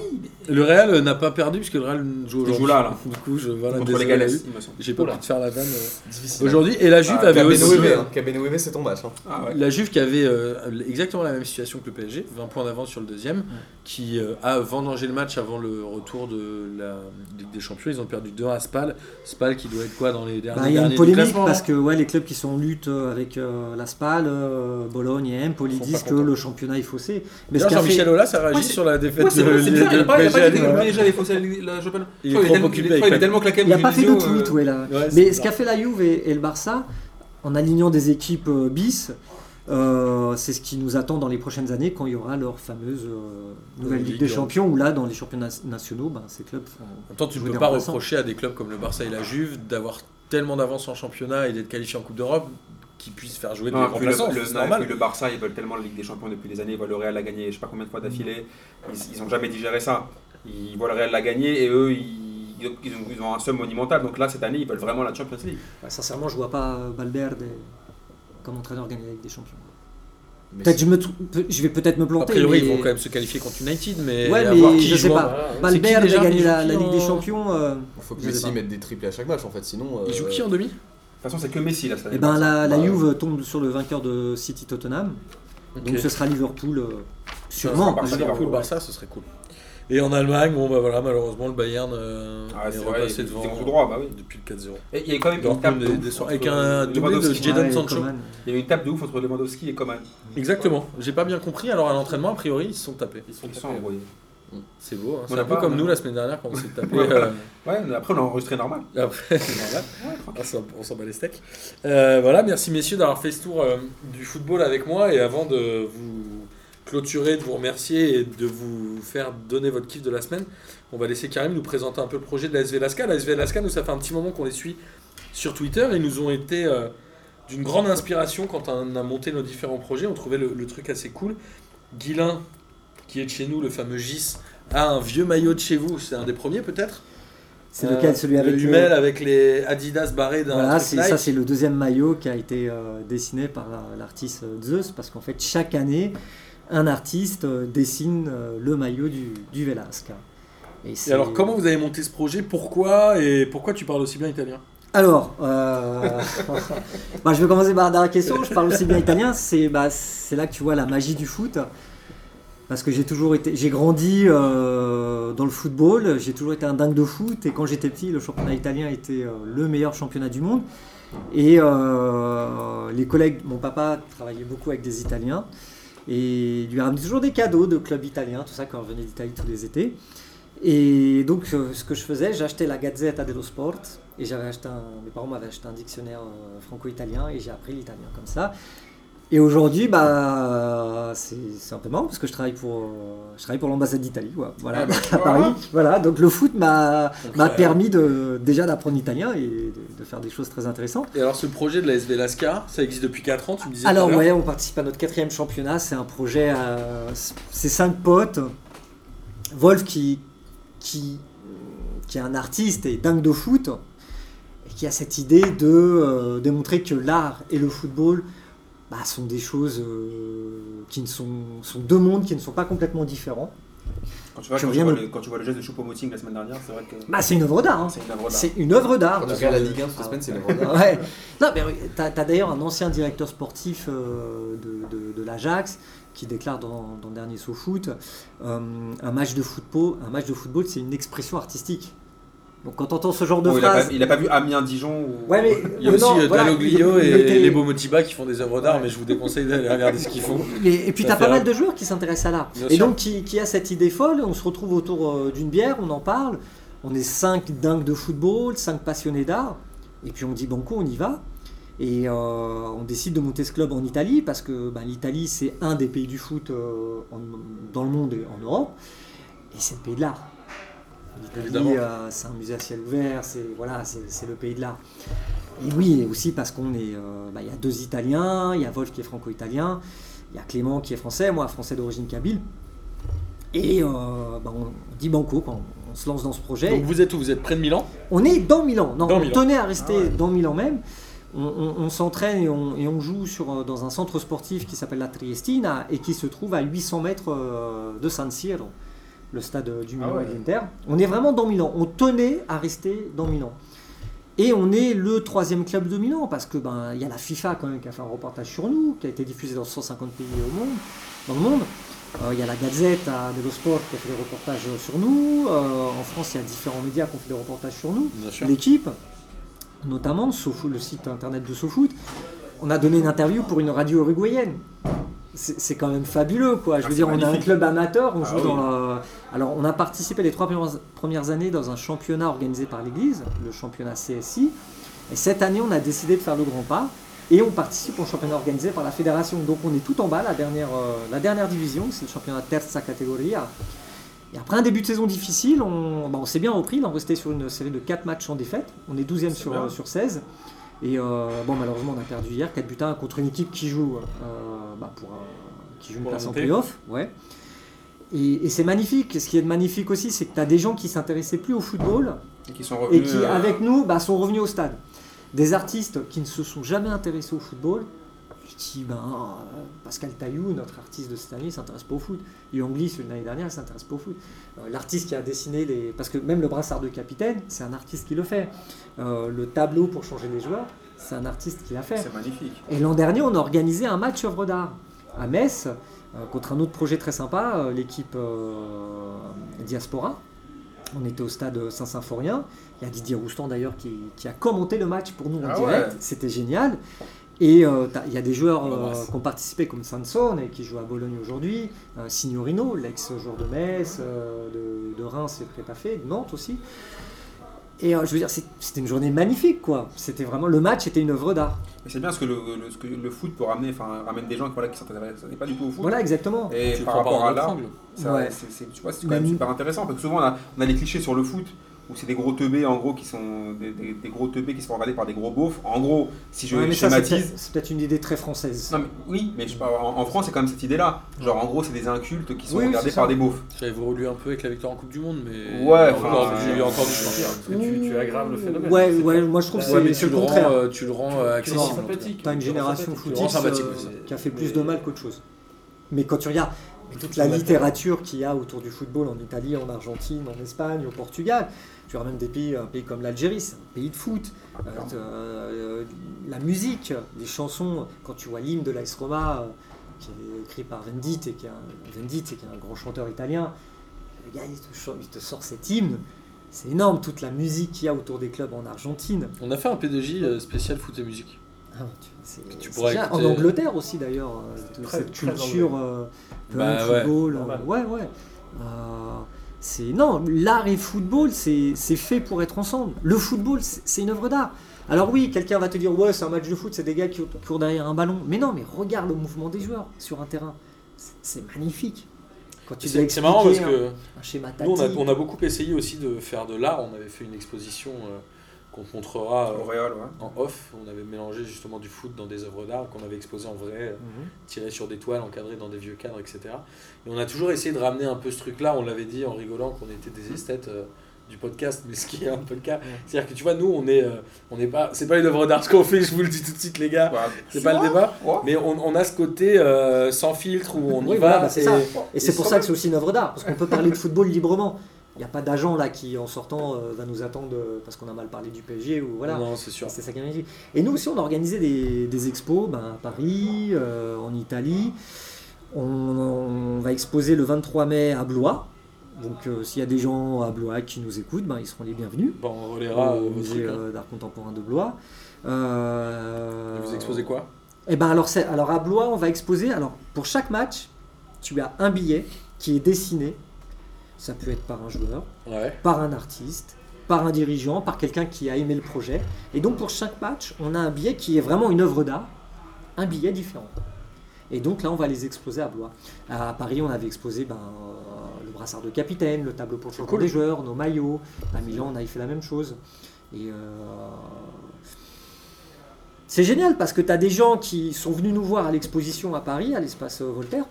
Speaker 1: le Real euh, n'a pas perdu puisque le Real joue
Speaker 2: Il
Speaker 1: aujourd'hui.
Speaker 2: joue là, là.
Speaker 1: Du coup, je voilà.
Speaker 2: Contre les
Speaker 1: désolé.
Speaker 2: Galles, il me semble.
Speaker 1: J'ai pas
Speaker 3: Oula.
Speaker 1: pu te faire la vanne euh,
Speaker 4: Difficile.
Speaker 1: aujourd'hui. Et la Juve
Speaker 2: Ah,
Speaker 1: avait aussi.
Speaker 2: Cabenoué,
Speaker 1: euh,
Speaker 4: Cabenoué, c'est ton match. hein.
Speaker 2: Ah ouais.
Speaker 1: La Juve qui avait euh, exactement la même situation que le PSG, 20 points d'avance sur le deuxième, qui euh, a vendangé le match avant le retour de la Ligue des Champions. Ils ont perdu 2 à Spal. Spal qui doit être quoi dans les derniers
Speaker 5: Bah, il y a
Speaker 1: derniers
Speaker 5: une
Speaker 1: du
Speaker 5: polémique
Speaker 1: classement,
Speaker 5: parce
Speaker 1: hein
Speaker 5: que ouais, les clubs qui sont en lutte euh, avec euh, la SPAL, euh, Bologne et Empoli
Speaker 1: Ils sont
Speaker 5: disent
Speaker 1: pas
Speaker 5: que
Speaker 1: contents.
Speaker 5: le championnat est faussé. Mais
Speaker 1: D'ailleurs,
Speaker 5: ce qu'a fait-
Speaker 1: Jean-Michel Aulas a réagi
Speaker 2: Ouais, c'est-
Speaker 1: sur la défaite
Speaker 2: Ouais, c'est
Speaker 1: de,
Speaker 2: vrai, c'est
Speaker 1: de-
Speaker 2: bizarre, il
Speaker 1: de
Speaker 2: a pas, il a
Speaker 1: PSG
Speaker 2: pas
Speaker 1: à
Speaker 2: dit que le
Speaker 1: Lille.
Speaker 2: PSG avait faussé la, la Champions.
Speaker 1: Il est
Speaker 2: Je crois,
Speaker 1: trop
Speaker 2: tellement-
Speaker 1: occupé
Speaker 2: je crois,
Speaker 1: avec
Speaker 2: il est tellement claqué
Speaker 5: il n'y a
Speaker 2: avec
Speaker 5: pas fait de
Speaker 2: Genesio,
Speaker 5: tweet,
Speaker 2: euh,
Speaker 5: ouais, là.
Speaker 1: Ouais, c'est
Speaker 5: Mais ce
Speaker 1: bizarre.
Speaker 5: qu'a fait la Juve et, et le Barça, en alignant des équipes euh, bis, euh, c'est ce qui nous attend dans les prochaines années quand il y aura leur fameuse euh, nouvelle
Speaker 1: Ligue
Speaker 5: Ligue des
Speaker 1: des
Speaker 5: Champions, où là, dans les championnats nationaux, ben, ces clubs font-
Speaker 1: En même temps, tu ne
Speaker 5: Jouer
Speaker 1: peux
Speaker 5: des
Speaker 1: pas
Speaker 5: remplaçants.
Speaker 1: reprocher à des clubs comme le Barça et la Juve d'avoir tellement d'avance en championnat et d'être qualifiés en Coupe d'Europe qu'ils puissent faire jouer des
Speaker 2: Non, puis le,
Speaker 1: remplaçants.
Speaker 2: le-
Speaker 1: c'est
Speaker 2: non,
Speaker 1: normal.
Speaker 2: puis le Barça, ils veulent tellement la Ligue des Champions depuis des années. Ils voient le Real la gagner, je sais pas combien de fois d'affilée. Ils, ils ont jamais digéré ça. Ils voient le Real la gagner et eux, ils, ils ont, ils ont un somme monumental. Donc là, cette année, ils veulent vraiment la
Speaker 5: ben,
Speaker 2: Champions League.
Speaker 5: Ouais, sincèrement, je vois pas Valverde comme entraîneur gagner la Ligue des Champions.
Speaker 4: Mais
Speaker 5: Peut-être je me trou- peut- je vais peut-être me planter.
Speaker 1: A priori,
Speaker 5: mais-
Speaker 1: ils vont quand même se qualifier contre United, mais,
Speaker 5: Ouais,
Speaker 1: à
Speaker 5: mais
Speaker 1: voir qui
Speaker 5: je sais
Speaker 1: joue en-
Speaker 5: pas.
Speaker 1: C'est qui
Speaker 5: Valverde
Speaker 1: déjà,
Speaker 5: a gagné
Speaker 1: qui
Speaker 5: la,
Speaker 1: joue
Speaker 5: la Ligue des
Speaker 1: en-
Speaker 5: Champions. euh,
Speaker 4: faut que
Speaker 5: Je sais
Speaker 4: Messi
Speaker 5: pas.
Speaker 4: mette des triples à chaque match en fait, sinon.
Speaker 1: Il joue
Speaker 4: euh,
Speaker 1: qui en demi
Speaker 2: toute façon, c'est que Messi là cette année.
Speaker 5: et ben la, la
Speaker 4: Bah,
Speaker 5: Juve tombe sur le vainqueur de City Tottenham. Donc
Speaker 1: Ok.
Speaker 5: ce sera Liverpool euh, sûrement.
Speaker 2: Ça
Speaker 1: Par
Speaker 2: sera
Speaker 5: parce que-
Speaker 1: Liverpool, Barça, ce serait cool. Et en Allemagne, bon bah voilà, malheureusement le Bayern euh,
Speaker 2: Ah,
Speaker 1: est
Speaker 2: c'est vrai,
Speaker 1: repassé
Speaker 2: c'est
Speaker 1: devant euh,
Speaker 2: tout droit, bah oui.
Speaker 1: depuis le 4-0.
Speaker 2: Et il y a quand même une
Speaker 1: Dortmund
Speaker 2: tape
Speaker 1: des-
Speaker 2: de
Speaker 1: des-
Speaker 2: ouf. entre euh,
Speaker 1: avec un doublé de
Speaker 2: Lewandowski.
Speaker 1: Jadon
Speaker 5: Ouais,
Speaker 1: Sancho.
Speaker 5: Coman.
Speaker 2: Il y a une tape de ouf entre Lewandowski et Coman.
Speaker 1: Exactement. J'ai pas bien compris. Alors à l'entraînement, a priori, ils se sont tapés.
Speaker 3: Ils sont
Speaker 2: Ils sont
Speaker 3: tapés.
Speaker 2: envoyés.
Speaker 1: C'est beau. hein.
Speaker 2: On
Speaker 1: C'est
Speaker 2: a
Speaker 1: un peu
Speaker 2: pas-
Speaker 1: comme
Speaker 2: on a-
Speaker 1: nous la semaine dernière quand on s'est tapé.
Speaker 2: Ouais, voilà.
Speaker 1: euh,
Speaker 2: Ouais, mais après on a enregistré normal.
Speaker 1: Après, c'est normal. on s'en- on s'en bat les steaks. Euh, voilà, merci messieurs d'avoir fait ce tour euh, du football avec moi. Et avant de vous clôturer, de vous remercier et de vous faire donner votre kiff de la semaine, on va laisser Karim nous présenter un peu le projet de la SV Lasca. La SV Lasca, nous, ça fait un petit moment qu'on les suit sur Twitter. Ils nous ont été euh, d'une grande inspiration quand on a monté nos différents projets. On trouvait le, le truc assez cool. Guilin, qui est de chez nous, le fameux Gis, a un vieux maillot de chez vous. C'est un des premiers peut-être
Speaker 5: C'est
Speaker 1: euh,
Speaker 5: lequel celui avec
Speaker 1: le
Speaker 5: les-
Speaker 1: Hummel avec les Adidas barrés d'un
Speaker 5: Voilà,
Speaker 1: truc
Speaker 5: c'est-
Speaker 1: Nike.
Speaker 5: ça c'est le deuxième maillot qui a été euh, dessiné par la- l'artiste euh, Zeus, parce qu'en fait chaque année, un artiste euh, dessine euh, le maillot du, du Velasca. Et,
Speaker 1: Et
Speaker 5: c'est-
Speaker 1: alors comment vous avez monté ce projet Pourquoi et pourquoi tu parles aussi bien italien
Speaker 5: Alors, euh, bah, je vais commencer par la dernière question. Je parle aussi bien italien. C'est bah, c'est là que tu vois la magie du foot. Parce que j'ai toujours été, j'ai grandi euh, dans le football. J'ai toujours été un dingue de foot. Et quand j'étais petit, le championnat italien était euh, le meilleur championnat du monde. Et euh, les collègues, mon papa travaillait beaucoup avec des Italiens. Et il lui ramenait toujours des cadeaux de clubs italiens, tout ça, quand on venait d'Italie tous les étés. Et donc, euh, ce que je faisais, j'achetais la Gazzetta dello Sport et j'avais acheté un- mes parents m'avaient acheté un dictionnaire euh, franco-italien et j'ai appris l'italien comme ça. Et aujourd'hui, bah, c'est c'est un peu marrant parce que je travaille pour, euh, je travaille pour l'ambassade d'Italie, quoi. voilà,
Speaker 2: Ah bah,
Speaker 5: à
Speaker 2: voilà.
Speaker 5: Paris. Voilà, donc le foot m'a m'a
Speaker 1: Incroyable.
Speaker 5: permis de, déjà d'apprendre l'italien et de- de faire des choses très intéressantes.
Speaker 1: Et alors ce projet de la SV Lascar, ça existe depuis 4 ans, tu me disais.
Speaker 5: Alors
Speaker 1: tout à l'heure.
Speaker 5: ouais, on participe à notre quatrième championnat. C'est un projet. euh, c'est cinq potes. Wolf qui qui qui est un artiste et dingue de foot et qui a cette idée de euh, démontrer que l'art et le football bah, sont des choses euh, qui ne sont sont deux mondes qui ne sont pas complètement différents.
Speaker 2: Quand tu vois, quand
Speaker 5: Je
Speaker 2: tu
Speaker 5: reviens
Speaker 2: vois
Speaker 5: au-
Speaker 2: le- quand tu vois le geste de Choupo-Moting la semaine dernière, c'est vrai que
Speaker 5: Bah c'est une œuvre d'art. hein.
Speaker 2: c'est une œuvre d'art.
Speaker 5: C'est une œuvre d'art.
Speaker 4: En tout cas, la Ligue 1 cette semaine, c'est le
Speaker 5: Ah ouais. Non, mais oui, t'as t'as d'ailleurs un ancien directeur sportif euh, de, de- de l'Ajax qui déclare dans, dans le dernier saut foot euh, un match de football, un match de football, c'est une expression artistique. Donc quand t'entends ce genre de
Speaker 2: Bon, Oh, il, a
Speaker 5: phrase,
Speaker 2: pas, il a pas vu Amiens Dijon ou
Speaker 5: ouais mais
Speaker 1: Il y a
Speaker 5: mais
Speaker 1: aussi
Speaker 5: non,
Speaker 1: euh,
Speaker 5: voilà,
Speaker 1: Daloglio
Speaker 5: il- il
Speaker 1: et
Speaker 5: était-
Speaker 1: les beaux Motiba qui font des œuvres d'art,
Speaker 5: Ouais.
Speaker 1: mais je vous déconseille d'aller regarder ce qu'ils font.
Speaker 5: Et, et puis
Speaker 1: Ça
Speaker 5: t'as
Speaker 1: fait
Speaker 5: pas mal
Speaker 1: un-
Speaker 5: de joueurs qui s'intéressent à l'art.
Speaker 1: Bien
Speaker 5: Et
Speaker 1: sûr.
Speaker 5: donc qui, qui a cette idée folle, on se retrouve autour euh, d'une bière, on en parle, on est cinq dingues de football, cinq passionnés d'art, et puis on dit banco, on y va. Et euh, on décide de monter ce club en Italie parce que ben, l'Italie c'est un des pays du foot euh, en- dans le monde et en Europe, et c'est le pays de l'art.
Speaker 1: Évidemment.
Speaker 5: L'Italie, euh, c'est un musée à ciel ouvert, c'est voilà, c'est c'est le pays de l'art. Et oui, et aussi parce qu'on est, euh, bah, il y a deux Italiens, il y a Wolf qui est franco-italien, il y a Clément qui est français, moi français d'origine kabyle. Et euh, bah, on dit banco quand on se lance dans ce projet.
Speaker 1: Donc vous êtes où Vous êtes près de Milan
Speaker 5: On est dans Milan. Non,
Speaker 1: Dans
Speaker 5: on
Speaker 1: Milan.
Speaker 5: tenait à rester
Speaker 2: Ah ouais.
Speaker 5: dans Milan même. On, on- on s'entraîne et on, et on joue sur, euh, dans un centre sportif qui s'appelle la Triestina et qui se trouve à 800 mètres euh, de San Siro, le stade euh, du Milan
Speaker 2: Ah ouais.
Speaker 5: et de l'Inter. On est vraiment dans Milan. On tenait à rester dans Milan. Et on est le troisième club de Milan parce que ben il y a la FIFA quand même qui a fait un reportage sur nous, qui a été diffusé dans 150 pays au monde, dans le monde. Euh, Il y a la Gazette à dello Sport qui a fait des reportages euh, sur nous. Euh, en France, il y a différents médias qui ont fait des reportages sur nous.
Speaker 1: Bien sûr.
Speaker 5: L'équipe, notamment SoFoot- le site internet de SoFoot, on a donné une interview pour une radio uruguayenne. C'est c'est quand même fabuleux, quoi. Je
Speaker 2: Ah,
Speaker 5: veux
Speaker 2: c'est
Speaker 5: dire, on a un
Speaker 2: magnifique.
Speaker 5: club amateur, on
Speaker 2: Ah
Speaker 5: joue
Speaker 2: oui.
Speaker 5: dans la- Alors, on a participé les trois premières, premières années dans un championnat organisé par l'Église, le championnat CSI. Et cette année, on a décidé de faire le grand pas et on participe au championnat organisé par la fédération. Donc, on est tout en bas, la dernière, euh, la dernière division, c'est le championnat Terza Categoria. Et après un début de saison difficile, on, bah, on s'est bien repris. Là, on restait sur une série de 4 matchs en défaite. On est 12e
Speaker 2: C'est
Speaker 5: sur,
Speaker 2: bien.
Speaker 5: euh, sur 16. Et euh, bon, malheureusement, on a perdu hier 4 buts à 1 contre une équipe qui joue, euh, bah, pour, un- qui joue une
Speaker 1: Pour la
Speaker 5: place en
Speaker 1: montée.
Speaker 5: playoff. Ouais. Et, et c'est magnifique. Et Ce qui est magnifique aussi, c'est que tu as des gens qui s'intéressaient plus au football
Speaker 2: et qui sont
Speaker 5: et
Speaker 2: revenus
Speaker 5: qui,
Speaker 2: euh,
Speaker 5: avec nous, bah, sont revenus au stade. Des artistes qui ne se sont jamais intéressés au football Et qui, ben, euh, Pascal Taillou, notre artiste de cette année, s'intéresse pas au foot. Young Lee, celui de l'année dernière, il s'intéresse pas au foot. Euh, L'artiste qui a dessiné les. Parce que même le brassard de capitaine, c'est un artiste qui le fait. Euh, le tableau pour changer les joueurs, c'est un artiste qui l'a fait.
Speaker 2: C'est magnifique.
Speaker 5: Et l'an dernier, on a organisé un match œuvre d'art à Metz euh, contre un autre projet très sympa, euh, l'équipe euh, Diaspora. On était au stade Saint-Symphorien. Il y a Didier Roustan d'ailleurs qui, qui a commenté le match pour nous en
Speaker 2: Ah
Speaker 5: direct.
Speaker 2: ouais. bah,
Speaker 5: C'était génial. Et euh, t'as- il y a des joueurs
Speaker 1: On
Speaker 5: euh,
Speaker 1: l'embrasse.
Speaker 5: qui ont participé comme Sanson et qui joue à Bologne aujourd'hui. Euh, Signorino, l'ex-joueur de Metz, euh, de, de Reims et de Prétafé, de Nantes aussi. Et euh, je veux dire, c'est- c'était une journée magnifique quoi. C'était vraiment le match était une œuvre d'art.
Speaker 2: Mais c'est bien ce que le, le- ce que le foot peut ramener, enfin ramène des gens voilà, qui s'intéressent pas du tout au foot.
Speaker 5: Voilà exactement.
Speaker 2: Et
Speaker 1: Tu
Speaker 2: par
Speaker 1: prends
Speaker 2: rapport
Speaker 1: un
Speaker 2: à
Speaker 1: autre
Speaker 2: l'art,
Speaker 1: angle.
Speaker 2: ça,
Speaker 5: Ouais.
Speaker 2: c'est- c'est- tu vois, c'est quand même
Speaker 5: Mais-
Speaker 2: super intéressant parce que souvent on a, on a les clichés sur le foot où c'est des gros teubés en gros qui sont des, des- des gros teubés qui se font regarder par des gros beaufs. En gros, si je
Speaker 5: Ouais, mais ça, c'est
Speaker 2: schématise,
Speaker 5: peut-être- c'est peut-être une idée très française.
Speaker 2: Non, mais oui, mais je parle- en, en France, c'est quand même cette idée-là. Genre, en gros, c'est des incultes qui sont
Speaker 5: Oui, oui,
Speaker 2: regardés
Speaker 5: c'est
Speaker 2: par
Speaker 5: ça.
Speaker 2: des beaufs.
Speaker 1: J'avais voulu un peu avec la victoire en Coupe du Monde, mais.
Speaker 2: Ouais,
Speaker 1: encore,
Speaker 2: enfin,
Speaker 1: du- il y a encore du chemin.
Speaker 3: Parce que tu, tu aggraves le phénomène.
Speaker 5: Ouais,
Speaker 3: C'est
Speaker 5: ouais,
Speaker 3: clair.
Speaker 5: moi je trouve
Speaker 3: Ouais,
Speaker 5: que
Speaker 1: Ouais,
Speaker 5: c'est-
Speaker 1: mais
Speaker 5: c'est
Speaker 1: tu
Speaker 5: le
Speaker 1: le, rends,
Speaker 5: contraire.
Speaker 1: euh, tu le rends euh,
Speaker 3: Tu le rends
Speaker 1: accessible. en tout cas.
Speaker 3: sympathique.
Speaker 5: T'as une
Speaker 3: Tu le rends
Speaker 5: génération
Speaker 3: sympathique.
Speaker 1: footiste,
Speaker 5: footiste
Speaker 1: sympathique,
Speaker 5: euh,
Speaker 1: mais c'est-
Speaker 5: qui a fait plus de mal qu'autre chose. Mais quand tu regardes
Speaker 3: Mais
Speaker 5: toute
Speaker 3: tout
Speaker 5: la
Speaker 3: ce qu'on a
Speaker 5: littérature qu'il y a autour du football en Italie, en Argentine, en Espagne, au Portugal, tu vois même des pays, un pays comme l'Algérie, c'est un pays de foot. Euh, t'as, euh, la musique, les chansons, quand tu vois l'hymne de l'AS Roma, euh, qui est écrit par Venditti, et qui est un, Venditti, qui est un grand chanteur italien, le gars, il te, cho- il te sort cet hymne. C'est énorme toute la musique qu'il y a autour des clubs en Argentine.
Speaker 1: On a fait un P2J euh, spécial foot et musique.
Speaker 5: Ah, tu- c'est-
Speaker 1: Tu
Speaker 5: c'est
Speaker 1: pourrais
Speaker 5: bien.
Speaker 1: écouter-
Speaker 5: En Angleterre aussi d'ailleurs, euh, toute
Speaker 3: très-
Speaker 5: cette
Speaker 3: très
Speaker 5: culture
Speaker 3: anglais.
Speaker 5: euh, peu
Speaker 1: Bah
Speaker 5: de
Speaker 1: ouais,
Speaker 5: football. euh,
Speaker 3: normal.
Speaker 5: ouais, ouais. Euh, c'est non, l'art et football, c'est c'est fait pour être ensemble. Le football, c'est c'est une œuvre d'art. Alors oui, quelqu'un va te dire ouais, c'est un match de foot, c'est des gars qui courent derrière un ballon. Mais non, mais regarde le mouvement des joueurs sur un terrain. C'est- C'est magnifique. Quand tu dois
Speaker 1: C'est c'est marrant parce
Speaker 5: expliquer
Speaker 1: que
Speaker 5: hein. un, un schéma
Speaker 1: nous, on a,
Speaker 5: tactique.
Speaker 1: on a beaucoup essayé aussi de faire de l'art. On avait fait une exposition euh, qu'on te montrera euh,
Speaker 2: L'Oréal, ouais.
Speaker 1: en off. On avait mélangé justement du foot dans des œuvres d'art qu'on avait exposées en vrai. euh,
Speaker 5: Mhm.
Speaker 1: tiré sur des toiles, encadré dans des vieux cadres, etc. Et on a toujours essayé de ramener un peu ce truc-là. On l'avait dit en rigolant qu'on était des esthètes euh, du podcast, mais ce qui est un peu le cas. C'est-à-dire que tu vois, nous, on est, euh, on n'est pas, c'est pas une œuvre d'art ce qu'on fait. Je vous le dis tout de suite, les
Speaker 5: Bah,
Speaker 1: gars.
Speaker 2: Voilà.
Speaker 1: C'est pas le débat.
Speaker 2: Ouais.
Speaker 1: Mais on, on a ce côté euh, sans filtre où on y
Speaker 5: Oui,
Speaker 1: va.
Speaker 5: voilà, bah, c'est
Speaker 1: et-
Speaker 5: ça. Et c'est
Speaker 1: Et
Speaker 5: pour
Speaker 1: sans
Speaker 5: ça que c'est aussi une œuvre d'art, parce qu'on peut parler de football librement. Il n'y a pas d'agent là qui, en sortant, euh, va nous attendre euh, parce qu'on a mal parlé du PSG ou voilà.
Speaker 1: Non, c'est sûr.
Speaker 5: C'est ça qui est magnifique. Et nous aussi, on a organisé des, des expos ben, à Paris, euh, en Italie. On, on va exposer le 23 mai à Blois. Donc, euh, s'il y a des gens à Blois qui nous écoutent, ben, ils seront les bienvenus
Speaker 1: Bon, on relaiera euh, vos
Speaker 5: au musée
Speaker 1: trucs. hein.
Speaker 5: euh, d'art contemporain de Blois. Euh,
Speaker 1: Vous exposez quoi
Speaker 5: eh ben alors, c'est- alors à Blois, on va exposer. Alors pour chaque match, tu as un billet qui est dessiné. Ça peut être par un joueur,
Speaker 1: Ouais.
Speaker 5: par un artiste, par un dirigeant, par quelqu'un qui a aimé le projet. Et donc pour chaque match, on a un billet qui est vraiment une œuvre d'art, un billet différent. Et donc là, on va les exposer à Blois. À Paris, on avait exposé ben, euh, le brassard de capitaine, le tableau pour le concours des joueurs, nos maillots. À Milan, on avait fait la même chose. Et euh, c'est génial parce que tu as des gens qui sont venus nous voir à l'exposition à Paris, à l'espace euh, Voltaire,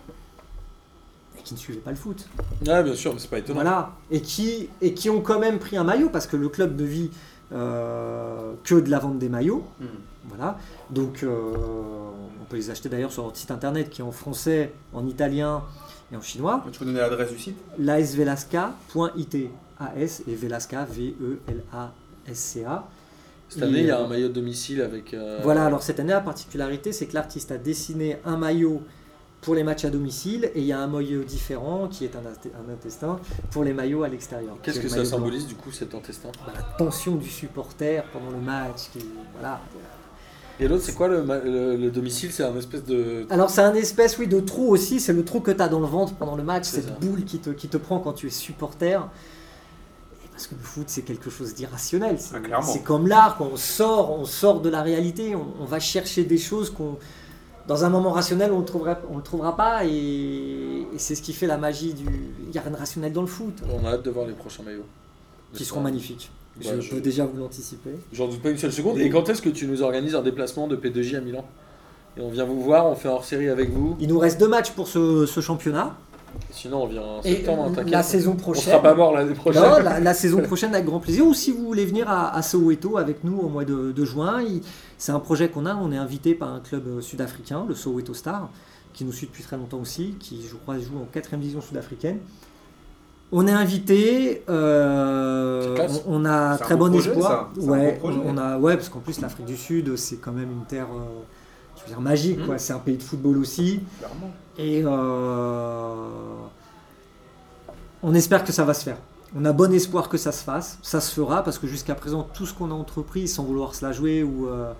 Speaker 5: et qui ne suivaient pas le foot.
Speaker 1: Ouais, bien sûr, mais c'est pas étonnant.
Speaker 5: Voilà, et qui, et qui ont quand même pris un maillot parce que le club ne vit euh, que de la vente des maillots.
Speaker 2: Hmm.
Speaker 5: Voilà, donc euh, on peut les acheter d'ailleurs sur notre site internet qui est en français, en italien et en chinois.
Speaker 2: Tu peux donner l'adresse du site
Speaker 5: lasvelasca.it. AS et Velasca, E V-E-L-A-S-C-A.
Speaker 1: Cette année, il y a
Speaker 5: Et, euh,
Speaker 1: un maillot de domicile avec. euh,
Speaker 5: Voilà, alors cette année, la particularité, c'est que l'artiste a dessiné un maillot pour les matchs à domicile et il y a un maillot différent qui est un, aste- un intestin pour les maillots à l'extérieur.
Speaker 1: Qu'est-ce
Speaker 5: qui est
Speaker 1: que
Speaker 5: le
Speaker 1: ça
Speaker 5: maillot blanc.
Speaker 1: symbolise du coup cet intestin
Speaker 5: Bah, la tension du supporter pendant le match. Qui, voilà.
Speaker 1: Et l'autre, c'est quoi le, ma- le- le domicile C'est un espèce de.
Speaker 5: Alors c'est un espèce oui, de trou aussi, c'est le trou que tu as dans le ventre pendant le match,
Speaker 1: C'est
Speaker 5: cette
Speaker 1: ça.
Speaker 5: boule qui te, qui te prend quand tu es supporter. Et parce que le foot c'est quelque chose d'irrationnel, c'est
Speaker 2: Ah, clairement.
Speaker 5: c'est comme l'art, quoi. on sort, on sort de la réalité, on, on va chercher des choses qu'on... Dans un moment rationnel, on ne le, trouvera- on le trouvera pas et, et c'est ce qui fait la magie du... Il n'y a rien de rationnel dans le foot, hein,
Speaker 1: On a hâte de voir les prochains maillots.
Speaker 5: qui seront magnifiques.
Speaker 1: Ouais,
Speaker 5: je,
Speaker 1: je-
Speaker 5: peux déjà vous l'anticiper.
Speaker 1: J'en doute pas une seule seconde. Et quand est-ce que tu nous organises un déplacement de P2J à Milan Et on vient vous voir, on fait un hors-série avec vous.
Speaker 5: Il nous reste deux matchs pour ce, ce championnat.
Speaker 1: Sinon, on vient en
Speaker 5: Et
Speaker 1: septembre, hein,
Speaker 5: la
Speaker 1: t'inquiète.
Speaker 5: saison
Speaker 1: On
Speaker 5: prochaine.
Speaker 1: sera pas mort l'année prochaine.
Speaker 5: Non, la, la saison prochaine avec grand plaisir. Ou si vous voulez venir à, à Soweto avec nous au mois de, de juin, il- c'est un projet qu'on a. On est invité par un club euh, sud-africain, le Soweto Star, qui nous suit depuis très longtemps aussi, qui je crois joue en 4 division sud-africaine. On est invité, euh,
Speaker 1: C'est classe.
Speaker 5: on, on a
Speaker 2: C'est un
Speaker 5: très
Speaker 2: beau
Speaker 5: bon
Speaker 2: projet,
Speaker 5: espoir.
Speaker 2: ça. C'est un
Speaker 5: Ouais,
Speaker 2: beau projet.
Speaker 5: on a, ouais, parce qu'en plus l'Afrique du Sud, c'est quand même une terre, euh, je veux dire magique,
Speaker 2: Mm.
Speaker 1: Mhm.
Speaker 5: quoi. C'est un pays de football aussi.
Speaker 2: Clairement.
Speaker 5: Et euh, on espère que ça va se faire. On a bon espoir que ça se fasse. Ça se fera parce que jusqu'à présent, tout ce qu'on a entrepris, sans vouloir se la jouer, ou, euh,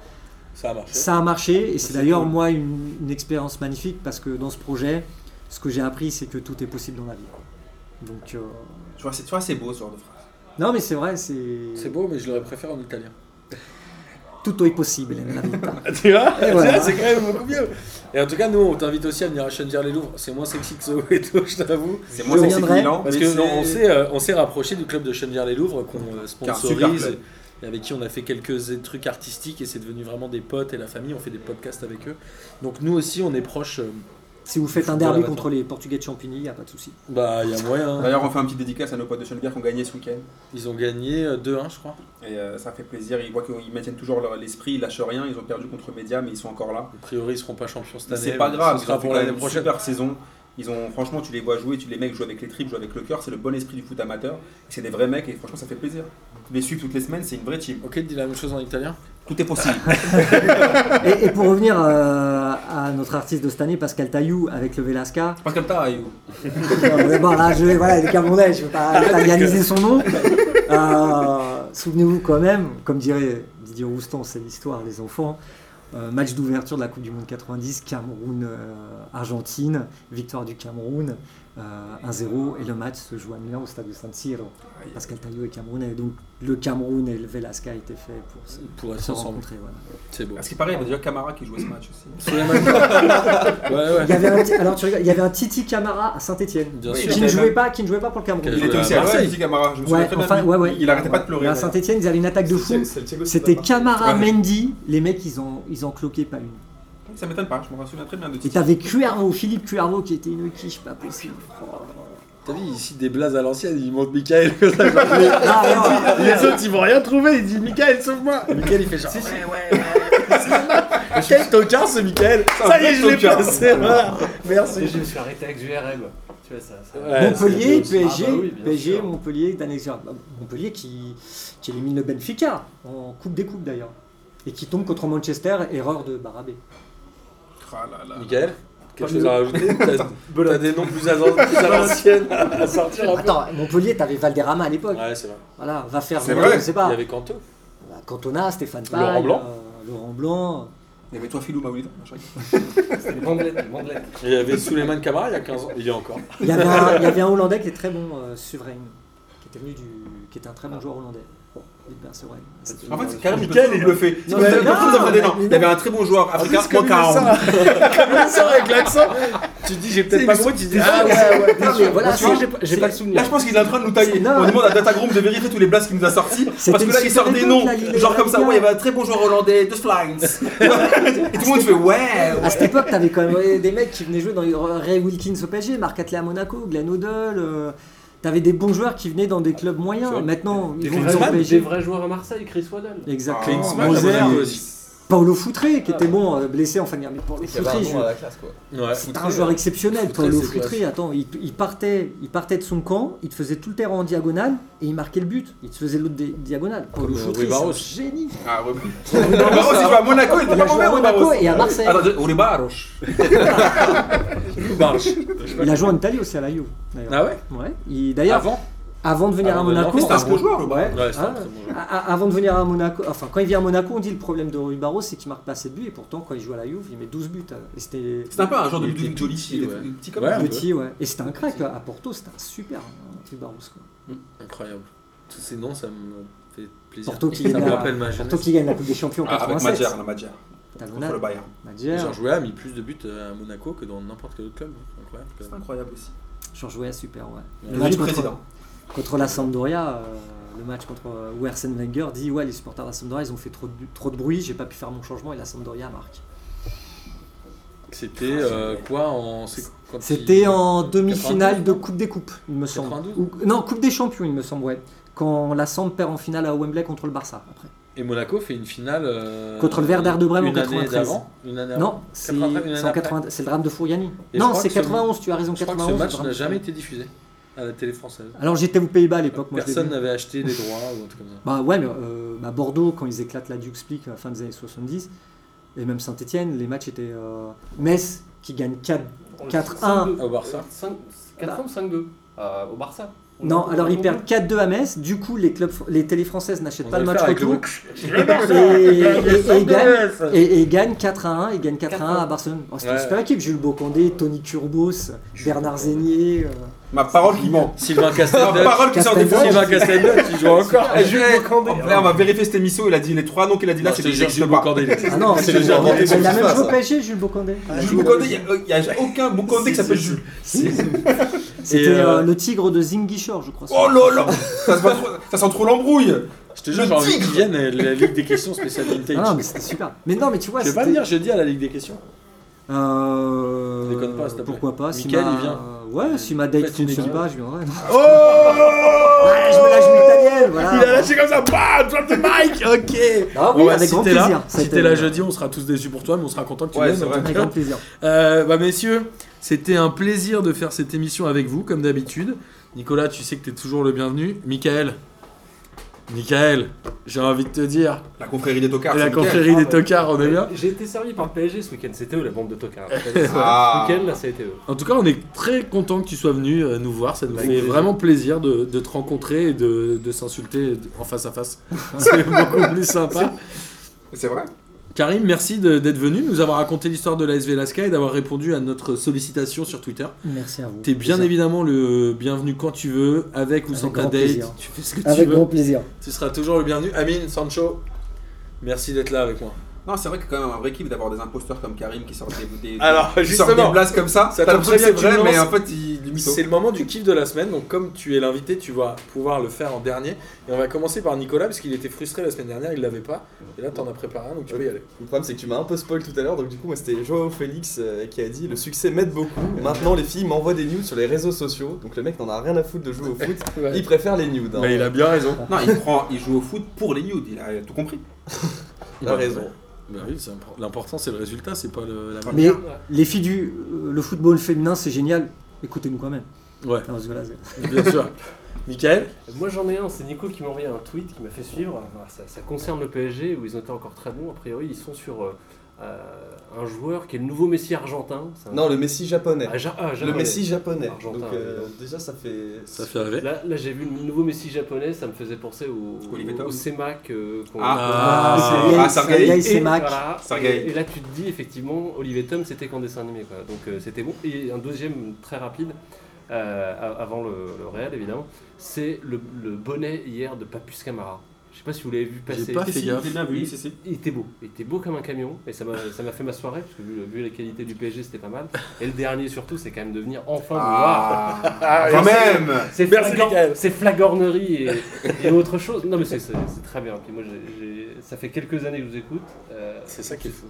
Speaker 1: Ça a marché.
Speaker 5: ça a marché. Et c'est
Speaker 1: C'est
Speaker 5: d'ailleurs,
Speaker 1: cool.
Speaker 5: moi, une, une expérience magnifique parce que dans ce projet, ce que j'ai appris, c'est que tout est possible dans la vie. quoi. Donc, euh,
Speaker 2: Tu vois, c'est tu vois, c'est beau ce genre de phrase.
Speaker 5: non, mais c'est vrai, c'est.
Speaker 1: C'est beau, mais je l'aurais préféré en italien.
Speaker 5: Tout est possible. la vie.
Speaker 1: tu vois,
Speaker 5: Et
Speaker 1: Tu
Speaker 5: voilà.
Speaker 1: vois, c'est quand même beaucoup mieux. Et en tout cas, nous, on t'invite aussi à venir à Chenvière-les-Louvres. C'est moins sexy que Soweto, je t'avoue.
Speaker 2: C'est moi, c'est
Speaker 5: reviendrai.
Speaker 2: Milan.
Speaker 1: Parce
Speaker 2: mais
Speaker 1: que
Speaker 2: c'est-
Speaker 1: non, on s'est euh, on s'est rapproché du club de Chenvière-les-Louvres qu'on euh,
Speaker 2: Qui est un
Speaker 1: sponsorise
Speaker 2: super
Speaker 1: et
Speaker 2: club.
Speaker 1: et avec qui on a fait quelques trucs artistiques et c'est devenu vraiment des potes et la famille. On fait des podcasts avec eux. Donc nous aussi, on est proches. euh,
Speaker 5: si vous faites un
Speaker 1: Football
Speaker 5: derby
Speaker 1: amateur.
Speaker 5: contre les Portugais de Champigny, il n'y a pas de souci.
Speaker 1: Bah, il y a moyen. hein.
Speaker 2: D'ailleurs, on fait un petit dédicace à nos potes de Schoenberg qui ont gagné ce week-end.
Speaker 1: Ils ont gagné euh, 2-1, je crois.
Speaker 2: Et euh, ça fait plaisir. Ils voient qu'ils maintiennent toujours leur- l'esprit, ils lâchent rien. Ils ont perdu contre Média, mais ils sont encore là.
Speaker 1: A priori, ils seront pas champions cette année.
Speaker 2: C'est pas
Speaker 1: mais
Speaker 2: grave,
Speaker 1: Ce
Speaker 2: ils ont
Speaker 1: sera
Speaker 2: fait
Speaker 1: pour
Speaker 2: quand même
Speaker 1: l'année
Speaker 2: une
Speaker 1: prochaine.
Speaker 2: Super saison. Ils ont, franchement, tu les vois jouer, tu les mecs jouent avec les tripes, jouent avec le cœur. C'est le bon esprit du foot amateur. C'est des vrais mecs et franchement, ça fait plaisir. Les suivre toutes les semaines, c'est une vraie team.
Speaker 1: Ok, dis la même chose en italien.
Speaker 2: Tout est possible.
Speaker 5: Et, et pour revenir euh, à notre artiste de cette année, Pascal Taillou, avec le Velasca.
Speaker 2: Pas comme ça, Ayo.
Speaker 5: Euh, bon, là, je vais, voilà, il est Camerounais, je ne veux pas italianiser son nom. Euh, Souvenez-vous quand même, comme dirait Didier Roustan, c'est l'histoire, les enfants. euh, match d'ouverture de la Coupe du Monde 90, Cameroun-Argentine, victoire du Cameroun, euh, 1-0, et le match se joue à Milan au stade de San Siro. Pascal Taillot est Camerounais, donc le Cameroun et le Velasca étaient faits pour se,
Speaker 1: Pour
Speaker 5: pour
Speaker 1: être
Speaker 5: se
Speaker 1: ensemble.
Speaker 5: rencontrer. voilà.
Speaker 1: C'est beau.
Speaker 2: Parce qu'il paraît, il y avait déjà Camara qui jouait ce match aussi.
Speaker 1: ouais, ouais.
Speaker 5: Il y avait un, petit- alors, tu rigoles, il y avait un Titi Camara à Saint-Etienne,
Speaker 1: Bien
Speaker 2: Oui,
Speaker 1: sûr.
Speaker 5: qui, ne jouait pas- qui ne jouait pas pour le Cameroun.
Speaker 1: Il
Speaker 2: Il était
Speaker 1: jouait
Speaker 2: aussi
Speaker 1: à
Speaker 2: à Marseille,
Speaker 1: Marseille.
Speaker 2: dit Camara. Je me souviens
Speaker 5: Ouais,
Speaker 2: très bien
Speaker 5: enfin,
Speaker 2: de lui.
Speaker 5: ouais, ouais.
Speaker 2: Il arrêtait pas de
Speaker 5: Ouais.
Speaker 2: pleurer.
Speaker 5: À Saint-Etienne, ils avaient une attaque de fou. C'était Camara, Mendy, les mecs, ils ont, ils ont cloqué pas une.
Speaker 2: Ça m'étonne pas, je me souviens très bien de
Speaker 5: Et
Speaker 2: Titi.
Speaker 5: t'avais Cuervo, Philippe Cuervo, qui était une quiche pas possible. Oh.
Speaker 1: T'as vu, ici des blazes à l'ancienne, il monte Michael. les
Speaker 5: Ah,
Speaker 1: autres, ils vont rien trouver, ils disent Michael, sauve-moi. Et Michael, il fait genre. Ouais, ouais, ouais. Quel tocard ce Michael Ça y est, je l'ai
Speaker 2: tocard.
Speaker 1: placé, voilà.
Speaker 3: Et
Speaker 1: Merci.
Speaker 3: je me suis arrêté avec GRM. Tu vois, ça. ça-
Speaker 1: Ouais.
Speaker 5: non.
Speaker 1: c'est
Speaker 5: Montpellier,
Speaker 1: beau.
Speaker 5: PSG,
Speaker 3: Ah bah oui, bien
Speaker 5: PSG,
Speaker 3: sûr.
Speaker 5: Montpellier, d'annexe. Montpellier qui, qui élimine le Benfica en Coupe des Coupes d'ailleurs. Et qui tombe contre Manchester, erreur de Barabé.
Speaker 2: Ah là là.
Speaker 1: Michael, quelque chose à rajouter T'as- T'as des noms plus à plus à l'ancienne à sortir un peu
Speaker 5: Attends, Montpellier, t'avais Valderrama à l'époque.
Speaker 1: Ouais, c'est vrai.
Speaker 5: Voilà, va faire.
Speaker 2: C'est
Speaker 5: venir,
Speaker 2: vrai.
Speaker 5: Je
Speaker 1: Il
Speaker 5: sais
Speaker 1: y
Speaker 5: pas.
Speaker 1: avait Canto.
Speaker 5: Bah, Cantona, Stéphane Paille,
Speaker 1: Laurent Blanc.
Speaker 5: euh, Laurent Blanc.
Speaker 2: Il y avait toi, Philou Maoulida.
Speaker 3: C'était les bandelettes, les bandelettes.
Speaker 1: Il y avait Souleymane Camara il y a 15 ans. Il y a encore.
Speaker 5: Il y avait un, il y avait un Hollandais qui est très bon, euh, Suverain, qui était venu du, qui était un très bon joueur hollandais. Edbert Suverain. C'était-
Speaker 2: En fait, c'est carrément Michael, il le fait.
Speaker 5: Non, mais non, mais
Speaker 2: Il y avait un très bon joueur africain,
Speaker 1: Parce que comme il
Speaker 2: Franck
Speaker 1: fait
Speaker 2: Aron.
Speaker 1: ça- comme il sort avec l'accent, tu te dis j'ai peut-être pas compris, tu te dis ah ouais, ouais, bien
Speaker 5: Non, mais
Speaker 1: sûr.
Speaker 5: voilà,
Speaker 1: Tu vois,
Speaker 5: c'est-
Speaker 1: j'ai pas- j'ai
Speaker 5: c'est-
Speaker 1: pas le souvenir.
Speaker 2: Là, je pense qu'il est en train de nous tailler.
Speaker 5: Non.
Speaker 2: On demande à Datagroup de vérifier tous les blasts qu'il nous a sortis. Parce
Speaker 5: une
Speaker 2: que là, il
Speaker 5: super
Speaker 2: sort des
Speaker 5: anecdote,
Speaker 2: noms.
Speaker 5: là, il est
Speaker 2: Genre comme ça,
Speaker 5: bien.
Speaker 2: ouais, il y avait un très bon joueur hollandais, de Slines. Et tout le monde fait ouais.
Speaker 5: À cette époque, t'avais quand même ouais, des mecs qui venaient jouer dans les- Ray Wilkins au PSG, Marc Atlet à Monaco, Glenn O'Dell. euh, T'avais des bons joueurs qui venaient dans des clubs moyens.
Speaker 1: C'est vrai.
Speaker 5: Maintenant,
Speaker 1: Des
Speaker 5: ils
Speaker 3: Des
Speaker 5: vont
Speaker 1: Klinsmann,
Speaker 5: jouer au
Speaker 3: vrais, des
Speaker 5: PSG.
Speaker 3: vrais joueurs à Marseille, Chris Waddell.
Speaker 2: Ah,
Speaker 5: Exactement.
Speaker 2: Klinsmann,
Speaker 5: Moser,
Speaker 2: à mon avis.
Speaker 5: Paulo Foutré, qui était bon, euh, blessé en fin de guerre. Mais Paulo
Speaker 4: Ah. Il y avait
Speaker 5: Foutré,
Speaker 4: un
Speaker 5: je-
Speaker 4: nom à la classe quoi.
Speaker 1: Ouais.
Speaker 5: C'est un joueur exceptionnel,
Speaker 1: Foutré,
Speaker 5: Paulo
Speaker 1: c'est classe.
Speaker 5: Foutré. Attends, il, il partait, il partait de son camp, il te faisait tout le terrain en diagonale et il marquait le but. Il te faisait l'autre dé- diagonale. Paulo
Speaker 1: Comme, euh,
Speaker 5: Foutré,
Speaker 1: Rui
Speaker 5: c'est un
Speaker 1: Barros.
Speaker 5: génie.
Speaker 2: Ah, ouais. Barros, il joue à Monaco, il était
Speaker 5: Il a
Speaker 2: pas
Speaker 5: joué
Speaker 2: mauvais,
Speaker 5: à
Speaker 2: Rui
Speaker 5: Monaco
Speaker 2: Barros.
Speaker 5: et à Marseille.
Speaker 2: Attends, Rui Barros.
Speaker 1: Barge.
Speaker 5: Il a joué en Italie aussi à la Juve. d'ailleurs.
Speaker 1: Ah ouais
Speaker 5: Ouais. Il- D'ailleurs, avant,
Speaker 1: Avant
Speaker 5: de venir
Speaker 1: Avant
Speaker 5: à
Speaker 1: de
Speaker 5: Monaco,
Speaker 1: venir,
Speaker 2: C'est un bon joueur, le Barros.
Speaker 1: Ouais, c'est un
Speaker 5: Ah,
Speaker 1: très bon joueur.
Speaker 5: a- a- avant de venir à Monaco, enfin quand il vient à Monaco, on dit le problème de Rui Barros, c'est qu'il marque pas assez de buts et pourtant quand il joue à la Juve, il met 12 buts. euh, Et c'était
Speaker 2: C'est un peu un genre de
Speaker 1: Il était
Speaker 2: Ludovic
Speaker 1: tout
Speaker 2: Jolie,
Speaker 1: petit,
Speaker 2: il est
Speaker 1: ouais.
Speaker 2: tout petit comme
Speaker 1: Ouais,
Speaker 2: ça.
Speaker 1: un peu.
Speaker 5: petit, ouais. Et c'était un crack à Porto, c'était un super hein, Rui Barros. quoi.
Speaker 1: Incroyable. Tous ces noms, ça me fait plaisir.
Speaker 5: Porto qui
Speaker 1: ça
Speaker 5: gagne
Speaker 1: me
Speaker 5: la-
Speaker 1: rappelle ma jeunesse.
Speaker 5: Porto qui gagne la Coupe des Champions en
Speaker 2: Ah, Avec Madjer,
Speaker 5: 87.
Speaker 2: la Madjer.
Speaker 5: Talonnade,
Speaker 2: Contre le Bayern.
Speaker 5: Madjer.
Speaker 1: J'ai joué à mis plus de buts à Monaco que dans n'importe quel autre club. Incroyable. quand
Speaker 2: C'est
Speaker 1: même.
Speaker 2: incroyable aussi.
Speaker 5: Jean jouais super, ouais.
Speaker 1: Le
Speaker 5: Le match contre,
Speaker 2: vice-président.
Speaker 5: contre la Sampdoria, euh, le match contre euh, où Arsène Wenger dit Ouais, les supporters de la Sampdoria, ils ont fait trop de, trop de bruit, j'ai pas pu faire mon changement et la Sampdoria marque.
Speaker 1: C'était euh, quoi en. c'est quand
Speaker 5: C'était
Speaker 1: il-
Speaker 5: en demi-finale
Speaker 1: 92,
Speaker 5: de Coupe des Coupes, il me semble.
Speaker 1: 92?
Speaker 5: Ou- non, Coupe des Champions, il me semble, ouais. Quand la Samp perd en finale à Wembley contre le Barça. Après.
Speaker 1: Et Monaco fait une finale. euh,
Speaker 5: Contre le Werder de Brême en
Speaker 1: une année
Speaker 5: 93.
Speaker 1: d'avant, Une année avant.
Speaker 5: Non, c'est
Speaker 1: 93, une année
Speaker 5: c'est en
Speaker 1: Euh, après.
Speaker 5: 80 c'est le drame de Fouriani.
Speaker 1: Et je
Speaker 5: non,
Speaker 1: crois
Speaker 5: c'est
Speaker 1: que ce-
Speaker 5: 91, tu as raison,
Speaker 1: Je crois que ce
Speaker 5: 91. le
Speaker 1: match
Speaker 5: drame
Speaker 1: n'a
Speaker 5: de
Speaker 1: jamais
Speaker 5: Fouriani.
Speaker 1: été diffusé à la télé française.
Speaker 5: Alors j'étais aux Pays-Bas à l'époque, moi je l'ai
Speaker 1: Personne
Speaker 5: vu.
Speaker 1: n'avait acheté les droits ou un truc comme ça.
Speaker 5: Bah ouais, mais euh, bah, Bordeaux, quand ils éclatent la Duke Split à la fin des années 70, et même Saint-Etienne, les matchs étaient. euh, Metz qui gagne 4. 4-1.
Speaker 1: Au Barça.
Speaker 3: 4 ou 5-2 euh, au Barça. On
Speaker 5: Non,
Speaker 3: a-
Speaker 5: alors ils
Speaker 3: on-
Speaker 5: perdent 4-2 à Metz, du coup les, clubs, les télés françaises n'achètent
Speaker 1: On
Speaker 5: pas le
Speaker 1: devait
Speaker 5: match
Speaker 1: faire avec le
Speaker 5: retour.
Speaker 1: Hawks.
Speaker 5: Et- et- et gagne-
Speaker 1: Yes.
Speaker 5: Et, et gagne 4 à 1, et gagne 4 à 1 à
Speaker 3: 4-1.
Speaker 5: Barcelone. Oh, C'était
Speaker 1: Ouais.
Speaker 5: une super équipe, Jules Bocondé, Tony Kurbos, Bernard Zénier. euh,
Speaker 2: Ma parole qui ment.
Speaker 1: Sylvain
Speaker 2: Ma
Speaker 1: Castelnutt.
Speaker 2: parole qui sort des
Speaker 5: Castelnutt.
Speaker 2: fois.
Speaker 1: Sylvain Castelnutt, il joue encore.
Speaker 2: Eh, je vais- Là, on va vérifier cette émission. Il a dit les trois noms qu'il a dit là,
Speaker 1: Non,
Speaker 2: c'est
Speaker 1: je te
Speaker 2: des
Speaker 1: jure,
Speaker 2: Jules
Speaker 1: Gilles
Speaker 2: Bocandé.
Speaker 1: Bocandé, il est-
Speaker 5: Ah non,
Speaker 4: C'est
Speaker 5: c'est
Speaker 4: le genre
Speaker 5: il a
Speaker 4: d'antéchamp,
Speaker 5: même joué au
Speaker 4: ça.
Speaker 5: PSG, Jules Bocondé.
Speaker 2: Jules Bocandé, il n'y a, aucun Bocandé qui s'appelle Jules.
Speaker 5: C'était
Speaker 1: Et, euh,
Speaker 5: euh, le tigre de Zinguichor, je crois.
Speaker 2: Oh là là ça, se voit trop- ça sent trop l'embrouille
Speaker 1: Je te jure, j'ai envie qu'ils viennent à la Ligue des questions spéciale
Speaker 5: Ah non, mais
Speaker 1: Vintage.
Speaker 5: c'était super. Mais non, mais tu vois,
Speaker 1: Tu veux pas
Speaker 5: c'était-
Speaker 1: venir jeudi à la Ligue des questions
Speaker 5: Euh,
Speaker 1: Déconne pas, s'il te plaît.
Speaker 5: Pourquoi pas si
Speaker 1: Mickaël,
Speaker 5: ma...
Speaker 1: il vient.
Speaker 5: Ouais, si ma date
Speaker 1: Faites une
Speaker 5: fonctionne
Speaker 1: équipe.
Speaker 5: pas, je viendrai.
Speaker 2: Oh
Speaker 5: Ah, je me la joue italienne, voilà.
Speaker 2: Il a lâché comme ça, bam, drop de Mike Ok
Speaker 5: Ah oui,
Speaker 1: Bon, bah,
Speaker 5: avec
Speaker 1: si
Speaker 5: grand
Speaker 1: t'es là-
Speaker 5: plaisir. ça a
Speaker 1: Si
Speaker 5: été-
Speaker 1: t'es là jeudi, on sera tous déçus pour toi, mais on sera content que tu
Speaker 2: Ouais,
Speaker 1: viennes.
Speaker 2: c'est
Speaker 1: en
Speaker 2: vrai.
Speaker 1: tout
Speaker 5: Avec
Speaker 1: cas.
Speaker 5: grand plaisir.
Speaker 1: Euh, bah messieurs, c'était un plaisir de faire cette émission avec vous, comme d'habitude. Nicolas, tu sais que t'es toujours le bienvenu. Michael, Michael, j'ai envie de te dire,
Speaker 2: La confrérie des tocards,
Speaker 1: la
Speaker 2: c'est nickel.
Speaker 1: confrérie
Speaker 3: Ah,
Speaker 1: des
Speaker 3: bah.
Speaker 1: tocards, on est bien.
Speaker 3: J'ai été servi par le PSG ce week-end, c'était eux la bande de tocards.
Speaker 2: Ah.
Speaker 3: Ce week-end, là, ça a été eux.
Speaker 1: En tout cas, on est très content que tu sois venu euh, nous voir. Ça nous fait
Speaker 3: Avec plaisir.
Speaker 1: vraiment plaisir de, de te rencontrer et de, de s'insulter en face à face. C'est beaucoup plus sympa.
Speaker 2: C'est vrai
Speaker 1: Karim, merci de- d'être venu, nous avoir raconté l'histoire de la SV Lasca et d'avoir répondu à notre sollicitation sur Twitter.
Speaker 5: Merci à vous.
Speaker 1: T'es bien
Speaker 5: Plaisir.
Speaker 1: évidemment le bienvenu quand tu veux, avec ou sans
Speaker 5: Avec
Speaker 1: ta
Speaker 5: grand
Speaker 1: date.
Speaker 5: plaisir.
Speaker 1: Tu fais ce que tu
Speaker 5: Avec
Speaker 1: veux.
Speaker 5: grand plaisir.
Speaker 1: Tu seras toujours le bienvenu. Amine, Sancho, merci d'être là avec moi.
Speaker 2: Non, c'est vrai que quand même un vrai kiff d'avoir des imposteurs comme Karim qui sortent des, des,
Speaker 1: Alors,
Speaker 2: qui sortent
Speaker 1: justement.
Speaker 2: des blases comme ça.
Speaker 1: Ça
Speaker 2: T'as
Speaker 1: tombe
Speaker 2: l'impression que
Speaker 1: très
Speaker 2: c'est
Speaker 1: bien que tu
Speaker 2: vrai, mais
Speaker 1: lances.
Speaker 2: en fait, il du mytho.
Speaker 1: C'est le moment du kiff de la semaine. Donc, comme tu es l'invité, tu vas pouvoir le faire en dernier. Et on va commencer par Nicolas, parce qu'il était frustré la semaine dernière, il l'avait pas. Et là, t'en as préparé un, donc tu peux y aller.
Speaker 4: Le problème, c'est que tu m'as un peu spoil tout à l'heure, donc du coup, moi, c'était Joao Félix euh, qui a dit Le succès m'aide beaucoup. Maintenant, les filles m'envoient des nudes sur les réseaux sociaux, donc le mec n'en a rien à foutre de jouer au foot. Il préfère les nudes. hein.
Speaker 1: bien raison.
Speaker 2: Non, il, prend, il joue au foot pour les nudes, il a tout compris.
Speaker 4: Il a raison.
Speaker 1: Bah oui, c'est impor- l'important, c'est le résultat, c'est pas le, la
Speaker 5: Mais les filles du euh, le football féminin, c'est génial. Écoutez-nous quand même.
Speaker 1: Ouais,
Speaker 5: Non, parce que là, c'est-
Speaker 1: bien sûr. Michael
Speaker 3: Moi j'en ai un, c'est Nico qui m'a envoyé un tweet qui m'a fait suivre. Alors, Ça, ça concerne le PSG où ils ont été encore très bons. A priori, ils sont sur euh, euh, un joueur qui est le nouveau Messi argentin. C'est un-
Speaker 4: Non, le Messi japonais.
Speaker 3: Ah, ja- ah,
Speaker 4: le
Speaker 3: japonais.
Speaker 4: Messi japonais.
Speaker 3: Argentin,
Speaker 4: donc, euh,
Speaker 3: évidemment.
Speaker 4: déjà, ça fait.
Speaker 1: Ça fait rêver.
Speaker 3: Là, là, j'ai vu le nouveau Messi japonais, ça me faisait penser au,
Speaker 2: Olivier
Speaker 3: au,
Speaker 2: Tom.
Speaker 3: au CEMAC. euh, qu'on-
Speaker 1: Ah.
Speaker 2: Ah,
Speaker 1: Ah,
Speaker 5: Yael-
Speaker 2: ah, Sergei.
Speaker 5: Yael
Speaker 3: Et,
Speaker 5: Semak.
Speaker 3: voilà,
Speaker 2: Sergueï.
Speaker 3: et, et là, tu te dis effectivement, Olivier Tom, c'était qu'en dessin animé. Quoi. Donc euh, c'était bon. Et un deuxième très rapide, euh, a- avant le, le Real évidemment, c'est le, le bonnet hier de Papus Camara. Je sais pas si vous l'avez vu passer.
Speaker 1: J'ai pas
Speaker 2: Si,
Speaker 1: fait
Speaker 2: si,
Speaker 1: Ah, gaffe.
Speaker 2: j'ai bien vu,
Speaker 3: Il-
Speaker 2: si, si.
Speaker 3: Il était beau, il était beau comme un camion et ça m'a ça m'a fait ma soirée parce que vu, vu la qualité du PSG c'était pas mal. Et le dernier surtout c'est quand même de venir enfin voir
Speaker 2: Ah, quand même
Speaker 3: c'est
Speaker 1: Merci,
Speaker 3: flagor-
Speaker 1: Mickaël.
Speaker 3: c'est flagornerie et, et autre chose. Non, mais c'est c'est- c'est très bien. Puis moi, j'ai- j'ai- ça fait quelques années que je vous écoute. euh,
Speaker 1: C'est ça qui est fou.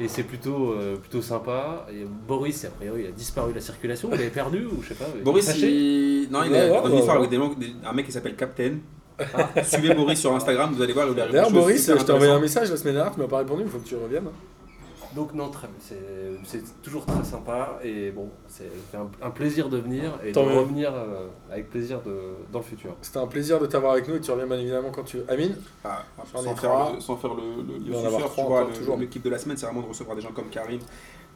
Speaker 3: et c'est plutôt, euh, plutôt sympa. Et Boris, a priori, il a disparu de la circulation. Vous l'avez perdu ou je sais pas. il est
Speaker 2: Boris,
Speaker 3: fâché
Speaker 2: il... Non, il
Speaker 1: Ouais,
Speaker 2: est
Speaker 1: ouais,
Speaker 2: dans
Speaker 1: ouais,
Speaker 2: une histoire
Speaker 1: ouais.
Speaker 2: avec des gens- des- un mec qui s'appelle Captain. Suivez Boris sur Instagram, vous allez voir, il lui arrive
Speaker 1: D'ailleurs,
Speaker 2: des choses
Speaker 1: Boris,
Speaker 2: super
Speaker 1: je t'ai envoyé un
Speaker 2: intéressantes.
Speaker 1: message la semaine dernière, tu m'as pas répondu, il faut que tu reviennes.
Speaker 3: Donc, non, très- c'est- c'est toujours très sympa. Et bon, c'est c'est un, un plaisir de venir et
Speaker 1: Tant
Speaker 3: de
Speaker 1: mieux.
Speaker 3: revenir euh, avec plaisir de- dans le futur.
Speaker 1: C'était un plaisir de t'avoir avec nous et tu reviens bien évidemment quand tu veux. Amine
Speaker 2: Ah,
Speaker 1: J'en ai
Speaker 2: sans,
Speaker 1: trois.
Speaker 2: faire le, sans faire le, le,
Speaker 1: Il
Speaker 2: le
Speaker 1: va en avoir
Speaker 2: suceur, tu
Speaker 1: trois
Speaker 2: vois,
Speaker 1: encore,
Speaker 2: le-
Speaker 1: toujours.
Speaker 2: hein, l'équipe de la semaine, c'est vraiment de recevoir des gens comme Karim,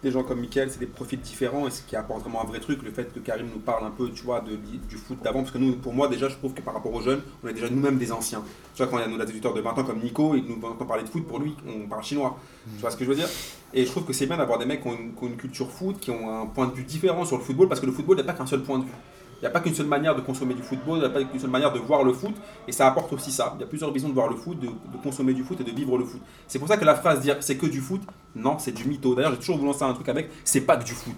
Speaker 2: des gens comme Mickaël, c'est des profils différents et ce qui apporte vraiment un vrai truc, le fait que Karim nous parle un peu, tu vois, de, du foot d'avant, parce que nous, pour moi, déjà, je trouve que par rapport aux jeunes, on est déjà nous-mêmes des anciens. Tu vois, quand on a des auditeurs de 20 ans comme Nico, il nous entend parler de foot, pour lui, on parle chinois. Tu vois ce que je veux dire Et je trouve que c'est bien d'avoir des mecs qui ont, une, qui ont une culture foot, qui ont un point de vue différent sur le football, parce que le football, il n'y a pas qu'un seul point de vue. Il n'y a pas qu'une seule manière de consommer du football, il n'y a pas qu'une seule manière de voir le foot, et ça apporte aussi ça. Il y a plusieurs visions de voir le foot, de, de consommer du foot et de vivre le foot. C'est pour ça que la phrase dire c'est que du foot, non, c'est du mytho. D'ailleurs, j'ai toujours voulu lancer un truc avec, c'est pas que du foot.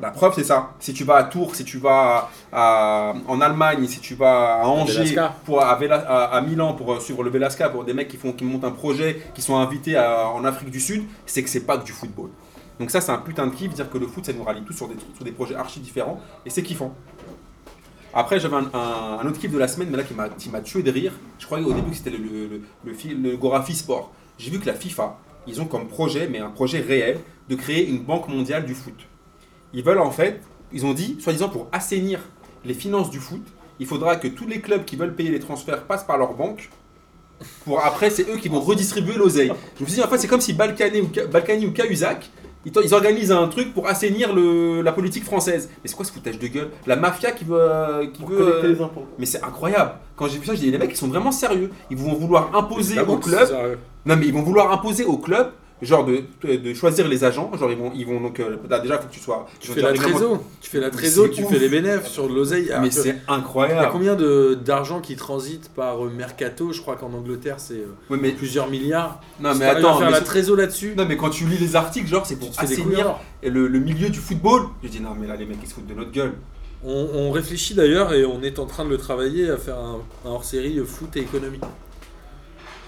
Speaker 2: La preuve, c'est ça. Si tu vas à Tours, si tu vas à- à- en Allemagne, si tu vas à Angers,
Speaker 1: Velasca.
Speaker 2: pour, à, Vela- à- à Milan pour euh, suivre le Velasca, pour des mecs qui, font, qui montent un projet, qui sont invités à- en Afrique du Sud, c'est que c'est pas que du football. Donc ça, c'est un putain de kiff, dire que le foot, ça nous rallie tous sur des, sur des projets archi différents, et c'est kiffant. Après, j'avais un, un- un autre kiff de la semaine, mais là, qui m'a- qui m'a tué de rire. Je croyais au début que c'était le, le, le, le fi- le Gorafi Sport. J'ai vu que la FIFA, ils ont comme projet, mais un projet réel, de créer une banque mondiale du foot. Ils veulent en fait, ils ont dit, soi-disant pour assainir les finances du foot, il faudra que tous les clubs qui veulent payer les transferts passent par leur banque. Pour après, c'est eux qui vont redistribuer l'oseille. Je me suis dit, en fait, c'est comme si Balkany ou, Ka- Balkany ou Cahuzac, ils, to- ils organisent un truc pour assainir le- la politique française. Mais c'est quoi ce foutage de gueule La mafia qui veut. euh, Qui
Speaker 3: Pour
Speaker 2: veut
Speaker 3: collecter
Speaker 2: euh,
Speaker 3: les impôts.
Speaker 2: mais c'est incroyable. Quand j'ai vu ça, j'ai dit les mecs ils sont vraiment sérieux. Ils vont vouloir
Speaker 4: Ah
Speaker 2: imposer au club.
Speaker 1: sérieux.
Speaker 2: Non mais ils vont vouloir imposer au club genre de, de choisir les agents. Genre ils vont ils vont donc euh, là, déjà faut que tu sois. ils
Speaker 1: Tu
Speaker 2: vont
Speaker 1: fais
Speaker 2: dire
Speaker 1: la
Speaker 2: réglementaire.
Speaker 1: trésor, tu fais la
Speaker 2: Mais
Speaker 1: trésor,
Speaker 2: c'est
Speaker 1: tu
Speaker 2: ouf.
Speaker 1: fais les bénéfices sur de l'oseille. Alors
Speaker 2: Mais
Speaker 1: que-
Speaker 2: c'est
Speaker 1: Il y a
Speaker 2: incroyable.
Speaker 1: combien de- d'argent qui transite par euh, Mercato Je crois qu'en Angleterre, c'est euh,
Speaker 2: Ouais, mais
Speaker 1: plusieurs milliards.
Speaker 2: non
Speaker 1: Si
Speaker 2: mais
Speaker 1: t'arrives
Speaker 2: attends.
Speaker 1: à faire
Speaker 2: mais
Speaker 1: la
Speaker 2: c'est-
Speaker 1: trésor là-dessus,
Speaker 2: non mais quand tu lis les articles genre c'est
Speaker 1: tu
Speaker 2: pour
Speaker 1: te fais des couilles.
Speaker 2: assainir le, le milieu du football. Je dis non mais là les mecs ils se foutent de notre gueule.
Speaker 1: On, on réfléchit d'ailleurs et on est en train de le travailler à faire un, un hors-série euh, foot et économie.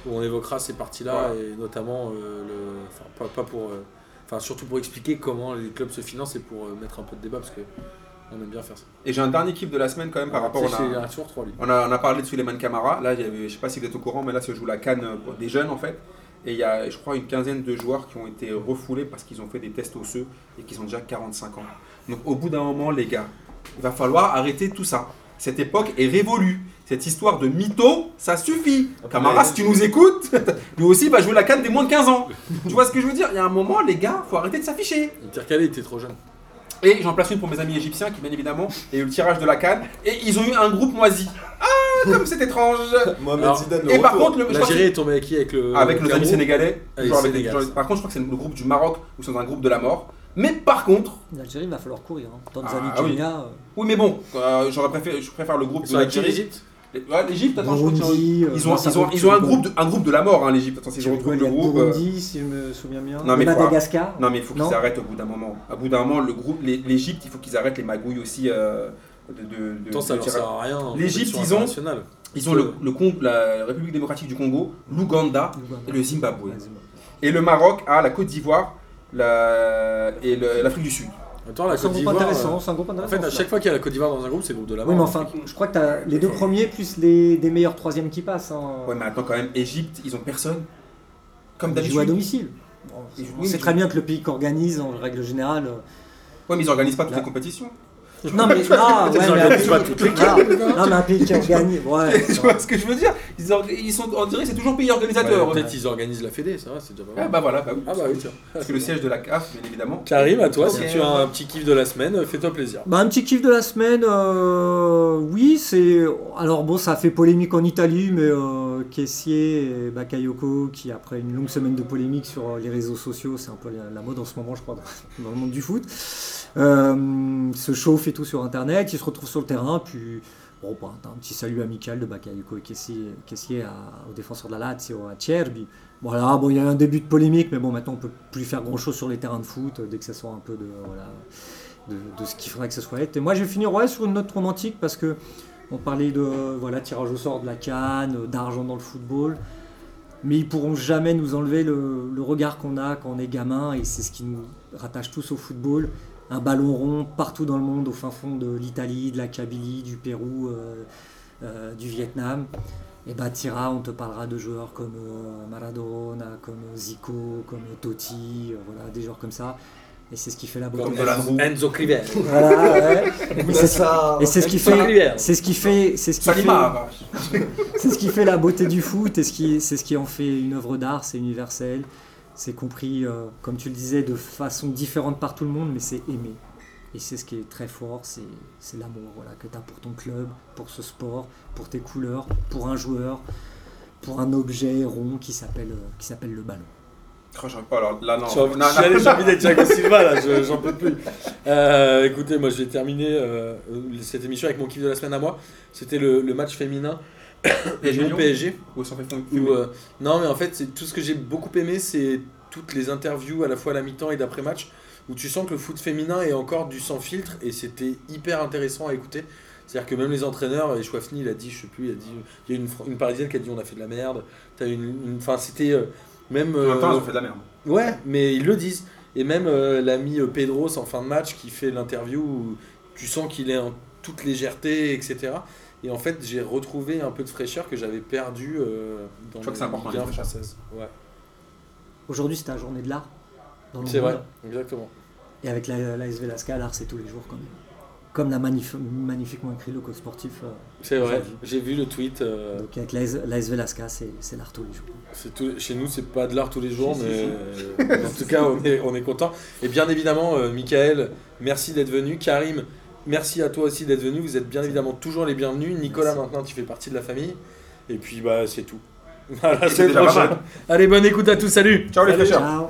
Speaker 1: Où on évoquera ces parties-là et notamment euh, le. Enfin, pas, pas pour. euh, Enfin, surtout pour expliquer comment les clubs se financent et pour euh, mettre un peu de débat parce que on aime bien faire ça.
Speaker 2: Et j'ai un dernier kiff de la semaine quand même par rapport.
Speaker 1: Tu sais,
Speaker 2: à
Speaker 1: c'est un sur trois, lui.
Speaker 2: On a, on a parlé de Suleiman Kamara. Là, il y avait- je sais pas si vous êtes au courant, mais là, se joue la canne des jeunes, en fait. Et il y a, je crois, une quinzaine de joueurs qui ont été refoulés parce qu'ils ont fait des tests osseux et qu'ils ont déjà 45 ans. Donc, au bout d'un moment, les gars, il va falloir arrêter tout ça. Cette époque est révolue. Cette histoire de mytho, ça suffit. Kamara, si tu nous écoutes, lui aussi il va jouer la canne des moins de 15 ans. tu vois ce que je veux dire Il y a un moment, les gars, faut arrêter de s'afficher.
Speaker 1: Intercalé était trop jeune.
Speaker 2: Et j'en place une pour mes amis égyptiens qui, bien évidemment, a eu le tirage de la canne. Et ils ont eu un groupe moisi. Ah, comme c'est étrange
Speaker 4: Mohamed
Speaker 1: Alors,
Speaker 4: Zidane, le
Speaker 2: et par
Speaker 4: retour.
Speaker 2: contre, le, je crois que
Speaker 1: L'Algérie est tombée avec qui Avec le.
Speaker 2: c'est avec nos
Speaker 1: Cameroun
Speaker 2: amis sénégalais,
Speaker 1: Avec
Speaker 2: genre avec-
Speaker 1: Sénégal.
Speaker 2: genre- par contre, je crois que c'est le groupe du Maroc ou c'est dans un groupe de la mort. Mais par contre,
Speaker 5: L'Algérie, il va falloir courir. hein. Tanzanie,
Speaker 2: Ah oui.
Speaker 5: Kenya, euh,
Speaker 2: oui, mais bon, euh, j'aurais préféré, je préfère le groupe
Speaker 1: Ils
Speaker 2: de
Speaker 1: sont avec qui,
Speaker 2: l'Algérie.
Speaker 1: l'Égypte
Speaker 2: Les- ouais, L'Égypte, attends, je crois qu'ils ont-
Speaker 5: Burundi. euh,
Speaker 2: ils ont,
Speaker 5: ça
Speaker 2: ils ont,
Speaker 5: va,
Speaker 2: ils ont un
Speaker 5: tu-
Speaker 2: groupe, de, un groupe de la mort, hein, l'Égypte. Attends, ils
Speaker 5: tu
Speaker 2: ont
Speaker 5: rigoles,
Speaker 2: retrouvé
Speaker 5: il y
Speaker 2: le
Speaker 5: a
Speaker 2: groupe. euh,
Speaker 5: Burundi, si je me souviens bien.
Speaker 2: Non, mais
Speaker 5: Et
Speaker 2: faut-
Speaker 5: Madagascar.
Speaker 2: Non, mais il faut qu'ils
Speaker 5: Non.
Speaker 2: arrêtent au bout d'un moment. À bout d'un moment, le groupe, les- l'Égypte, il faut qu'ils arrêtent les magouilles aussi. euh, de, de, de-
Speaker 1: Pourtant, ça
Speaker 2: de
Speaker 1: leur
Speaker 2: tirer-
Speaker 1: sert à rien. en
Speaker 2: L'Égypte,
Speaker 1: compétition
Speaker 2: ils ont-
Speaker 1: internationale.
Speaker 2: Ils ont le, le Cong- la République démocratique du Congo, l'Ouganda et le Zimbabwe. Et le Maroc a la Côte d'Ivoire la- et le- l'Afrique du Sud.
Speaker 1: Attends, la
Speaker 5: C'est un
Speaker 1: Côte
Speaker 5: groupe
Speaker 1: d'Ivoire.
Speaker 5: intéressant, c'est un groupe
Speaker 1: euh, En
Speaker 5: intéressant.
Speaker 1: fait, à chaque fois qu'il y a la Côte d'Ivoire dans un groupe, c'est le groupe de la mort.
Speaker 5: Oui, mais enfin, je crois que t'as les deux premiers plus les des meilleurs troisièmes qui passent. hein.
Speaker 2: Ouais, mais attends, quand même, Égypte, ils ont personne. Comme
Speaker 5: Ils jouent à
Speaker 2: d'habitude.
Speaker 5: domicile. Bon,
Speaker 2: Ils jouent-
Speaker 5: on sait
Speaker 2: oui,
Speaker 5: très bien que le pays qu'organise, en règle générale. euh,
Speaker 2: Ouais, mais ils organisent pas toutes
Speaker 5: Là.
Speaker 2: les compétitions.
Speaker 5: Non, mais ah, ouais,
Speaker 1: Ils
Speaker 5: mais un
Speaker 1: organisent
Speaker 5: pays-
Speaker 1: pas toutes les
Speaker 5: ah, Non, mais un pays qui organise. Ouais.
Speaker 2: tu vois ce que je veux dire ils, or- ils sont, on dirait, que c'est toujours pays organisateur.
Speaker 1: Euh, Peut-être ils organisent la Fédé, ça va, c'est déjà pas
Speaker 2: Ah,
Speaker 1: mal.
Speaker 2: bah voilà, bah oui.
Speaker 1: Ah bah oui, tiens.
Speaker 2: Parce que le siège de la CAF, bien évidemment.
Speaker 1: Karim, à toi, si
Speaker 2: Ok.
Speaker 1: tu as un petit kiff de la semaine, fais-toi plaisir.
Speaker 5: Bah, un petit kiff de la semaine, euh, oui, c'est. Alors bon, ça a fait polémique en Italie, mais euh, Kessier et Bakayoko, qui après une longue semaine de polémique sur euh, les réseaux sociaux, c'est un peu la, la mode en ce moment, je crois, dans, dans le monde du foot, euh, se chauffent et tout sur Internet, ils se retrouvent sur le terrain, puis bon, bah, un petit salut amical de Bakayoko et Kessier, Kessier à- au défenseur de la Lazio, à Cerbi. Voilà, bon, il y a eu un début de polémique, mais bon, maintenant on peut plus faire grand chose sur les terrains de foot, euh, dès que ça sort un peu de. voilà, de, de ce qu'il faudrait que ce soit. Et moi, je vais finir ouais, sur une note romantique parce que on parlait de euh, voilà tirage au sort de la canne, euh, d'argent dans le football, mais ils pourront jamais nous enlever le, le regard qu'on a quand on est gamin et c'est ce qui nous rattache tous au football. Un ballon rond partout dans le monde, au fin fond de l'Italie, de la Kabylie, du Pérou, euh, euh, du Vietnam. Et bah tira, on te parlera de joueurs comme euh, Maradona, comme Zico, comme Totti, euh, voilà des joueurs comme ça. Et c'est ce qui fait la beauté.
Speaker 2: Comme de la roue.
Speaker 1: Enzo Cliver.
Speaker 5: Voilà, ouais. Et c'est-
Speaker 4: Bounassar.
Speaker 5: Et c'est ce qui
Speaker 1: Enzo
Speaker 5: fait,
Speaker 1: Cliver.
Speaker 5: c'est ce qui fait, c'est ce qui fait,
Speaker 2: Salima, vache.
Speaker 1: hein.
Speaker 5: c'est ce qui fait la beauté du foot et ce qui, c'est ce qui en fait une œuvre d'art, c'est universel, c'est compris, euh, comme tu le disais, de façon différente par tout le monde, mais c'est aimé. Et c'est ce qui est très fort, c'est, c'est l'amour voilà, que tu as pour ton club, pour ce sport, pour tes couleurs, pour un joueur, pour un objet rond qui s'appelle, euh, qui s'appelle le ballon.
Speaker 2: Oh, j'en- oh, alors, là, non.
Speaker 1: J'ai envie
Speaker 2: Non, non.
Speaker 1: j'ai envie d'être Thiago Silva là, je- j'en peux plus. Euh, écoutez, moi je vais terminer euh, cette émission avec mon kiff de la semaine à moi. C'était le, le match féminin
Speaker 2: PSG
Speaker 1: Lyon
Speaker 2: Lyon.
Speaker 1: PSG.
Speaker 2: Où ils sont fait fond-
Speaker 1: Ou, euh, non, mais en fait, c'est tout ce que j'ai beaucoup aimé, c'est toutes les interviews à la fois à la mi-temps et d'après-match, où tu sens que le foot féminin est encore du sans filtre, et c'était hyper intéressant à écouter. C'est-à-dire que même les entraîneurs, et Chouafni il a dit, je sais plus, il a dit, il y a une, Fran- une parisienne qui a dit on a fait de la merde, t'as une, une- enfin c'était euh, même,
Speaker 2: En même temps,
Speaker 1: euh,
Speaker 2: ils ont fait de la merde.
Speaker 1: ouais, mais ils le disent. Et même euh, l'ami euh, Pedros en fin de match qui fait l'interview où tu sens qu'il est en toute légèreté, etc. Et en fait, j'ai retrouvé un peu de fraîcheur que j'avais perdu euh, dans
Speaker 2: Je crois que
Speaker 1: les
Speaker 2: c'est important,
Speaker 1: ligues
Speaker 2: la fraîcheur.
Speaker 1: françaises. Ouais.
Speaker 5: Aujourd'hui, c'était la journée de l'art. dans le
Speaker 1: C'est
Speaker 5: monde.
Speaker 1: vrai, exactement.
Speaker 5: Et avec la, la SV Lasca, l'art, c'est tous les jours quand même. Comme l'a magnif- magnifiquement écrit le coach sportif. euh,
Speaker 1: C'est vrai,
Speaker 5: Aujourd'hui.
Speaker 1: j'ai vu le tweet. euh,
Speaker 5: donc avec la, S- la SV Lasca, c'est c'est l'art tous les jours.
Speaker 1: C'est tout- chez nous, c'est pas de l'art tous les jours, mais euh, en tout cas, on est, on est content. Et bien évidemment, euh, Michael, merci d'être venu. Karim, merci à toi aussi d'être venu. Vous êtes bien évidemment toujours les bienvenus. Nicolas,
Speaker 5: Merci.
Speaker 1: maintenant, tu fais partie de la famille. Et puis, bah, c'est tout. À la
Speaker 2: C'est
Speaker 1: semaine
Speaker 2: déjà pas
Speaker 1: prochaine. Allez, bonne écoute à tous. Salut.
Speaker 2: Ciao les
Speaker 1: Salut.
Speaker 2: fraîcheurs
Speaker 5: Ciao.